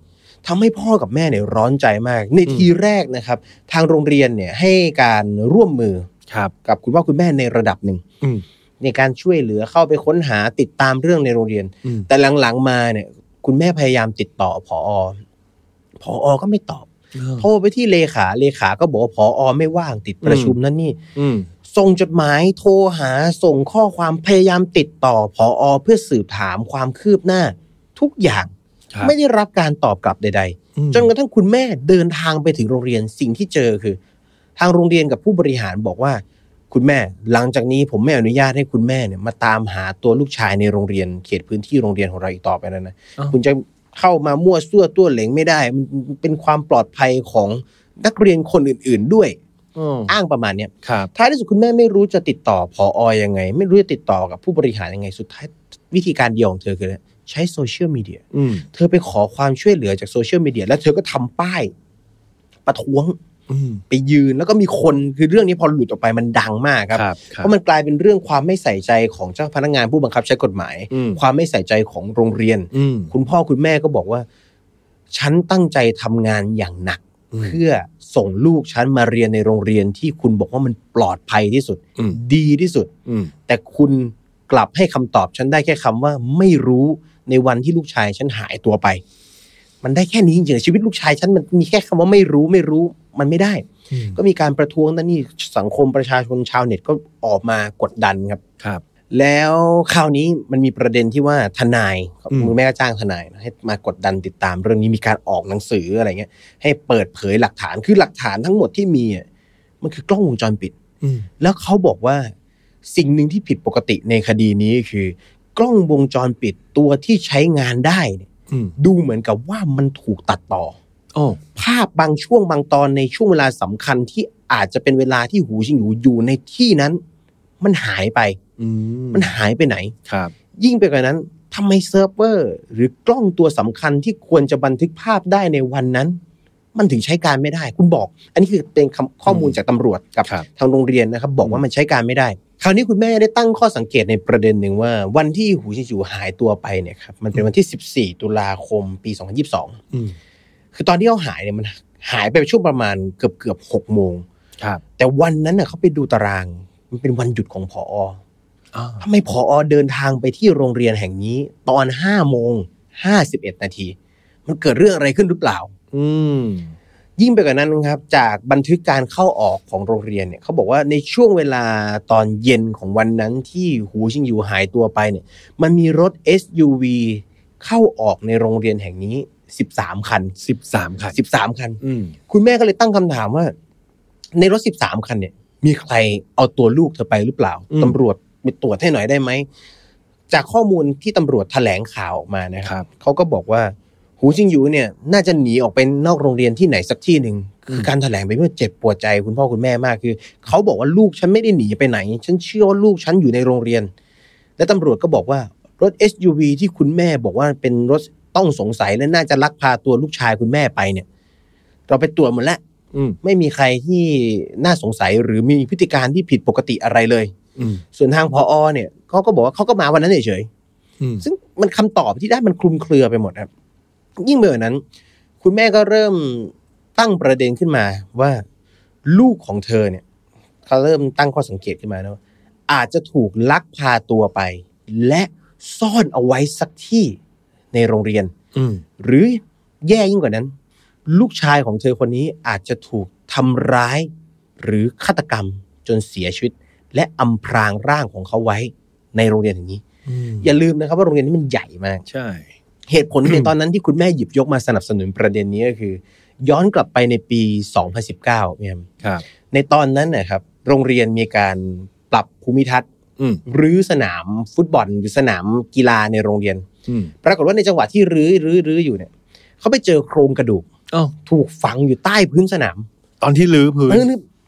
B: ทำให้พ่อกับแม่เนี่ยร้อนใจมาก ใน
A: อืม
B: ทีแรกนะครับ ทางโรงเรียนเนี่ยให้การร่วมมือ
A: ครับ
B: กับคุณพ่อคุณแม่ในระดับหนึ่ง
A: อืม
B: ในการช่วยเหลือเข้าไปค้นหาติดตามเรื่องในโรงเรียน
A: อืม
B: แต่หลังๆมาเนี่ย คุณแม่พยายามติดต่อผอผอก็ไม่ตอบโทรไปที่เลขาเลขาก็บอกว่าผอไม่ว่างติดประชุมนั่นนี่
A: อืม
B: ส่งจดหมายโทรหาส่งข้อความพยายามติดต่อผออเพื่อสืบถามความคืบหน้า ทุกอย่าง
A: ครับ
B: ไม่ได้รับการตอบกลับใด
A: อืม
B: ๆ จนกระทั่งคุณแม่เดินทางไปถึงโรงเรียนสิ่งที่เจอคือ ทางโรงเรียนกับผู้บริหารบอกว่า คุณแม่หลังจากนี้ผมไม่อนุญาตให้คุณแม่เนี่ยมาตามหาตัวลูกชายในโรงเรียน เขตพื้นที่โรงเรียนของเราอีกต่อไปแล้วนะ
A: อ้าว
B: คุณจะเข้ามามั่วซั่วตัวเหลงไม่ได้มันมันเป็นความปลอดภัยของนักเรียนคนอื่น ๆ ด้วย
A: อ้าว
B: อ้างประมาณเนี้ย
A: ครับ
B: ท้ายที่สุดคุณแม่ไม่รู้จะติดต่อพออยังไง ไม่รู้จะติดต่อกับผู้บริหารยังไง สุดท้ายวิธีการเดียวของเธอคือใช้โซเชียลมีเดีย
A: อืม
B: เธอไปขอความช่วยเหลือจากโซเชียลมีเดียแล้วเธอก็ทำป้าย ประท้วง
A: อืม
B: ไปยืนแล้วก็มีคนคือเรื่องนี้พอหลุดออกไปมันดังมากครับ
A: ครับคบ
B: เพราะมันกลายเป็นเรื่องความไม่ใส่ใจของเจ้าพนักงานผู้บังคับใช้กฎหมาย
A: อืม
B: ความไม่ใส่ใจของโรงเรียน
A: อืม
B: คุณพ่อคุณแม่ก็บอกว่า ฉันตั้งใจทำงานอย่างหนัก
A: ม
B: เพื่อส่งลูกฉันมาเรียนในโรงเรียนที่คุณบอกว่ามันปลอดภัยที่สุด
A: อืม
B: ดีที่สุด
A: อืม
B: แต่คุณกลับให้คำตอบฉันได้แค่คำว่าไม่รู้ในวันที่ลูกชายฉันหายตัวไป มันได้แค่นี้จริงๆชีวิตลูกชายฉันมันมีแค่คำว่าไม่รู้ไม่รู้มันไม่ได้
A: อืม
B: ก็มีการประท้วงนั่นนี่สังคมประชาชนชาวเน็ตก็ออกมากดดันครับ
A: ครับ
B: แล้วคราวนี้มันมีประเด็นที่ว่าทนาย
A: อืม
B: คุณแม่ก็จ้างทนายนะให้มากดดันติดตามเรื่องนี้มีการออกหนังสืออะไรเงี้ย ให้เปิดเผยหลักฐานคือหลักฐานทั้งหมดที่มีอะมันคือกล้องวงจรปิด
A: อืม
B: แล้วเขาบอกว่าสิ่งหนึ่งที่ผิดปกติในคดีนี้คือ กล้องวงจรปิดตัวที่ใช้งานได้เนี่ย
A: อืม
B: ดูเหมือนกับว่ามันถูกตัดต่อ
A: โอ้
B: ภาพบางช่วงบางตอนในช่วงเวลาสำคัญที่อาจจะเป็นเวลาที่หูชิงหูอยู่ในที่นั้น มันหายไป
A: อืม
B: มันหายไปไหน
A: ครับ
B: ยิ่งไปกว่านั้นทำไมเซิร์ฟเวอร์ หรือกล้องตัวสำคัญที่ควรจะบันทึกภาพได้ในวันนั้น มันถึงใช้การไม่ได้ คุณบอก อันนี้คือเป็นคำข้อมูลจากตำรวจกับ
A: ครับ
B: ทางโรงเรียนนะครับ บอกว่ามันใช้การไม่ได้ คราวนี้คุณแม่ได้ตั้งข้อสังเกตในประเด็นหนึ่งว่า วันที่หูชิจูหายตัวไปเนี่ยครับมันเป็นวันที่ 14 ตุลาคมปี 2022
A: อืม
B: คือตอนที่เขาหายเนี่ยมันหายไปช่วงประมาณเกือบเกือบ6โมง
A: ครับ
B: แต่วันนั้นเน่ะเขาไปดูตาราง มันเป็นวันหยุดของผอ
A: อ้าว
B: ทำไมผอเดินทางไปที่โรงเรียนแห่งนี้ ตอน5โมง51 นาที มันเกิดเรื่องอะไรขึ้นหรือเปล่า
A: อืม
B: ยิ่งไปกว่านั้นนะครับจากบันทึกการเข้าออกของโรงเรียนเนี่ยเขาบอกว่าในช่วงเวลาตอนเย็นของวันนั้นที่หูชิงอยู่หายตัวไปเนี่ยมันมีรถ SUV เข้าออกในโรงเรียนแห่งนี้ 13 คัน
A: สิบสามค่ะ
B: 13 คัน
A: อืม
B: คุณแม่ก็เลยตั้งคำถามว่า ในรถ 13 คันเนี่ย มีใครเอาตัวลูกเธอไปหรือเปล่าตำรวจไปตรวจให้หน่อยได้ไหมจากข้อมูลที่ตำรวจแถลงข่าวออกมานะค
A: ค
B: รับ
A: รับ
B: เขาก็บอกว่า หูจิงหยูเนี่ย น่าจะหนีออกไปนอกโรงเรียนที่ไหนสักที่หนึ่งคือการแถลงไปเมื่อเจ็บปวดใจคุณพ่อคุณแม่มากคือ เขาบอกว่าลูกฉันไม่ได้หนีไปไหน ฉันเชื่อว่าลูกฉันอยู่ในโรงเรียน และตำรวจก็บอกว่ารถ SUV ที่คุณแม่บอกว่าเป็นรถต้องสงสัยและน่าจะลักพาตัวลูกชายคุณแม่ไปเนี่ย เราไปตรวจหมดแล้ว
A: อืม
B: ไม่มีใครที่น่าสงสัยหรือมีพฤติการที่ผิดปกติอะไรเลย
A: อืม
B: ส่วนทางพออเนี่ย ก็ เขาก็บอกว่าเขาก็มาวันนั้นเฉยๆ
C: อืม
B: ซึ่งมันคำตอบที่ได้มันคลุมเครือไปหมดครับ ยิ่งไปกว่านั้น คุณแม่ก็เริ่มตั้งประเด็นขึ้นมาว่าลูกของเธอเนี่ยเขาเริ่มตั้งข้อสังเกตขึ้นมานะว่าอาจจะถูกลักพาตัวไป และซ่อนเอาไว้สักที่ในโรงเรียน
C: อืม
B: หรือแย่ยิ่งกว่านั้น ลูกชายของเธอคนนี้อาจจะถูกทำร้าย หรือฆาตกรรมจนเสียชีวิต และอำพรางร่างของเขาไว้ในโรงเรียนอย่างนี้
C: อืม
B: อย่าลืมนะครับว่าโรงเรียนนี้มันใหญ่มาก
C: ใช่
B: เหตุผลใน ตอนนั้นที่คุณแม่หยิบยกมาสนับสนุนประเด็นนี้ก็คือ ย้อนกลับไปในปี 2019เนี่ย
A: ครับ
B: ในตอนนั้นนะครับ โรงเรียนมีการปรับภูมิทัศน์
C: อืม
B: รื้อสนามฟุตบอลหรือสนามกีฬาในโรงเรียน
C: อืม
B: ปรากฏว่าในจังหวะที่รื้อรื้อรื้ออยู่เนี่ยเขาไปเจอโครงกระดูก
A: อ้าว
B: ถูกฝังอยู่ใต้พื้นสนาม
C: ตอนที่ลื้อพื้น
B: เออ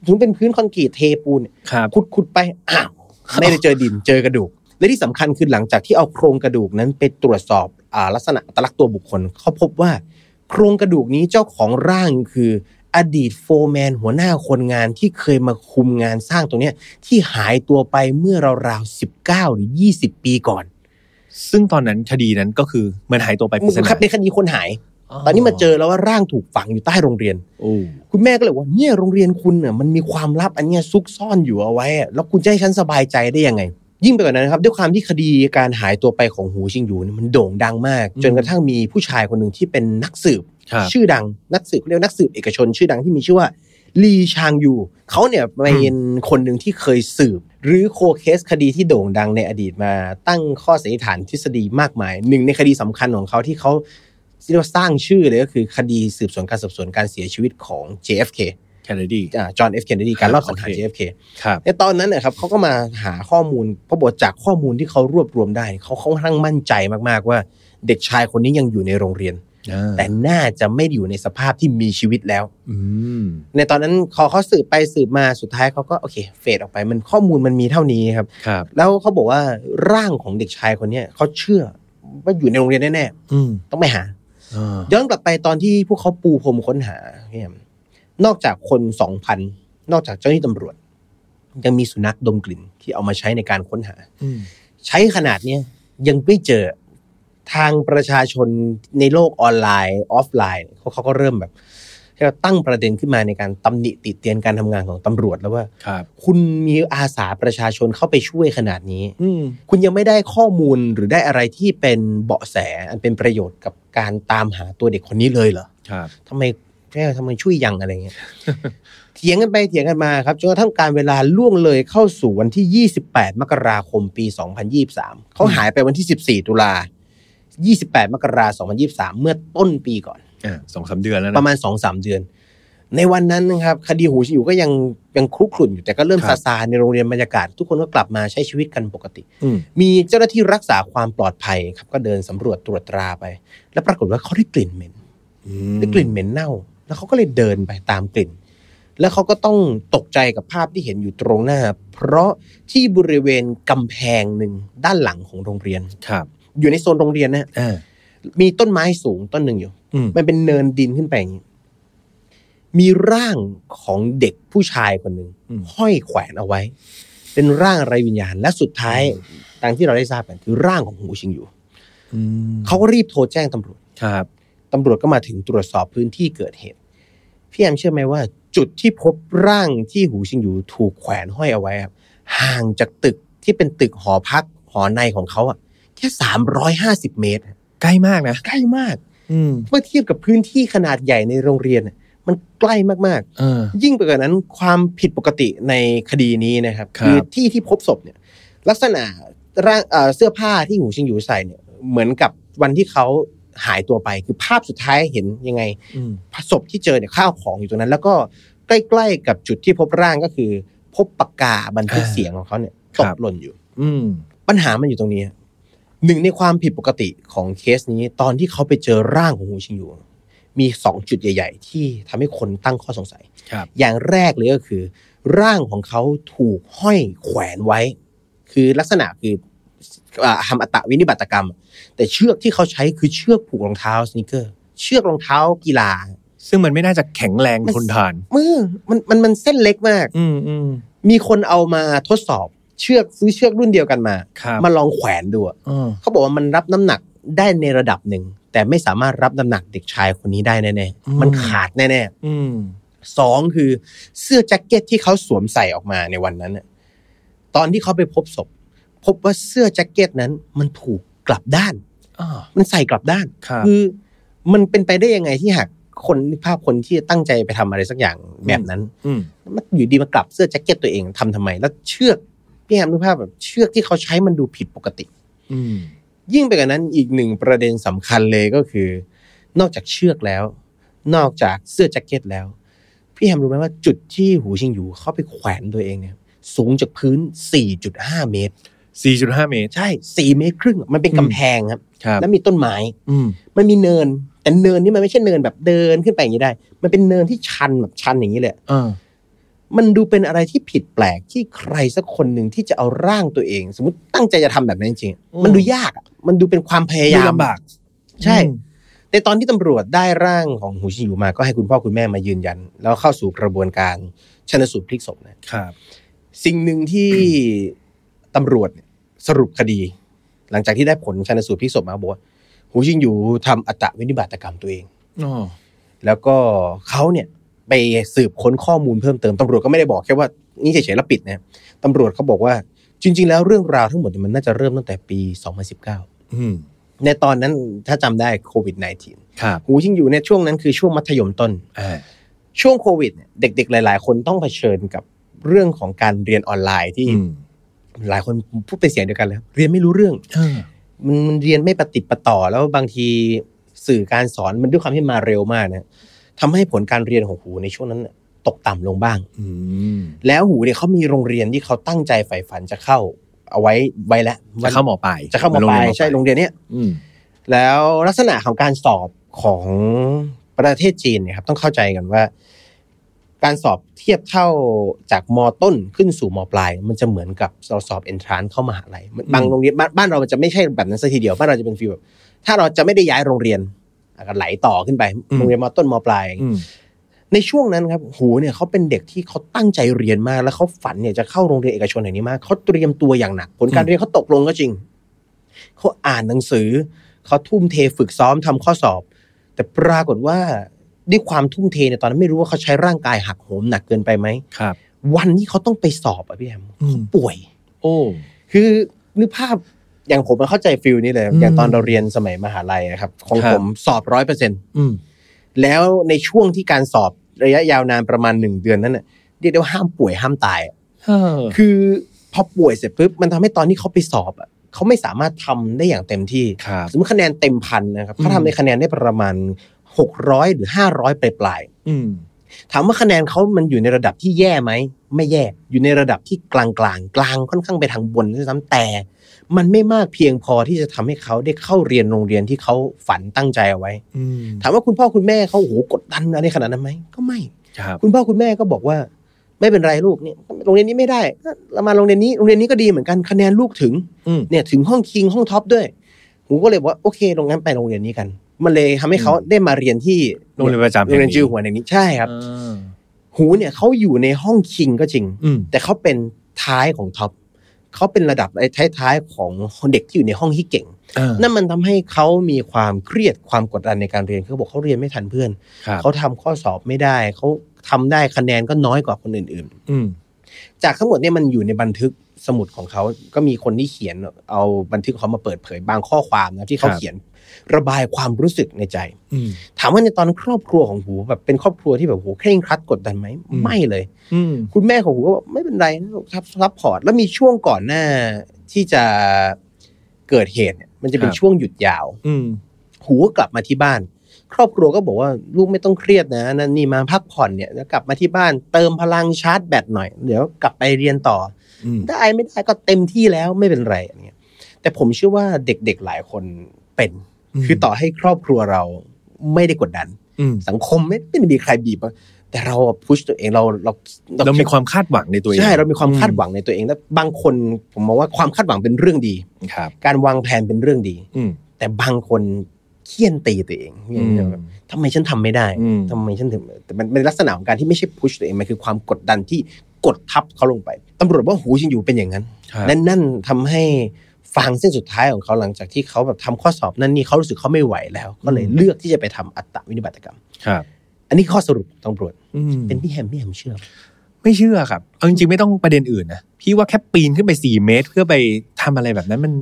B: ถึงเป็นพื้นคอนกรีตเทปูน
A: ครับ
B: ขุดขุดไปอ้าวไม่ได้เจอดินเจอกระดูก และที่สำคัญคือหลังจากที่เอาโครงกระดูกนั้นไปตรวจสอบอาลักษณะอัตลักษณ์ตัวบุคคลเขาพบว่า โครงกระดูกนี้เจ้าของร่างคือ อดีตโฟร์แมนหัวหน้าคนงานที่เคยมาคุมงานสร้างตรงเนี้ยที่หายตัวไปเมื่อราวๆสิบเก้าหรือยี่สิบปีก่อน
A: ซึ่งตอนนั้นคดีนั้นก็คือมันหายตัวไปปริศนา
B: ครับเป็นคดีคนหาย ตอนนี้มาเจอแล้วว่าร่างถูกฝังอยู่ใต้โรงเรียน
A: โอ้
B: คุณแม่ก็เลยว่าเนี่ยโรงเรียนคุณน่ะมันมีความลับอันเนี้ยซุกซ่อนอยู่เอาไว้อะแล้วคุณจะให้ฉันสบายใจได้ยังไง ยิ่งไปกว่านั้นนะครับ ด้วยความที่คดีการหายตัวไปของหูชิงหยูเนี่ยมันโด่งดังมาก จนกระทั่งมีผู้ชายคนหนึ่งที่เป็นนักสืบ
A: ครับ
B: ชื่อดังนักสืบเรียกว่านักสืบเอกชน ชื่อดังที่มีชื่อว่าลีชางยูเขาเนี่ยเป็นคนหนึ่งที่เคยสืบ หรือโคเคสคดีที่โด่งดังในอดีตมา ตั้งข้อสันนิษฐานทฤษฎีมากมาย หนึ่งในคดีสำคัญของเขาที่เขาเรียกว่าสร้างชื่อเลยก็คือคดีสืบสวนการสืบสวนการเสียชีวิตของ JFK
A: แคนาดี
B: จอห์นเอฟเคนเนดีการรอบสังหาร JFK
A: ครับ
B: ในตอนนั้นนะครับเขาก็มาหาข้อมูลเพราะบทจากข้อมูลที่เขารวบรวมได้เขาค่อนข้างมั่นใจมากๆว่า เด็กชายคนนี้ยังอยู่ในโรงเรียน
A: อ่า
B: แต่น่าจะไม่ได้อยู่ในสภาพที่มีชีวิตแล้ว
A: อืม
B: ในตอนนั้นเขาเขาสืบไปสืบมาสุดท้ายเขาก็โอเคเฟดออกไปมันข้อมูลมันมีเท่านี้ครับ
A: ครับ
B: แล้วเขาบอกว่าร่างของเด็กชายคนเนี้ยเขาเชื่อว่าอยู่ในโรงเรียนแน่
C: อืม
B: ๆต้องไปหา
C: อ่า
B: ย้อนกลับไปตอนที่พวกเขาปูพรมค้นหาเนี่ยนอกจากคนสองพันนอกจากเจ้าหน้าที่ตำรวจ ยังมีสุนัขดมกลิ่นที่เอามาใช้ในการค้นหา
C: อืม
B: ใช้ขนาดเนี้ยยังไม่เจอทางประชาชนในโลกออนไลน์ ออฟไลน์เขาเขาก็เริ่มแบบให้เราตั้งประเด็นขึ้นมาในการตำหนิติเตียนการทำงานของตำรวจแล้วว่า
A: ครับ
B: คุณมีอาสาประชาชนเข้าไปช่วยขนาดนี้
C: อืม
B: คุณยังไม่ได้ข้อมูลหรือได้อะไรที่เป็นเบาะแสอันเป็นประโยชน์กับการตามหาตัวเด็กคนนี้เลยเหรอ
A: ครับ
B: ทำไมแค่ทำไมช่วยยังอะไรเงี้ย เถียงกันไปเถียงกันมาครับจนกระทั่งการเวลาล่วงเลยเข้าสู่วันที่ 28 มกราคมปี 2023 เขาหายไปวันที่ 14 ตุลา 28 มกราคม 2023 เมื่อต้นปีก่อน
A: อ่าสองสามเดือนแล้ว
B: ประ
A: นะ
B: มาณ 2-3 เดือน ในวันนั้นนะครับ คดีหูชิอยู่ก็ยังยังคลุกคลุ่นอยู่แต่ก็เริ่ม
A: ครั
B: ซา
A: บ
B: ซาในโรงเรียนบรรยากาศ ทุกคนก็กลับมาใช้ชีวิตกันปกติ
C: อืม
B: มีเจ้าหน้าที่รักษาความปลอดภัยครับก็เดินสำรวจตรวจตราไป แล้วปรากฏว่าเขาได้กลิ่นเหม็น
C: อืม
B: ได้กลิ่นเหม็นเน่า แล้วเขาก็เลยเดินไปตามกลิ่น แล้วเขาก็ต้องตกใจกับภาพที่เห็นอยู่ตรงหน้า เพราะที่บริเวณกำแพงหนึ่งด้านหลังของโรงเรียน
A: ครับ
B: อยู่ในโซนโรงเรียนนะฮะ
A: อ่า
B: มีต้นไม้สูงต้นหนึ่งอยู่
C: อืม
B: มันเป็นเนินดินขึ้นไปอย่างนี้มีร่างของเด็กผู้ชายคนหนึ่งห้อยแขวนเอาไว้ เป็นร่างไรวิญญาณ และสุดท้ายตามที่เราได้ทราบกันคือร่างของหูชิงอยู่
C: อืม
B: เขาก็รีบโทรแจ้งตำรวจ
A: ครับ
B: ตำรวจก็มาถึงตรวจสอบพื้นที่เกิดเหตุ พี่แอมเชื่อไหมว่า จุดที่พบร่างที่หูชิงอยู่ถูกแขวนห้อยเอาไว้ครับห่างจากตึกที่เป็นตึกหอพักหอในของเขาอะแค่สามร้อยห้าสิบเมตรอะ
A: ใกล้มากนะ
B: ใกล้มาก
C: อืม
B: เมื่อเทียบกับพื้นที่ขนาดใหญ่ในโรงเรียนอะมันใกล้มาก
C: เออ
B: ๆ ยิ่งไปกว่านั้นความผิดปกติในคดีนี้นะครับ
C: ครับ
B: ที่ที่พบศพเนี่ย ลักษณะร่างเอ่อเสื้อผ้าที่หูชิงอยู่ใส่เนี่ย เหมือนกับวันที่เขาหายตัวไปคือภาพสุดท้ายเห็นยังไง
C: อืม
B: ศพที่เจอเนี่ยข้าวของอยู่ตรงนั้น แล้วก็ใกล้ๆกับจุดที่พบร่างก็คือ พบปากกาบันทึกเสียงของเขาเนี่ยตกหล่นอยู่
C: อืม
B: ปัญหามันอยู่ตรงนี้ฮะหนึ่งในความผิดปกติของเคสนี้ ตอนที่เขาไปเจอร่างของฮูชิงอยู่ มีสองจุดใหญ่ ๆ ที่ทำให้คนตั้งข้อสงสัย
A: ครับ
B: อย่างแรกเลยก็คือ ร่างของเขาถูกห้อยแขวนไว้ คือลักษณะคืออ่าทำอัตตวินิบัตกรรม แต่เชือกที่เขาใช้คือเชือกผูกรองเท้าสนิเกอร์ เชือกรองเท้ากีฬา
A: ซึ่งมันไม่น่าจะแข็งแรงทนทาน
B: มือมันมันมันเส้นเล็กมาก
C: อืมอืม
B: มีคนเอามาทดสอบ เชือกซื้อเชือกรุ่นเดียวกันมา
C: ครับ
B: มาลองแขวนดูอะ
C: อ่า
B: เขาบอกว่ามันรับน้ำหนักได้ในระดับหนึ่ง แต่ไม่สามารถรับน้ำหนักเด็กชายคนนี้ได้แน่ๆมันขาดแน่ๆ
C: อืม
B: สองคือเสื้อแจ็คเก็ตที่เขาสวมใส่ออกมาในวันนั้นน่ะตอนที่เขาไปพบศพ พบว่าเสื้อแจ็คเก็ตนั้น มันถูกกลับด้าน
C: อ่า
B: มันใส่กลับด้าน
C: ครับ
B: คือมันเป็นไปได้ยังไงที่หากคนนึกภาพคนที่ตั้งใจไปทำอะไรสักอย่างแบบนั้น
C: อืม
B: มันอยู่ดีมากลับเสื้อแจ็คเก็ตตัวเองทำทำไม แล้วเชือกพี่แฮมนึกภาพแบบเชือกที่เขาใช้มันดูผิดปกติ
C: อืม
B: ยิ่งไปกว่านั้นอีกหนึ่งประเด็นสำคัญเลยก็คือ นอกจากเชือกแล้ว นอกจากเสื้อแจ็คเก็ตแล้ว พี่แฮมรู้ไหมว่าจุดที่หูชิงอยู่เขาไปแขวนตัวเองเนี่ย สูงจากพื้น 4.5 เมตร
C: 4.5 เมตร
B: ใช่ 4 เมตรครึ่งมันเป็น
C: อืม
B: กำแพงครับ
C: ครับ
B: แล้วมีต้นไม้
C: อืม
B: มันมีเนิน แต่เนินนี่มันไม่ใช่เนินแบบเดินขึ้นไปอย่างนี้ได้ มันเป็นเนินที่ชันแบบชันอย่างนี้เลย
C: อ่า
B: มันดูเป็นอะไรที่ผิดแปลกที่ใครสักคนหนึ่งที่จะเอาร่างตัวเอง สมมติตั้งใจจะทำแบบนั้นจริงๆมันดูยากอะมันดูเป็นความพยายาม
C: ดูลำบาก
B: ใช่ ในตอนที่ตำรวจได้ร่างของหูชินอยู่มาก็ให้คุณพ่อคุณแม่มายืนยัน แล้วเข้าสู่กระบวนการชนสูตรพลิกศพนะครับ สิ่งหนึ่งที่ ตำรวจเนี่ยสรุปคดี หลังจากที่ได้ผลชนสูตรพลิกศพมาบอกว่าหูชิงอยู่ทำอัตวินิบาตกรรมตัวเอง
C: อ๋อ
B: แล้วก็เขาเนี่ยไปสืบค้นข้อมูลเพิ่มเติมตำรวจก็ไม่ได้บอกแค่ว่านี่เฉยๆแล้วปิดนะตำรวจเขาบอกว่าจริง ๆ แล้วเรื่องราวทั้งหมดเนี่ยมันน่าจะเริ่มตั้งแต่ปี 2019
C: อืม
B: ในตอนนั้นถ้าจำได้โควิด -19
C: ครับ
B: หูชิงอยู่ในยช่วงนั้นคือช่วงมัธยมต้น
C: อ่า
B: ช่วงโควิดเนี่ยเด็กๆ หลายๆ คนต้องเผชิญกับเรื่องของการเรียนออนไลน์ที่
C: อืม
B: หลายคนพูดเป็นเสียงเดียวกันเลยครับเรียนไม่รู้เรื่อง
C: อ่า
B: มันมันเรียนไม่ประติดประต่อ แล้วบางทีสื่อการสอนมันด้วยความที่มาเร็วมากนะทำให้ผลการเรียนของหูในช่วงนั้นน่ะตกต่ำลงบ้าง
C: อืม
B: แล้วหูเนี่ยเขามีโรงเรียนที่เขาตั้งใจใฝ่ฝันจะเข้า เอาไว้ไว้แล้ว
C: จะเข้าหมอปลาย
B: จะเข้ามา
C: โรง
B: ไป
C: รียนห
B: ใช่โรงเรียนเนี้ย
C: อืม
B: แล้วลักษณะของการสอบของประเทศจีนเนี่ยครับต้องเข้าใจกันว่า การสอบเทียบเท่าจากมต้นขึ้นสู่มปลาย มันจะเหมือนกับเราสอบเอนทรานเข้ามหาลัยมัน
C: อืม
B: บางโรงเรียนบ้านบ้านเรามันจะไม่ใช่แบบนั้นซะทีเดียวบ้านเราจะเป็นฟีลแบบถ้าเราจะไม่ได้ย้ายโรงเรียนอ่ะก็ไหลต่อขึ้นไปโรงเรียนมต้นมปลาย
C: อืม
B: ในช่วงนั้นครับหูเนี่ยเขาเป็นเด็กที่เขาตั้งใจเรียนมาก แล้วเขาฝันเนี่ยจะเข้าโรงเรียนเอกชนแห่งนี้มากเขาเตรียมตัวอย่างหนัก ผลการ
C: อืม
B: เรียนเขาตกลงก็จริงเขาอ่านหนังสือเขาทุ่มเทฝึกซ้อมทำข้อสอบ แต่ปรากฏว่าด้วยความทุ่มเทเนี่ยตอนนั้นไม่รู้ว่าเขาใช้ร่างกายหักโหมหนักเกินไปไหม
C: ครับ
B: วันที่เขาต้องไปสอบอะพี่แอม
C: อืม
B: ป่วย
C: โอ้
B: คือนึกภาพอย่างผมมันเข้าใจฟิลนี้เลย
C: อืม
B: อย่างตอนเราเรียนสมัยมหาลัยอะครับของผมสอบร้อยเปอร์เซ็นต
C: อืม
B: แล้วในช่วงที่การสอบระยะยาวนานประมาณหนึ่งเดือนนั้นน่ะเรียกได้ว่าห้ามป่วยห้ามตายอะ
C: เฮ้อ
B: คือพอป่วยเสร็จปุ๊บมันทำให้ตอนที่เขาไปสอบอ่ะเขาไม่สามารถทำได้อย่างเต็มที่
C: ครับ
B: สมมติคะแนนเต็มพันนะครับ
C: อืม
B: เขาทำในคะแนนได้ประมาณ 600 หรือ 500ปลายปลาย
C: อืม
B: ๆถามว่าคะแนนเขามันอยู่ในระดับที่แย่ไหม ไม่แย่อยู่ในระดับที่กลางกลางๆกลางค่อนข้างไปทางบนด้วยซ้ำแต่ มันไม่มากเพียงพอที่จะทำให้เขาได้เข้าเรียนโรงเรียนที่เขาฝันตั้งใจเอาไว้
C: อืม
B: ถามว่าคุณพ่อคุณแม่เขาโอ้โหกดดันอะไรขนาดนั้นไหมก็ไม่
C: ครับ
B: คุณพ่อคุณแม่ก็บอกว่า ไม่เป็นไรลูกเนี่ยโรงเรียนนี้ไม่ได้ก็เรามาโรงเรียนนี้โรงเรียนนี้ก็ดีเหมือนกันคะแนนลูกถึง
C: อืม
B: เนี่ยถึงห้องคิงห้องท็อปด้วยผมก็เลยบอกว่าโอเคโรงงั้นไปโรงเรียนนี้กัน มันเลยทำให้เขาได้มาเรียนที่
C: โรงเรียนประจำ
B: โรงเรียน
C: แห่งนี้
B: ชื่อหัวอย่างนี้ใช่ครับ
C: อ่า
B: หูเนี่ยเขาอยู่ในห้องคิงก็จริง
C: อืม
B: แต่เขาเป็นท้ายของท็อปเขาเป็นระดับไอ้ท้ายๆของเด็กที่อยู่ในห้องที่เก่ง
C: อ่า
B: นั่นมันทำให้เขามีความเครียดความกดดันในการเรียนเขาบอกเขาเรียนไม่ทันเพื่อน
C: ครับ
B: เขาทำข้อสอบไม่ได้ เขาทำได้คะแนนก็น้อยกว่าคนอื่น
C: อืม
B: ๆ จากทั้งหมดเนี่ยมันอยู่ในบันทึกสมุดของเขาก็มีคนที่เขียนเอาบันทึกของเขามาเปิดเผยบางข้อความนะที่เขา
C: ครับ
B: เขียนระบายความรู้สึกในใจ
C: อืม
B: ถามว่าในตอนนั้นครอบครัวของหูแบบเป็นครอบครัวที่แบบโหเคร่งครัดกดดันไหม
C: อืม
B: ไม่เลย
C: อืม
B: คุณแม่ของหูก็บอกไม่เป็นไรนะทับซับพอร์ตแล้วมีช่วงก่อนหน้าที่จะเกิดเหตุเนี่ยมันจะเป็
C: ค
B: น
C: รับ
B: ช่วงหยุดยาว
C: อืม
B: หูก็กลับมาที่บ้าน ครอบครัวก็บอกว่าลูกไม่ต้องเครียดนะนั่นนี่มาพักผ่อนเนี่ยแล้วกลับมาที่บ้าน เติมพลังชาร์จแบตหน่อย เดี๋ยวกลับไปเรียนต่อ
C: อืม
B: ได้ไม่ได้ก็เต็มที่แล้วไม่เป็นไรอะไรเงี้ยแต่ผมเชื่อว่าเด็กๆหลายคนเป็น
C: อืม
B: คือต่อให้ครอบครัวเราไม่ได้กดดัน
C: อืม
B: สังคมไม่ไม่ได้มีใครบีบอะแต่เราพุชตัวเองเราเรา
C: เรามีความคาดหวังในตัวเอง
B: ใช่เรามีความคาดหวังในตัวเองแล้วบางคนผมมองว่าความคาดหวังเป็นเรื่องดี
C: ครับ
B: การวางแผนเป็นเรื่องดี
C: อืม
B: แต่บางคนเคี่ยนตีตัวเองอย่างเงี้ย ทำไไมฉันทำไม่ได้
C: อืม
B: ทำไมฉันถึงแต่มันเป็นลักษณะของการที่ไม่ใช่พุชตัวเอง มันคือความกดดันที่ กดทับเขาลงไปตำรวจว่าหูชินอยู่เป็นอย่างนั้น
A: ครับ
B: นั่นนั่นทำให้ฟางเส้นสุดท้ายของเขาหลังจากที่เขาแบบทำข้อสอบนั่นนี่เขารู้สึกเขาไม่ไหวแล้ว ก็เลยเลือกที่จะไปทำอัตตวินิบาตกรรม
A: ครับ
B: อันนี้ข้อสรุปของตำรวจ
A: อืม
B: เป็นพี่แฮมพี่แฮมเชื่อไหม
A: ไม่เชื่อครับ เอาจริงๆไม่ต้องประเด็นอื่นนะพี่ว่าแค่ปีนขึ้นไปสี่เมตร เพื่อไปทำอะไรแบบนั้นมัน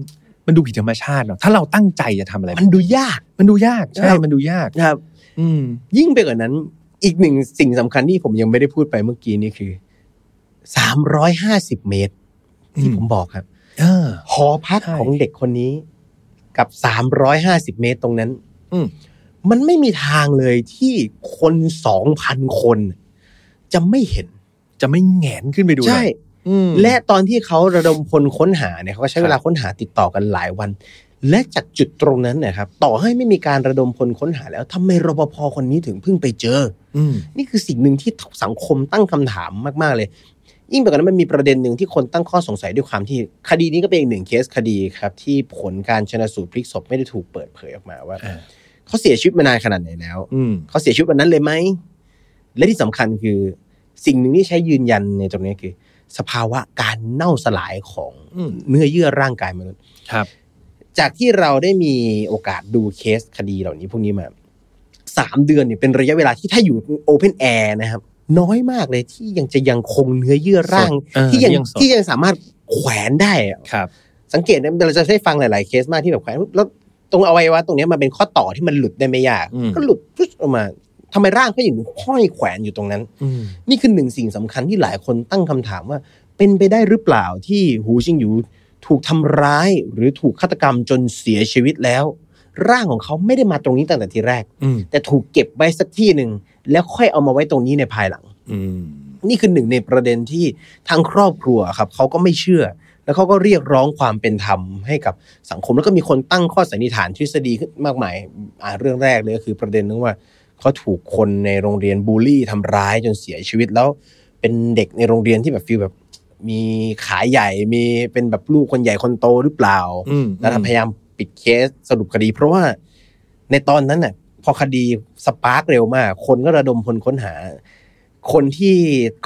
A: มันดูผิดธรรมชาติเนาะถ้าเราตั้งใจจะทำอะไร
B: มันดูยาก
A: มันดูยากใช่มันดูยาก
B: นะครับ
A: อืม
B: ยิ่งไปกว่านั้นอีกหนึ่งสิ่งสำคัญที่ผมยังไม่ได้พูดไปเมื่อกี้นี่คือสามร้อยห้าสิบเมตร ที่
A: อืม
B: ผมบอกครับ
A: เออ
B: หอพัก
A: ใช่
B: ของเด็กคนนี้กับสามร้อยห้าสิบเมตรตรงนั้น
A: อืม
B: มันไม่มีทางเลยที่คนสองพันคนจะไม่เห็น
A: จะไม่แหงนขึ้นไปดูหน่อย
B: ใช่
A: อืม
B: และตอนที่เขาระดมพลค้นหาเนี่ยเขาก็ใช้เวลาค้นหาติดต่อกันหลายวัน และจากจุดตรงนั้นเนะครับ ต่อให้ไม่มีการระดมพลค้นหาแล้วทำไมรปภคนนี้ถึงเพิ่งไปเจอ
A: อืม
B: นี่คือสิ่งหนึ่งที่สังคมตั้งคำถามมาก ๆ เลย ยิ่งไปกว่านั้นมันมีประเด็นหนึ่งที่คนตั้งข้อสงสัยด้วยความที่คดีนี้ก็เป็นอีกหนึ่งเคสคดีครับ ที่ผลการชนะสูตรพลิกศพไม่ได้ถูกเปิดเผยออกมาว่า
A: อ่า
B: เขาเสียชีวิตมานานขนาดไหนแล้ว
A: อืม
B: เขาเสียชีวิตวันนั้นเลยไหม และที่สำคัญคือสิ่งหนึ่งที่ใช้ยืนยันในตรงนี้คือ สภาวะการเน่าสลายของ
A: อืม
B: เนื้อเยื่อร่างกายมนุษย์
A: ครับ
B: จากที่เราได้มีโอกาสดูเคสคดีเหล่านี้พวกนี้มาสามเดือนเนี่ยเป็นระยะเวลาที่ถ้าอยู่โอเพนแอร์นะครับ น้อยมากเลยที่ยังจะยังคงเนื้อเยื่อร่าง
A: เออ
B: ที่ยัง
A: ยังสด
B: ที่ยังสามารถแขวนได้อะ
A: ครับ
B: สังเกตนะเราจะได้ฟังหลาย ๆ เคสมากที่แบบแขวนปุ๊บแล้วตรงอวัยวะตรงเนี้ยมันเป็นข้อต่อที่มันหลุดได้ไม่ยาก
A: อืม
B: ก็หลุดปุ๊บออกมาทำไมร่างเขาอยู่ห้อยแขวนอยู่ตรงนั้น
A: อืม
B: นี่คือหนึ่งสิ่งสำคัญที่หลายคนตั้งคำถามว่า เป็นไปได้หรือเปล่าที่หูชิงหยูถูกทำร้ายหรือถูกฆาตกรรมจนเสียชีวิตแล้ว ร่างของเขาไม่ได้มาตรงนี้ตั้งแต่ทีแรก
A: อืม
B: แต่ถูกเก็บไว้สักที่หนึ่งแล้วค่อยเอามาไว้ตรงนี้ในภายหลัง
A: อืม
B: นี่คือหนึ่งในประเด็นที่ทางครอบครัวครับเขาก็ไม่เชื่อ แล้วเขาก็เรียกร้องความเป็นธรรมให้กับสังคมแล้วก็มีคนตั้งข้อสันนิษฐานทฤษฎีขึ้นมากมายอ่าเรื่องแรกเลยก็คือประเด็นนึงว่าเขาถูกคนในโรงเรียนบูลลี่ทำร้ายจนเสียชีวิตแล้ว เป็นเด็กในโรงเรียนที่แบบฟีลแบบมีขาใหญ่มีเป็นแบบลูกคนใหญ่คนโตหรือเปล่า
A: อืม
B: แล้วพยายามปิดเคสสรุปคดี เพราะว่าในตอนนั้นน่ะพอคดีสปาร์กเร็วมาก คนก็ระดมพลค้นหา คนที่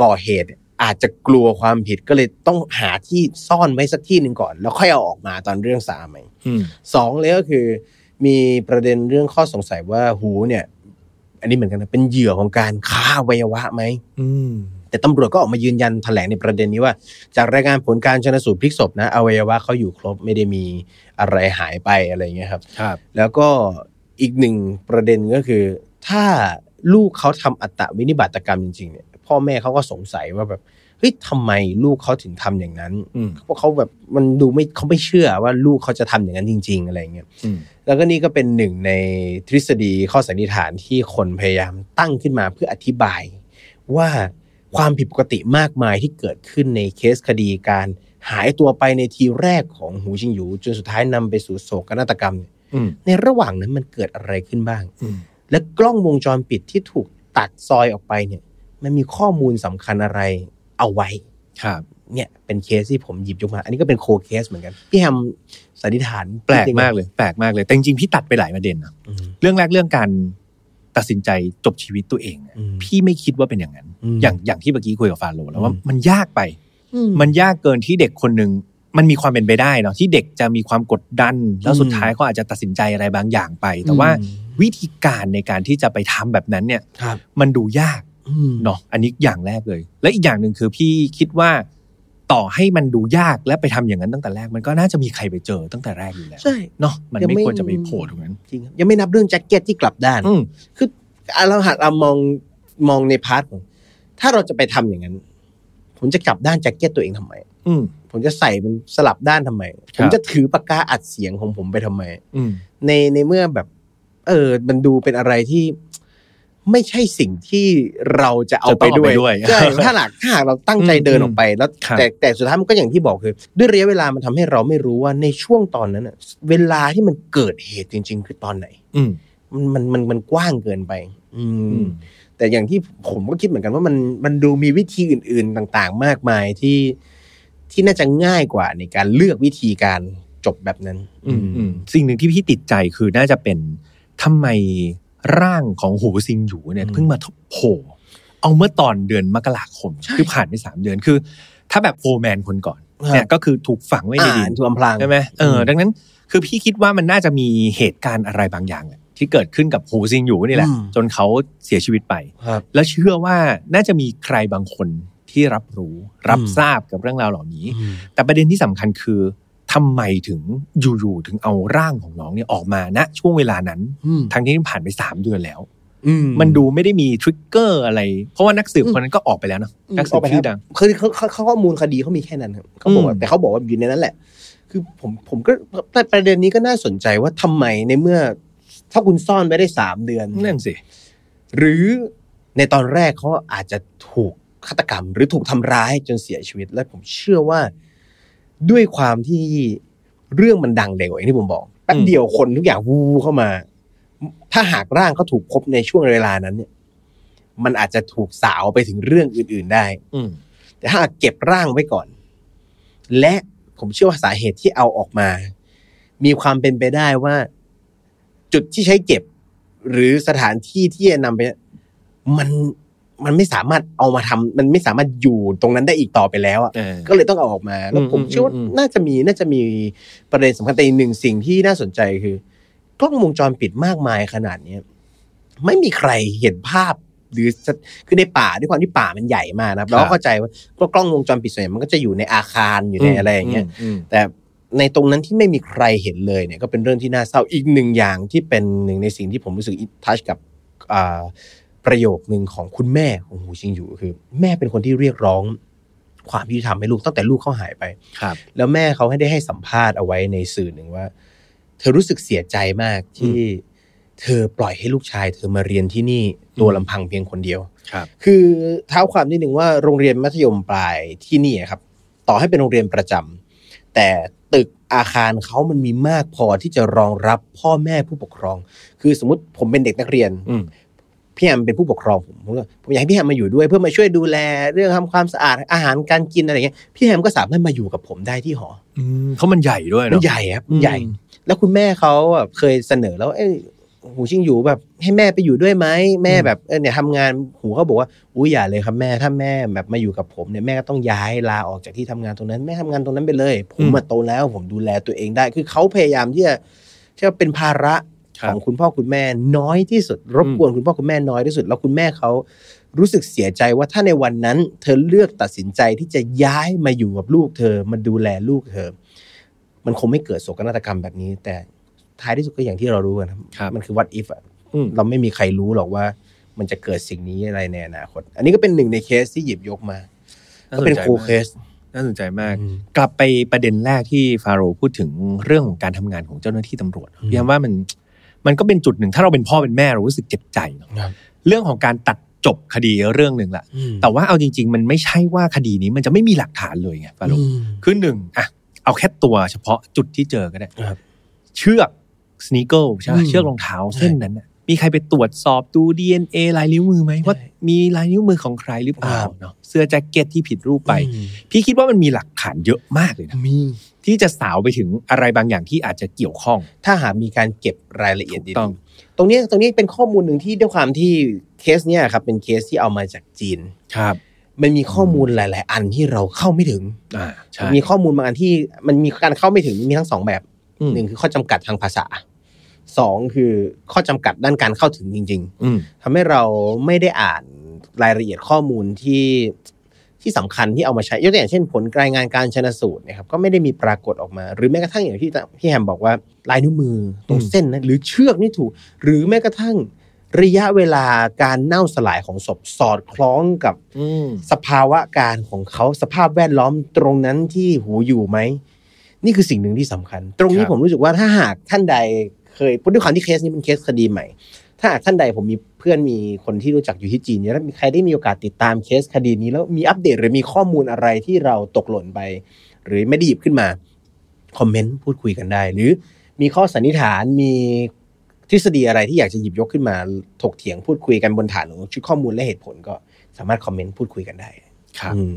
B: ก่อเหตุอาจจะกลัวความผิดก็เลยต้องหาที่ซ่อนไว้สักที่หนึ่งก่อน แล้วค่อยเอาออกมาตอนเรื่องสาไหม
A: อืม
B: สองเลยก็คือ มีประเด็นเรื่องข้อสงสัยว่าหูเนี่ย อันนี้เหมือนกันนะเป็นเหยื่อของการฆ่าอวัยวะไหม
A: อืม
B: แต่ตำรวจก็ออกมายืนยันแถลงในประเด็นนี้ว่า จากรายงานผลการชนสูตรพลิกศพนะอวัยวะเขาอยู่ครบไม่ได้มีอะไรหายไปอะไรอย่างเงี้ยครับ
A: ครับ
B: แล้วก็อีกหนึ่งประเด็นก็คือ ถ้าลูกเขาทำอัตตวินิบาตกรรมจริงๆเนี่ยพ่อแม่เขาก็สงสัยว่าแบบเฮ้ยทำไมลูกเขาถึงทำอย่างนั้น
A: อืม
B: เพราะเขาแบบมันดูไม่เขาไม่เชื่อว่าลูกเขาจะทำอย่างนั้นจริง ๆ อะไรอย่างเงี้ย
A: อืม
B: แล้วก็นี่ก็เป็นหนึ่งในทฤษฎีข้อสันนิษฐานที่คนพยายามตั้งขึ้นมาเพื่ออธิบาย ว่าความผิดปกติมากมายที่เกิดขึ้นในเคสคดีการหายตัวไปในทีแรกของหูชิงหยูจนสุดท้ายนำไปสู่โศกนาฏกรรมเนี่ย
A: อืม
B: ในระหว่างนั้นมันเกิดอะไรขึ้นบ้าง
A: อืม
B: และกล้องวงจรปิดที่ถูกตัดซอยออกไปเนี่ยมันมีข้อมูลสำคัญอะไรเอาไว้
A: ครับ
B: เนี่ยเป็นเคสที่ผมหยิบยกมา อันนี้ก็เป็นโคเคสเหมือนกันพี่แฮมสันนิษฐาน
A: แปลกมากเลย แปลกมากเลย แต่จริงๆ พี่ตัดไปหลายประเด็นนะ
B: อืม
A: เรื่องแรกเรื่องการตัดสินใจจบชีวิตตัวเองเนี่ย
B: อืม
A: พี่ไม่คิดว่าเป็นอย่างนั้น
B: อืม
A: อย่างอย่างที่เมื่อกี้คุยกับฟาโรห์แล้วว่า
B: อืม
A: มันยากไป มันยากเกินที่เด็กคนหนึ่งมันมีความเป็นไปได้เนาะที่เด็กจะมีความกดดัน แล้วสุดท้ายก็อาจจะตัดสินใจอะไรบางอย่างไป แต่ว่า
B: อืม
A: วิธีการในการที่จะไปทำแบบนั้นเนี่ย
B: ครับ
A: มันดูยาก
B: เนาะ
A: เนาะอันนี้อย่างแรกเลย และอีกอย่างหนึ่งคือพี่คิดว่าต่อให้มันดูยากและไปทำอย่างนั้นตั้งแต่แรก มันก็น่าจะมีใครไปเจอตั้งแต่แรกอยู่แล้ว
B: ใช่
A: เนาะมันไม่ควรจะไปโผล่ตรงนั้น
B: จริงครับยังไม่นับเรื่องแจ็คเก็ตที่กลับด้าน
A: อืม
B: คืออ่ะเราหัดเรามองมองในพาร์ทของถ้าเราจะไปทำอย่างนั้น ผมจะกลับด้านแจ็คเก็ตตัวเองทำไม
A: อืม
B: ผมจะใส่มันสลับด้านทำไม
A: ค
B: ผ
A: รับ
B: มจะถือปากกาอัดเสียงของผมไปทำไม
A: อืม
B: ในในเมื่อแบบ เออ มันดูเป็นอะไรที่ ไม่ใช่สิ่งที่เราจะเอาไปด้วย
A: จะต้องเอาไปด้วย
B: ใช่ถ้าหากถ้าหากเราตั้งใจเดินออกไป แล้ว
A: ครับ
B: แต่แต่สุดท้ายมันก็อย่างที่บอกคือ ด้วยระยะเวลามันทำให้เราไม่รู้ว่าในช่วงตอนนั้นน่ะเวลาที่มันเกิดเหตุจริง ๆ คือตอนไหน
A: อืม
B: มันมันมันมันกว้างเกินไป อื
A: อื
B: ม
A: ม
B: แต่อย่างที่ผมก็คิดเหมือนกันว่ามันมันดูมีวิธีอื่น ๆต่างๆ มากมายที่ที่น่าจะง่ายกว่าในการเลือกวิธีการจบแบบนั้น
A: อืมอืมสิ่งหนึ่งที่พี่ติดใจคือน่าจะเป็นทำไมร่างของหูซิงหยูเนี่ย
B: อืม
A: เพิ่งมาโผล่ เอาเมื่อตอนเดือนมกราคม คือผ่านไปสามเดือนคือ ถ้าแบบโฟร์แมนคนก่อนเนี่ยก็คือถูกฝังไว้ในดิน
B: ถูกอำพราง
A: ใช่ไหมเอออ
B: ม
A: ดังนั้นคือพี่คิดว่ามันน่าจะมีเหตุการณ์อะไรบางอย่างแหละที่เกิดขึ้นกับโฮซิงอยู่นี่แหละ
B: อืม
A: จนเขาเสียชีวิตไป
B: ครับ
A: แล้วเชื่อว่าน่าจะมีใครบางคนที่รับรู้ รับ
B: อืม
A: ทราบกับเรื่องราวเหล่านี้ แต่ประเด็นที่สำคัญคือทำไมถึงอยู่ๆถึงเอาร่างของน้องเนี่ยออกมาณช่วงเวลานั้น ทั้งที่ผ่านไปสามเดือนแล้ว มันดูไม่ได้มีทริกเกอร์อะไร เพราะว่านักสืบคนนั้นก็ออกไปแล้วเนอะนักสืบชื่อดัง
B: คือเขาเขาเขาข้อมูลคดีเขามีแค่นั้นครับเขาบอกว่า
A: อืม
B: แต่เขาบอกว่าอยู่ในนั้นแหละ คือผมผมก็แต่ประเด็นนี้ก็น่าสนใจว่าทำไมในเมื่อ ถ้าคุณซ่อนไว้ได้สามเดือน
A: นั่นสิ
B: หรือในตอนแรกเขาอาจจะถูกฆาตกรรม หรือถูกทำร้ายจนเสียชีวิต และผมเชื่อว่าด้วยความที่เรื่องมันดังเร็วอย่างที่ผมบอกแป๊บ
A: อืม
B: เดียวคนทุกอย่างวูเข้ามา ถ้าหากร่างเขาถูกพบในช่วงเวลานั้น เนี่ย มันอาจจะถูกสาวไปถึงเรื่องอื่น ๆได้
A: อืม
B: แต่ถ้าเก็บร่างไว้ก่อน และผมเชื่อว่าสาเหตุที่เอาออกมา มีความเป็นไปได้ว่า จุดที่ใช้เก็บ หรือสถานที่ที่จะนำไป มันมันไม่สามารถเอามาทำมันไม่สามารถอยู่ตรงนั้นได้อีกต่อไปแล้วอ่ะ
A: เออ
B: ก็เลยต้องเอาออกมาแล้วผม
A: อืม
B: เชื่อว่า
A: อืมอืม
B: น่าจะมีน่าจะมีประเด็นสำคัญแต่อีกหนึ่งสิ่งที่น่าสนใจคือ กล้องวงจรปิดมากมายขนาดเนี้ยไม่มีใครเห็นภาพ หรือสคือในป่าด้วยความที่ป่ามันใหญ่มากนะครับเราก็เข้าใจว่าก็กล้องวงจรปิดส่วนใหญ่มันก็จะอยู่ในอาคารอยู่ในอะไรอย่างเงี้ย
A: อืม
B: แต่ในตรงนั้นที่ไม่มีใครเห็นเลยเนี่ยก็เป็นเรื่องที่น่าเศร้าอีกหนึ่งอย่างที่เป็นหนึ่งในสิ่งที่ผมรู้สึกอิทัชกับอ่าประโยคหนึ่งของคุณแม่ของหูชิงอยู่คือ แม่เป็นคนที่เรียกร้อง ความยุติธรรมให้ลูกตั้งแต่ลูกเขาหายไป
A: ครับ
B: แล้วแม่เขาให้ได้ให้สัมภาษณ์เอาไว้ในสื่อหนึ่งว่า เธอรู้สึกเสียใจมากที่เธอปล่อยให้ลูกชาย เธอมาเรียนที่นี่ตัว
A: อืม
B: ลำพังเพียงคนเดียว
A: ครับ
B: คือเท้าความนิดหนึ่งว่าโรงเรียนมัธยมปลายที่นี่อะครับ ต่อให้เป็นโรงเรียนประจำแต่ตึกอาคารเขามันมีมากพอที่จะรองรับพ่อแม่ผู้ปกครอง คือสมมติผมเป็นเด็กนักเรียน
A: อืม
B: พี่แฮมเป็นผู้ปกครองผมผมก็ผมอยากให้พี่แฮมมาอยู่ด้วย เพื่อมาช่วยดูแลเรื่องทำความสะอาดอาหารการกินอะไรเงี้ยพี่แฮมก็สามารถมาอยู่กับผมได้ที่หอ
A: อืมเขาะมันใหญ่ด้วย
B: มั
A: เนาะ
B: นใหญ่ครับมันใหญ่
A: อืม
B: แล้วคุณแม่เขาแบบเคยเสนอแล้วเอ้ยหูชิงอยู่แบบ ให้แม่ไปอยู่ด้วยไหมแม่
A: อืม
B: แบบเออเนี่ยทำงานหูเขาบอกว่าอุ้ยอย่าเลยครับแม่ถ้าแม่แบบมาอยู่กับผมเนี่ยแม่ก็ต้องย้ายลาออกจากที่ทำงานตรงนั้น แม่ทำงานตรงนั้นไปเลย ผมมาโตแล้วผมดูแลตัวเองได้ คือเขาพยายามที่จะที่จะเป็นภาระ
A: ค
B: ข
A: รับ
B: องคุณพ่อคุณแม่น้อยที่สุด รบกวนคุณพ่อคุณแม่น้อยที่สุด แล้วคุณแม่เขารู้สึกเสียใจว่าถ้าในวันนั้น เธอเลือกตัดสินใจที่จะย้ายมาอยู่กับลูกเธอมาดูแลลูกเธอ มันคงไม่เกิดโศกนาฏกรรมแบบนี้ แต่ท้ายที่สุดก็อย่างที่เรารู้กันครับ
A: ครับ
B: มันคือ what if อะ
A: อืม
B: เราไม่มีใครรู้หรอกว่า มันจะเกิดสิ่งนี้อะไรในอนาคต อันนี้ก็เป็นหนึ่งในเคสที่หยิบยกมาก็เป็นครูเคส
A: น่าสนใจมาก กลับไปประเด็นแรกที่ฟาโรห์พูดถึงเรื่องของการทำงานของเจ้าหน้าที่ตำรวจพี่ยามว่ามันมันก็เป็นจุดหนึ่ง ถ้าเราเป็นพ่อเป็นแม่เรารู้สึกเจ็บใจเนอะ
B: ครับ
A: เรื่องของการตัดจบคดีเรื่องหนึ่งละแต่ว่าเอาจริง ๆ มันไม่ใช่ว่าคดีนี้มันจะไม่มีหลักฐานเลยไงฟาโรห์
B: อืม
A: คือหนึ่งอะเอาแค่ตัวเฉพาะจุดที่เจอก็ได้
B: ครับ
A: เชือกสเนคเกิลใช่ไหม
B: อืม
A: เชือกรองเท้า
B: ใช่
A: เส้นนั้นน่ะมีใครไปตรวจสอบดู DNA ลายนิ้วมือไหมว่า
B: ใช่
A: มีลายนิ้วมือของใครหรือเปล่า
B: ครับ
A: เนาะเสื้อแจ็คเก็ตที่ผิดรูปไป
B: อืม
A: พี่คิดว่ามันมีหลักฐานเยอะมากเลยนะ
B: มี
A: ที่จะสาวไปถึงอะไรบางอย่างที่อาจจะเกี่ยวข้อง
B: ถ้าหากมีการเก็บรายละเอียดดี
A: ถูกต้อง
B: ๆตรงเนี้ยตรงนี้เป็นข้อมูลหนึ่งที่ด้วยความที่เคสเนี่ยครับเป็นเคสที่เอามาจากจีน
A: ครับ
B: มันมีข้อมูลหลาย ๆ อันที่เราเข้าไม่ถึง
A: อ่าใช่
B: มีข้อมูลบางอันที่มันมีการเข้าไม่ถึงมีทั้งสองแบบ
A: อืม
B: หนึ่งคือข้อจำกัดทางภาษาสองคือข้อจำกัดด้านการเข้าถึงจริง
A: อืม
B: ๆทำให้เราไม่ได้อ่านรายละเอียดข้อมูลที่ที่สำคัญที่เอามาใช้ยกตัวอย่างเช่นผลรายงานการชนะสูตรเนะครับก็ไม่ได้มีปรากฏออกมา หรือแม้กระทั่งอย่างที่พี่แฮมบอกว่าลายนิ้วมือตรง
A: อืม
B: เส้นนั้นหรือเชือกนี่ถูก หรือแม้กระทั่งระยะเวลาการเน่าสลายของศพสอดคล้องกับ
A: อืม
B: สภาวะการของเขาสภาพแวดล้อมตรงนั้นที่หูอยู่ไหม นี่คือสิ่งหนึ่งที่สำคัญ ตรง
A: ค
B: นี้
A: รับ
B: ผมรู้สึกว่าถ้าหากท่านใดเคยด้วยความที่เคสนี้เป็นเคสคดีใหม่ ถ้าหากท่านใดผมมีเพื่อนมีคนที่รู้จักอยู่ที่จีนเนี่ยแล้วมีใครได้มีโอกาสติดตามเคสคดีนี้ แล้วมีอัปเดตหรือมีข้อมูลอะไรที่เราตกหล่นไป หรือไม่ได้หยิบขึ้นมา คอมเมนต์พูดคุยกันได้ หรือมีข้อสันนิษฐานมีทฤษฎีอะไรที่อยากจะหยิบยกขึ้นมาถกเถียงพูดคุยกันบนฐานของชุดข้อมูลและเหตุผลก็สามารถคอมเมนต์พูดคุยกันได้
A: ครับ
B: อืม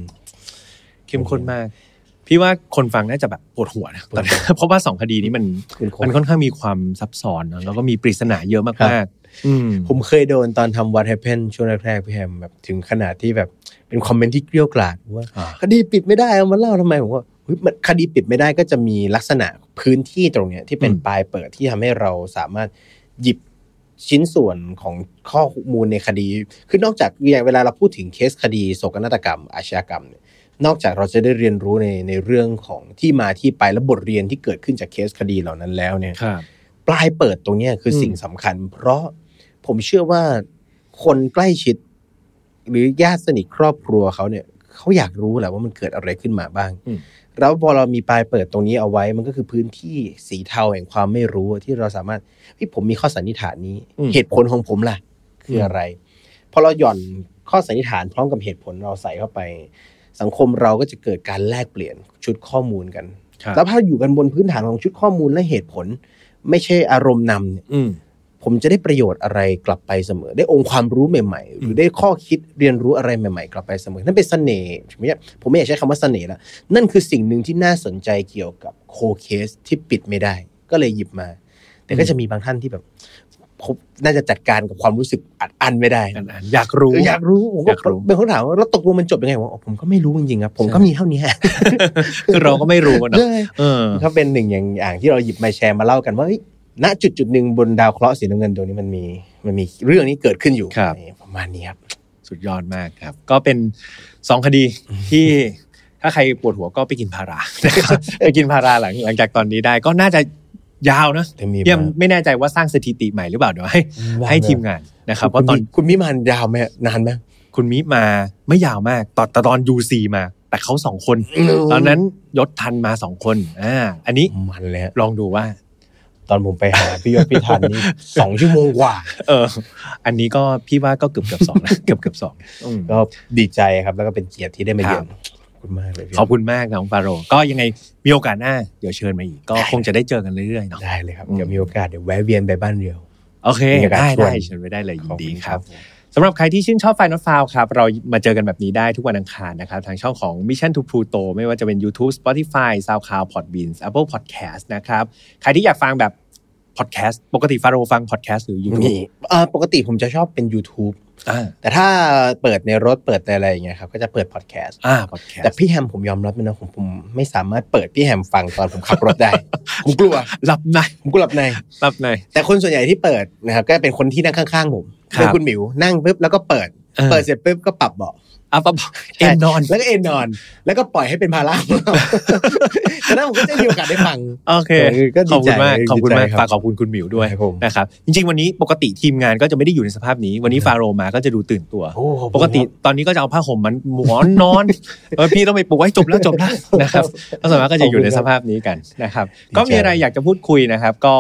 A: เข้มข้นมาก พี่ว่าคนฟังน่าจะแบบปวดหัวนะตอนนี้ เพราะว่าสองคดีนี้มัน
B: เป็นคน
A: มันค่อนข้างมีความซับซ้อนเนอะแล้วก็มีปริศนาเยอะ
B: ครั
A: มาก
B: บ
A: อืม
B: ผมเคยโดนตอนทำ What Happened ช่วงแรกๆพี่แฮมแบบถึงขนาดที่แบบเป็นคอมเมนต์ที่เกลี้ยวกล่อมว่า
A: อ่า
B: คดีปิดไม่ได้เอามาเล่าทำไมผมว่าเฮ้ยมันคดีปิดไม่ได้ก็จะมีลักษณะพื้นที่ตรงเนี้ยที่เป็นปลายเปิดที่ทำให้เราสามารถหยิบชิ้นส่วนของข้อมูลในคดี คือนอกจากอย่างเวลาเราพูดถึงเคสคดีโศกนาฏกรรม อาชญากรรมเนี่ยนอกจากเราจะได้เรียนรู้ในในเรื่องของที่มาที่ไปและบทเรียนที่เกิดขึ้นจากเคสคดีเหล่านั้นแล้วเนี่ย
A: ครับ
B: ปลายเปิดตรงเนี้ยคือ
A: ม
B: สิ่งสำคัญ เพราะผมเชื่อว่าคนใกล้ชิด หรือญาติสนิทครอบครัวเขาเนี่ยเขาอยากรู้แหละว่ามันเกิดอะไรขึ้นมาบ้าง
A: อืม
B: แล้วพอเรามีปลายเปิดตรงนี้เอาไว้ มันก็คือพื้นที่สีเทาแห่งความไม่รู้ที่เราสามารถเฮ้ยผมมีข้อสันนิษฐานนี้
A: อืม
B: เหตุผลของผมล่ะ คืออะไรพอเราหย่อนข้อสันนิษฐานพร้อมกับเหตุผลเราใส่เข้าไป สังคมเราก็จะเกิดการแลกเปลี่ยนชุดข้อมูลกัน
A: ครับ
B: แล้วถ้าอยู่กันบนพื้นฐานของชุดข้อมูลและเหตุผล ไม่ใช่อารมณ์นำเนี่ย
A: อืม
B: ผมจะได้ประโยชน์อะไรกลับไปเสมอ ได้องค์ความรู้ใหม่ ๆ หรือได้ข้อคิดเรียนรู้อะไรใหม่ ๆ กลับไปเสมอ นั่นเป็นเสน่ห์ผมไม่อยากผมไม่อยากใช้คำว่าเสน่ห์ละนั่นคือสิ่งหนึ่งที่น่าสนใจเกี่ยวกับโคเคสที่ปิดไม่ได้ ก็เลยหยิบมา แต่ก็จะมีบางท่านที่แบบผมน่าจะจัดการกับความรู้สึกอัดอั้นไม่ได้
A: อันอันอยากรู้
B: เอออยากรู้ผมก็
A: อยากรู้
B: เป็นคนถามว่าแล้วตกลงมันจบยังไงวะอ๋อผมก็ไม่รู้จริงๆครับผมก็
A: ใช่
B: มีเท่านี้ฮะ
A: คือเราก็ไม่รู้ อะเนอะ
B: ใช่
A: เออ
B: ก็เป็นหนึ่งอย่างอย่างที่เราหยิบมาแชร์มาเล่ากันว่าเฮ้ยณจุดจุดหนึ่งบนดาวเคราะห์สีน้ำเงินดวงนี้มันมีมันมีเรื่องนี้เกิดขึ้นอยู่
A: ครับ
B: นี่ประมาณนี้ครับ
A: สุดยอดมากครับ ก็เป็นสองคดีที่ ถ้าใครปวดหัวก็ไปกินพา รานะครับไปกินพาราหลังหลังจากตอนนี้ได้ก็น่าจะยาวนะ
B: เต็มมี
A: เยี่ยม
B: มาก
A: ไม่แน่ใจว่าสร้างสถิติใหม่หรือเปล่าเดี๋ยวให้ ให้ทีมงานนะครับ
B: ว่า
A: ว่าต
B: ตอ
A: อน น
B: คุณมิมานยาวไหมนานไหม
A: คุณมิมาไม่ยาวมากตอนแต่ตอนยูซีมา แต่เขาสองคน ตอนนั้นยศทันมาสองคนอ่าอันนี้
B: มันเลยฮะ
A: ลองดูว่า
B: ตอนผมไปหาพี่ยศพี่ทันนี่ สองชั่วโมงกว่า
A: เออ อันนี้ก็พี่ว่าก็เกือบเกือบสองนะ เกือบเกือบสองอืม
B: ก็ดีใจครับแล้วก็เป็นเกียรติที่ได้มาเยือน
A: ครับ
B: ขอบคุณมากเลยพี่
A: ขอบคุณมากน้องฟาโรห์ก็ยังไงมีโอกาสหน้าเดี๋ยวเชิญมาอีก ก็คงจะได้เจอกันเรื่อยๆเนาะ
B: ได้เลยครับ
A: อืม
B: เดี๋ยวมีโอกาสเดี๋ยวแวะเวียนไปบ้านเรียว
A: โอเค
B: มีโอกาส
A: ได้
B: ชวน
A: ได้เชิญไปได้เลยยินดีครับ
B: ผม
A: สำหรับใครที่ชื่นชอบไฟนอตฟาวครับ เรามาเจอกันแบบนี้ได้ทุกวันอังคารนะครับ ทางช่องของ Mission to Pluto ไม่ว่าจะเป็น YouTube Spotify SoundCloud Podbeans Apple Podcast นะครับ ใครที่อยากฟังแบบพอดแคสต์ปกติฟาโรฟังพอดแคสต์หรือ
B: นี่
A: YouTube
B: เอ่อปกติผมจะชอบเป็น YouTube
A: อ่า
B: แต่ถ้าเปิดในรถเปิดในอะไรอย่างเงี้ยครับก็จะเปิดพอดแคสต์
A: อ่าพอดแคส
B: แต่
A: ต์
B: พี่แฮมผมยอมรับเลยนะผมผมไม่สามารถเปิดพี่แฮมฟังตอนผมขับรถได้ ผมกลัว
A: รับใน
B: ผมกลัวหลับใน
A: รับใน
B: แต่คนส่วนใหญ่ที่เปิดนะครับก็เป็นคนที่นั่งข้างๆผม
A: ครับ
B: เป็นคุณหมิวนั่งปุ๊บแล้วก็เปิด เปิดเสร็จปุ๊บก็ปรับเบาะ
A: อ่ะปะบอกเอ็นนอน
B: แล้วก็เอนนอน แล้วก็ปล่อยให้เป็นภาระ ของเรา ฉะนั้นผมก็จะมีโอกาสได้ฟัง
A: โอเค
B: เออก็ดี
A: ขอบคุ
B: ใจ
A: ณมาก
B: ดีใจ
A: ขอบคุณมาก
B: ครับ
A: ฝากขอบคุณคุณหมิวด้วย
B: ครับผม
A: นะครับ จริงๆ วันนี้ปกติทีมงานก็จะไม่ได้อยู่ในสภาพนี้ วันนี้ฟาโรมาก็จะดูตื่นตัว
B: โอ้ขอบคุณ
A: ปกติ
B: ครับ
A: ตอนนี้ก็จะเอาผ้าห่มมันหมอนนอน เออพี่ต้องไปปลุกไว้จบแล้วจบแล้ว นะครับแล้วส่วนมากก็จะอยู่ในสภาพนี้กันนะครับ
B: ดีใจ
A: ก็มีอะไรอยากจะพูดคุยนะครับ ก็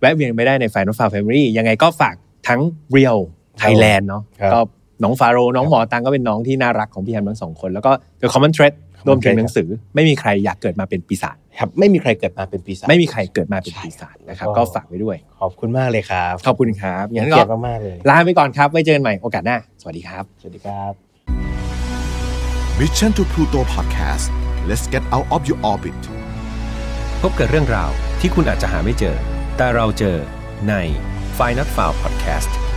A: แวะเวียนไปได้ในฝ่ายน้องฟาแฟมิลี่ยังไงก็ฝากทั้งเรียวไทยแลนด์เนาะ
B: ครับ
A: ก็น้องฟาโรน้องหมอตังก็เป็นน้องที่น่ารักของพี่แฮมทั้งสองคน แล้วก็เดอะคอมมอนเทรดรวมถึงหนังสือ ไม่มีใครอยากเกิดมาเป็นปีศาจ
B: ครับไม่มีใครเกิดมาเป็นปีศาจ
A: ไม่มีใครเกิดมาเป็นปีศาจนะครับ
B: ใช่ครับ
A: ก็ฝากไว้ด้วย
B: ขอบคุณมากเลยครับ
A: ขอบคุณครับ
B: ย่า
A: งั้
B: ง
A: นก็
B: เกียรติมากๆเลย
A: ลาไปก่อนครับไว้เจอกันใหม่โอกาสหน้าสวัสดีครับ
B: สวัสดีครับ
D: Mission to Pluto Podcast let's get out of your orbit
E: พบกับเรื่องราวที่คุณอาจจะหาไม่เจอ แต่เราเจอใน f i n a l f i l e Podcast